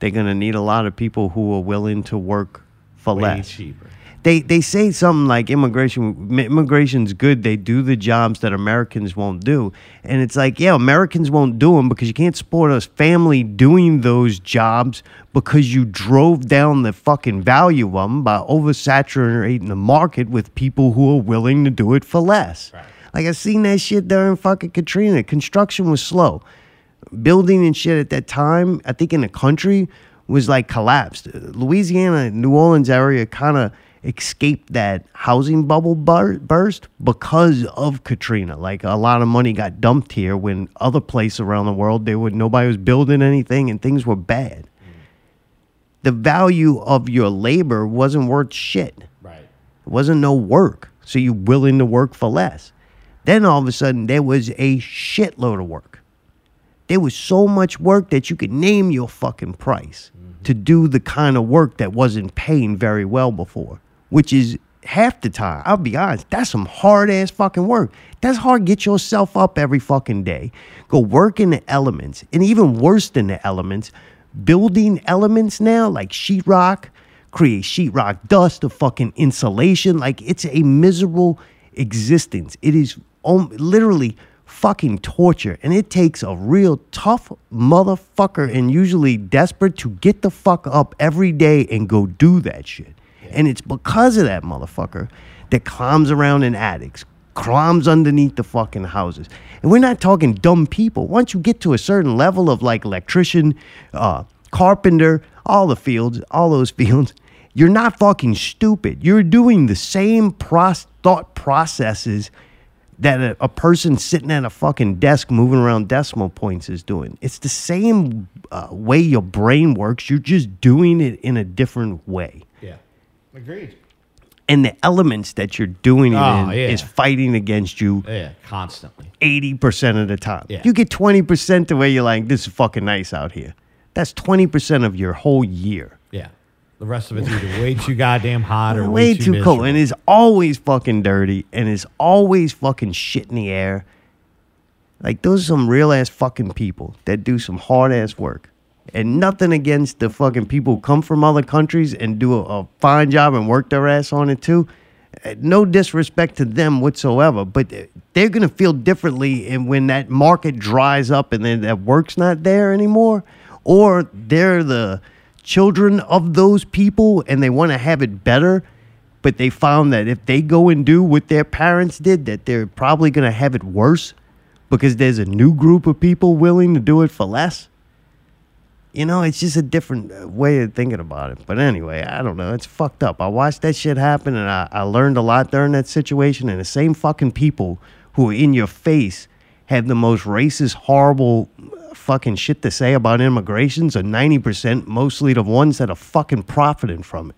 they're going to need a lot of people who are willing to work for Way less. cheaper. they they say something like immigration m- immigration's good they do the jobs that americans won't do and it's like yeah americans won't do them because you can't support us family doing those jobs because you drove down the fucking value of them by oversaturating the market with people who are willing to do it for less like i seen that shit during fucking katrina construction was slow building and shit at that time, I think in the country was like collapsed. Louisiana, New Orleans area kind of escaped that housing bubble bur- burst because of Katrina. Like a lot of money got dumped here when other place around the world they would nobody was building anything and things were bad. the value of your labor wasn't worth shit. Right. It wasn't no work. So you're willing to work for less. Then all of a sudden, there was a shitload of work. There was so much work that you could name your fucking price to do the kind of work that wasn't paying very well before, which is half the time. I'll be honest, that's some hard ass fucking work. That's hard. Get yourself up every fucking day, go work in the elements, and even worse than the elements, building elements now like sheetrock, create sheetrock dust, the fucking insulation. Like it's a miserable existence. It is om- literally fucking torture, and it takes a real tough motherfucker and usually desperate to get the fuck up every day and go do that shit. And it's because of that motherfucker that climbs around in attics, climbs underneath the fucking houses. And we're not talking dumb people. Once you get to a certain level of like electrician, uh, carpenter, all the fields, all those *laughs* fields, you're not fucking stupid. You're doing the same pros- thought processes that a, a person sitting at a fucking desk moving around decimal points is doing. It's the same uh, way your brain works. You're just doing it in a different way Yeah. Agreed. and the elements that you're doing it Oh, in yeah. is fighting against you Yeah, constantly. 80% of the time. Yeah. You get 20% the way you're like, this is fucking nice out here. That's 20% of your whole year. Yeah. The rest of it's either way too goddamn hot or Way too miserable. cold. And it's always fucking dirty and it's always fucking shit in the air. Like, those are some real ass fucking people that do some hard ass work. And nothing against the fucking people who come from other countries and do a, a fine job and work their ass on it too. Uh, No disrespect to them whatsoever, but th- they're gonna feel differently. And when that market dries up and then that work's not there anymore, or they're the children of those people and they want to have it better, but they found that if they go and do what their parents did, that they're probably gonna have it worse because there's a new group of people willing to do it for less. You know, it's just a different uh, way of thinking about it. But anyway, I don't know. It's fucked up. I watched that shit happen and I, I learned a lot during that situation. And the same fucking people who are in your face have the most racist, horrible uh, fucking shit to say about immigrations are 90% mostly the ones that are fucking profiting from it.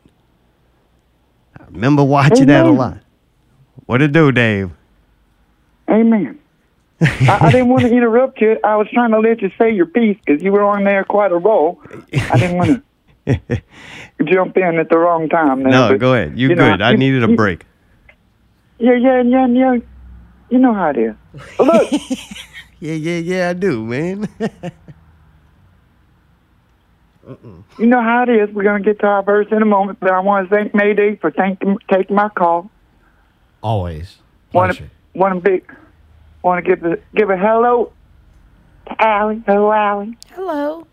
I remember watching that a Amen. lot. What it do, Dave? Amen. I, I didn't want to interrupt you. I was trying to let you say your piece because you were on there quite a roll. I didn't want to jump in at the wrong time. There, No, but, go ahead. You, you know, good. I you- needed a you- break. Yeah, yeah, yeah, yeah. You know how it is. Look. yeah, yeah, yeah. I do, man. *laughs* You know how it is. We're going to get to our verse in a moment, but I want to thank Mayday for thank, taking my call. Always. Want to want to big want to give a give a hello to Allie. Hello, Allie. Hello.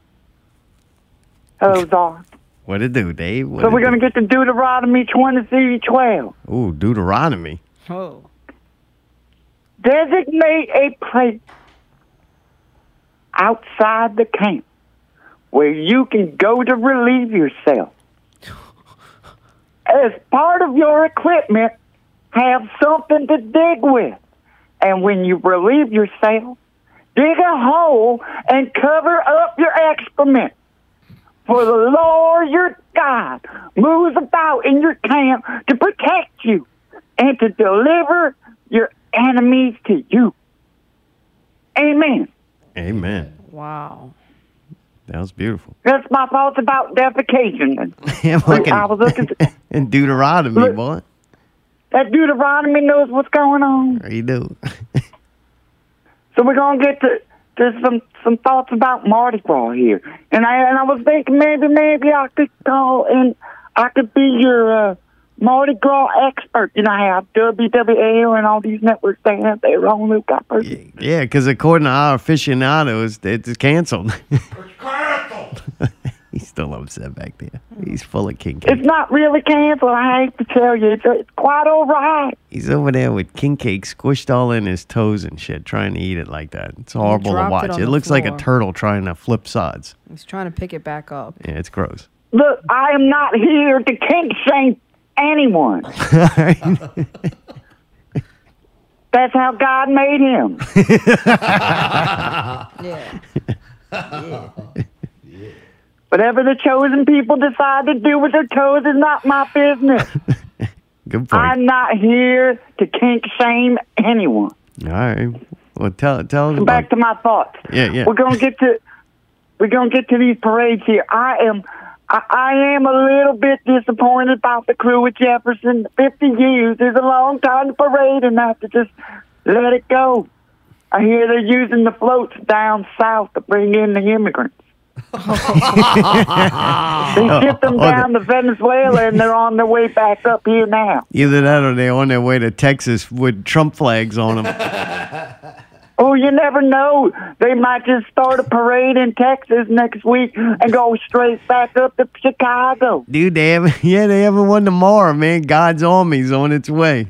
Hello, Zar. What it do, Dave? What So it we're do? going to get to Deuteronomy twenty-three twelve. Ooh, Deuteronomy. Oh. Designate a place outside the camp where you can go to relieve yourself. As part of your equipment, have something to dig with. And when you relieve yourself, dig a hole and cover up your excrement. For the Lord your God moves about in your camp to protect you and to deliver your enemies to you. Amen. Amen. Wow. That was *laughs* beautiful. *laughs* That's my thoughts about defecation. Yeah, fucking- I was looking *laughs* And Deuteronomy, boy. that Deuteronomy knows what's going on. He do. *laughs* So we're gonna get to, to some some thoughts about Mardi Gras here, and I and I was thinking maybe maybe I could call and I could be your uh, Mardi Gras expert. You know how WWL and all these networks they have their own little experts. Yeah, because according to our aficionados, it's canceled. *laughs* It's canceled. *laughs* He's still upset back there. He's full of king cake. It's not really canceled. I hate to tell you, it's, it's quite all right. He's over there with king cake squished all in his toes and shit, trying to eat it like that. It's horrible to dropped it watch. on It, the looks like a floor. turtle trying to flip sides. He's trying to pick it back up. Yeah, it's gross. Look, I am not here to kink shame anyone. That's how God made him. Yeah. But Whatever the chosen people decide to do with their toes is not my business. Good point. I'm not here to kink shame anyone. All right. Well, tell tell us about Back to my thoughts. yeah yeah. We're gonna get to we're gonna get to these parades here. I am I, I am a little bit disappointed about the crew at Jefferson. Fifty years is a long time to parade and have to just let it go. I hear they're using the floats down south to bring in the immigrants. They ship them Oh, the- down to Venezuela and they're on their way back up here now. Either that or they're on their way to Texas with Trump flags *laughs* on them. Oh, you never know. They might just start a parade in Texas next week and go straight back up to Chicago. Dude, they haven't, *laughs* yeah, they haven't won tomorrow, man. God's army's on its way.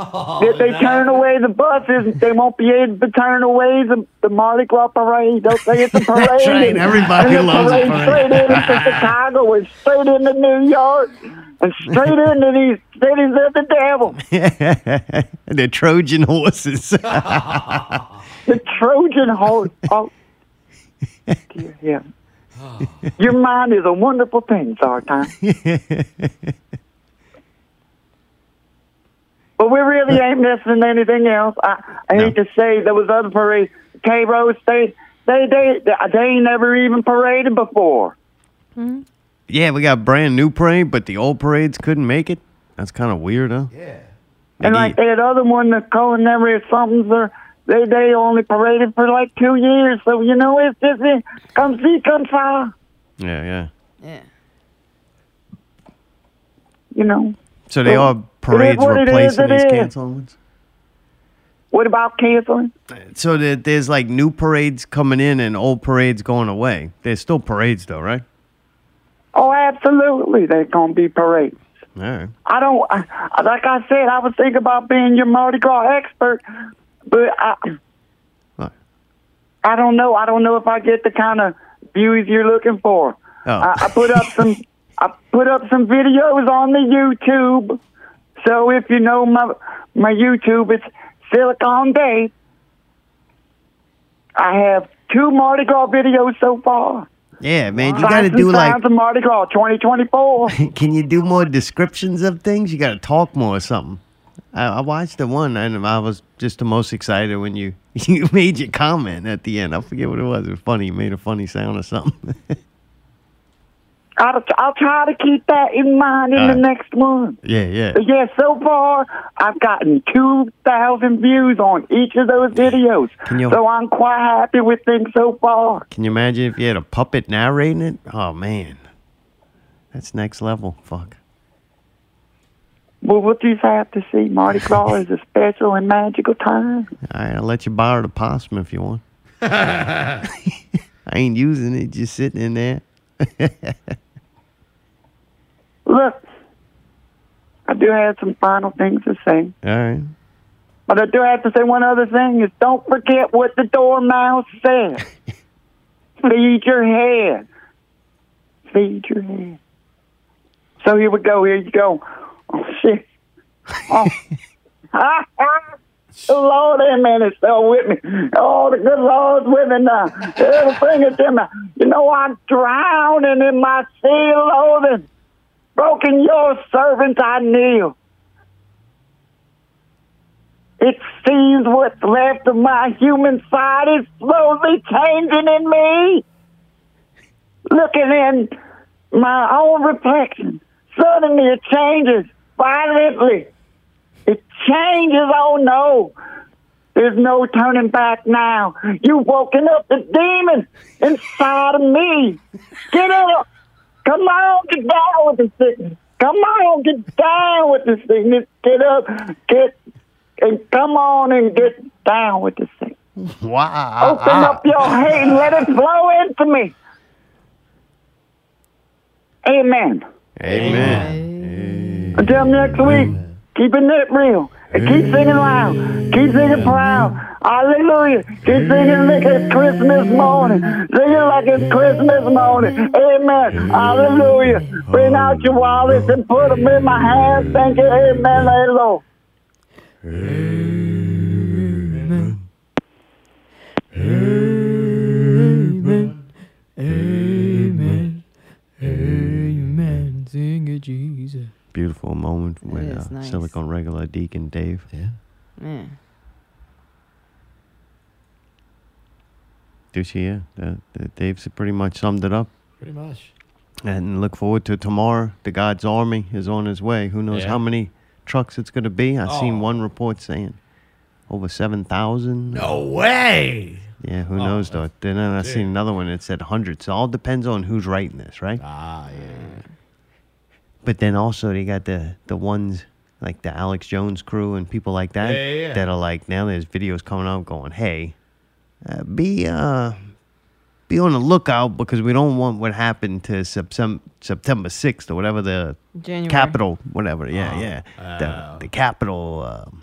if they turn away the buses, they won't be able to turn away the, the Mardi Gras parade. They'll say it's a parade. That's right. Everybody and the loves a parade. parade. Straight into Chicago and straight into New York and straight into these cities of the devil. they're Trojan horses. *laughs* The Trojan horse. Oh, dear, yeah. Your mind is a wonderful thing, Zartan. but we really ain't missing anything else. I, I hate to say there was other parades. K Rose, they, they, they, they, they ain't never even paraded before. yeah, we got brand new parade, but the old parades couldn't make it. That's kind of weird, huh? Yeah. And like that other one, the culinary or something, they're- they they only paraded for like two years. So you know, it's just eh, come see, come saw. Yeah, yeah. You know. So they are parades what it is, replacing it these is. canceled ones. What about canceling? So that there's like new parades coming in and old parades going away. There's still parades though, right? Oh, absolutely, they're gonna be parades. All right. I don't I, I- like I said. I was thinking about being your Mardi Gras expert, but I, What? I don't know. I don't know if I get the kind of views you're looking for. Oh. I, I put up *laughs* some. I put up some videos on the YouTube. So if you know my my YouTube, it's Silicon Day. I have two Mardi Gras videos so far. Yeah, man, you Signs got to and do like. signs of Mardi Gras 2024. Can you do more descriptions of things? You got to talk more or something. I, I watched the one and I was just the most excited when you *laughs* you made your comment at the end. I forget what it was. It was funny. You made a funny sound or something. *laughs* I'll, I'll try to keep that in mind in All the right. next one. yeah, yeah. But yeah, so far I've gotten two thousand views on each of those videos. Can you- So I'm quite happy with things so far. Can you imagine if you had a puppet narrating it? Oh man, that's next level. Fuck. Well, we'll just have to see. *laughs* Mardi Gras is a special and magical time. All right, I'll let you borrow the possum if you want. *laughs* I ain't using it. Just sitting in there. Look, I do have some final things to say, All right. but I do have to say one other thing: is don't forget what the dormouse said. Feed your head. Feed your head. So here we go. Here you go. Oh shit. Oh. *laughs* Lord, amen. It's still with me. Oh, the good Lord's with me now. Everything is in me. You know, I'm drowning in my sea of loathing. Broken your servants, I kneel. It seems what's left of my human side is slowly changing in me. Looking in my own reflection, suddenly it changes violently. It changes, oh no. There's no turning back now. You've woken up the demon inside of me. Get up. Come on, get down with this sickness. Come on, get down with this sickness. Get up. Get and come on and get down with this thing. Wow. Open up your hate and let it flow into me. Amen. Amen. Until next week, keeping it real. And keep singing loud. Keep singing proud. Hallelujah. Keep singing like it's Christmas morning. Singing like it's Christmas morning. Amen. Hallelujah. Bring out your wallets and put them in my hands. Thank you. Amen. Hello. Amen. That's nice. uh, Silicon regular Deacon Dave. Yeah. Yeah. Ducey, yeah. That, that Dave's pretty much summed it up. Pretty much. And look forward to tomorrow. The God's army is on his way. Who knows Yeah. Oh. how many trucks it's going to be? I've seen one report saying over 7,000. No Oh, way. Yeah, who knows, though. Then I seen another one that said hundreds. It all depends on who's writing this, right? Ah, *laughs* yeah. But then also they got the the ones like the Alex Jones crew and people like that Yeah, yeah, yeah. that are like now there's videos coming out going, hey, uh, be uh be on the lookout because we don't want what happened to September September sixth or whatever the January. capital whatever yeah yeah the the capital um,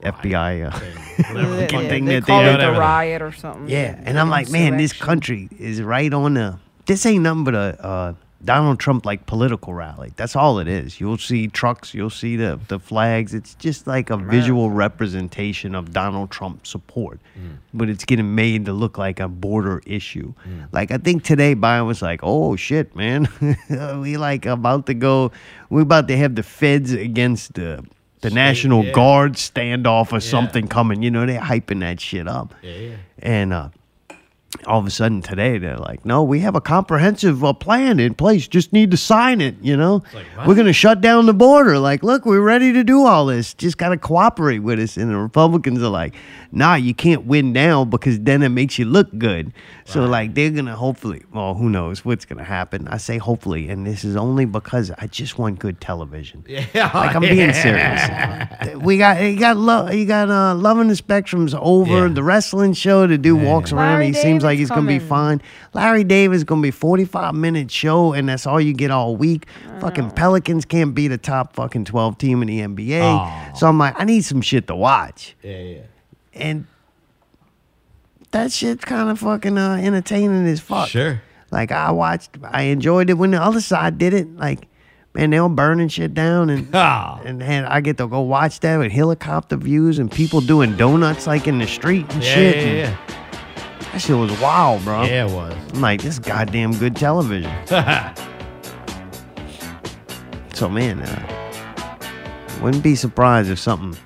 FBI uh, They- fucking they- thing they that call they it the riot or something. yeah, and I'm like, man, this country is right on the. This ain't nothing but a uh, Donald Trump like political rally. That's all it is. You'll see trucks, you'll see the the flags. It's just like a visual representation of Donald Trump support, Mm. but it's getting made to look like a border issue. Mm. Like I think today, Biden was like, "Oh shit, man, *laughs* we like about to go. We about to have the feds against the." The National yeah. Guard standoff or something coming, you know, they're hyping that shit up. Yeah, yeah. And uh, all of a sudden today, they're like, no, we have a comprehensive uh, plan in place. Just need to sign it, you know? We're going to shut down the border. Like, look, we're ready to do all this. Just got to cooperate with us. And the Republicans are like, nah, you can't win now because then it makes you look good. So, like, they're going to hopefully, well, who knows what's going to happen. I say hopefully. And this is only because I just want good television. Yeah. Like, *laughs* I'm being serious. We got you got love you got uh loving the spectrums over the wrestling show to do walks around. Larry he seems like David's he's gonna be fine. Larry David's gonna be forty five minute show and that's all you get all week. Fucking Pelicans can't be the top fucking twelve team in the NBA. So I'm like, I need some shit to watch. Yeah, yeah. And that shit's kind of fucking uh, entertaining as fuck. Sure. Like I watched, I enjoyed it when the other side did it. Like, man, they were burning shit down, and and, and I get to go watch that with helicopter views and people doing donuts like in the street and Yeah, shit. yeah, and yeah. That shit was wild, bro. Yeah, it was. I'm like, this is goddamn good television. *laughs* so man, uh, wouldn't be surprised if something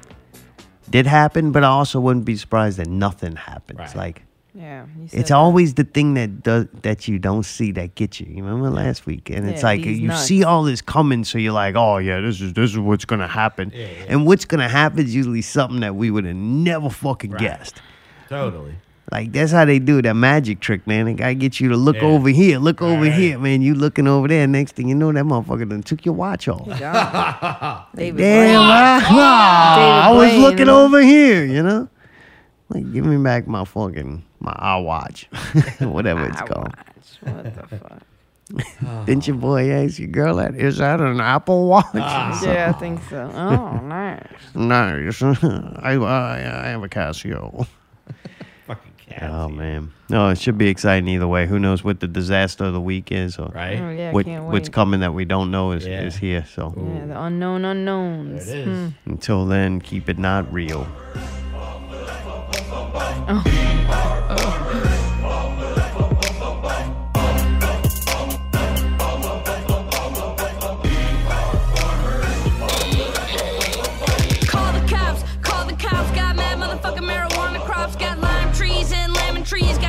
did happen, but I also wouldn't be surprised that nothing happens. Like. Yeah. you said It's that. always the thing that does that you don't see that gets you. You remember last week, and it's Yeah, like these you nuts. see all this coming, so you're like, "Oh yeah, this is this is what's gonna happen." And what's gonna happen is usually something that we would have never fucking guessed. Totally. Like that's how they do that magic trick, man. They gotta get you to look Yeah. over here, look over here, man. You looking over there. Next thing you know, that motherfucker done took your watch off. *laughs* David Blaine. Damn, I, David *laughs* I was Blaine. looking over here, you know? Like, give me back my fucking, my iWatch, *laughs* whatever it's called. What the *laughs* fuck? Didn't your boy ask your girl that? Is that an Apple Watch? or *laughs* Yeah, I something? think so. Oh, nice. Nice. *laughs* I, I, I have a Casio. Fucking Oh man! No, it should be exciting either way. Who knows what the disaster of the week is, or Right. Oh, yeah, I what, can't what's wait. coming that we don't know is, Yeah. is here. So Yeah, the unknown unknowns. There it Hmm. until then, keep it not real. Call the cops, call the cops. Got mad motherfucking marijuana crops. Got lime trees and lemon trees.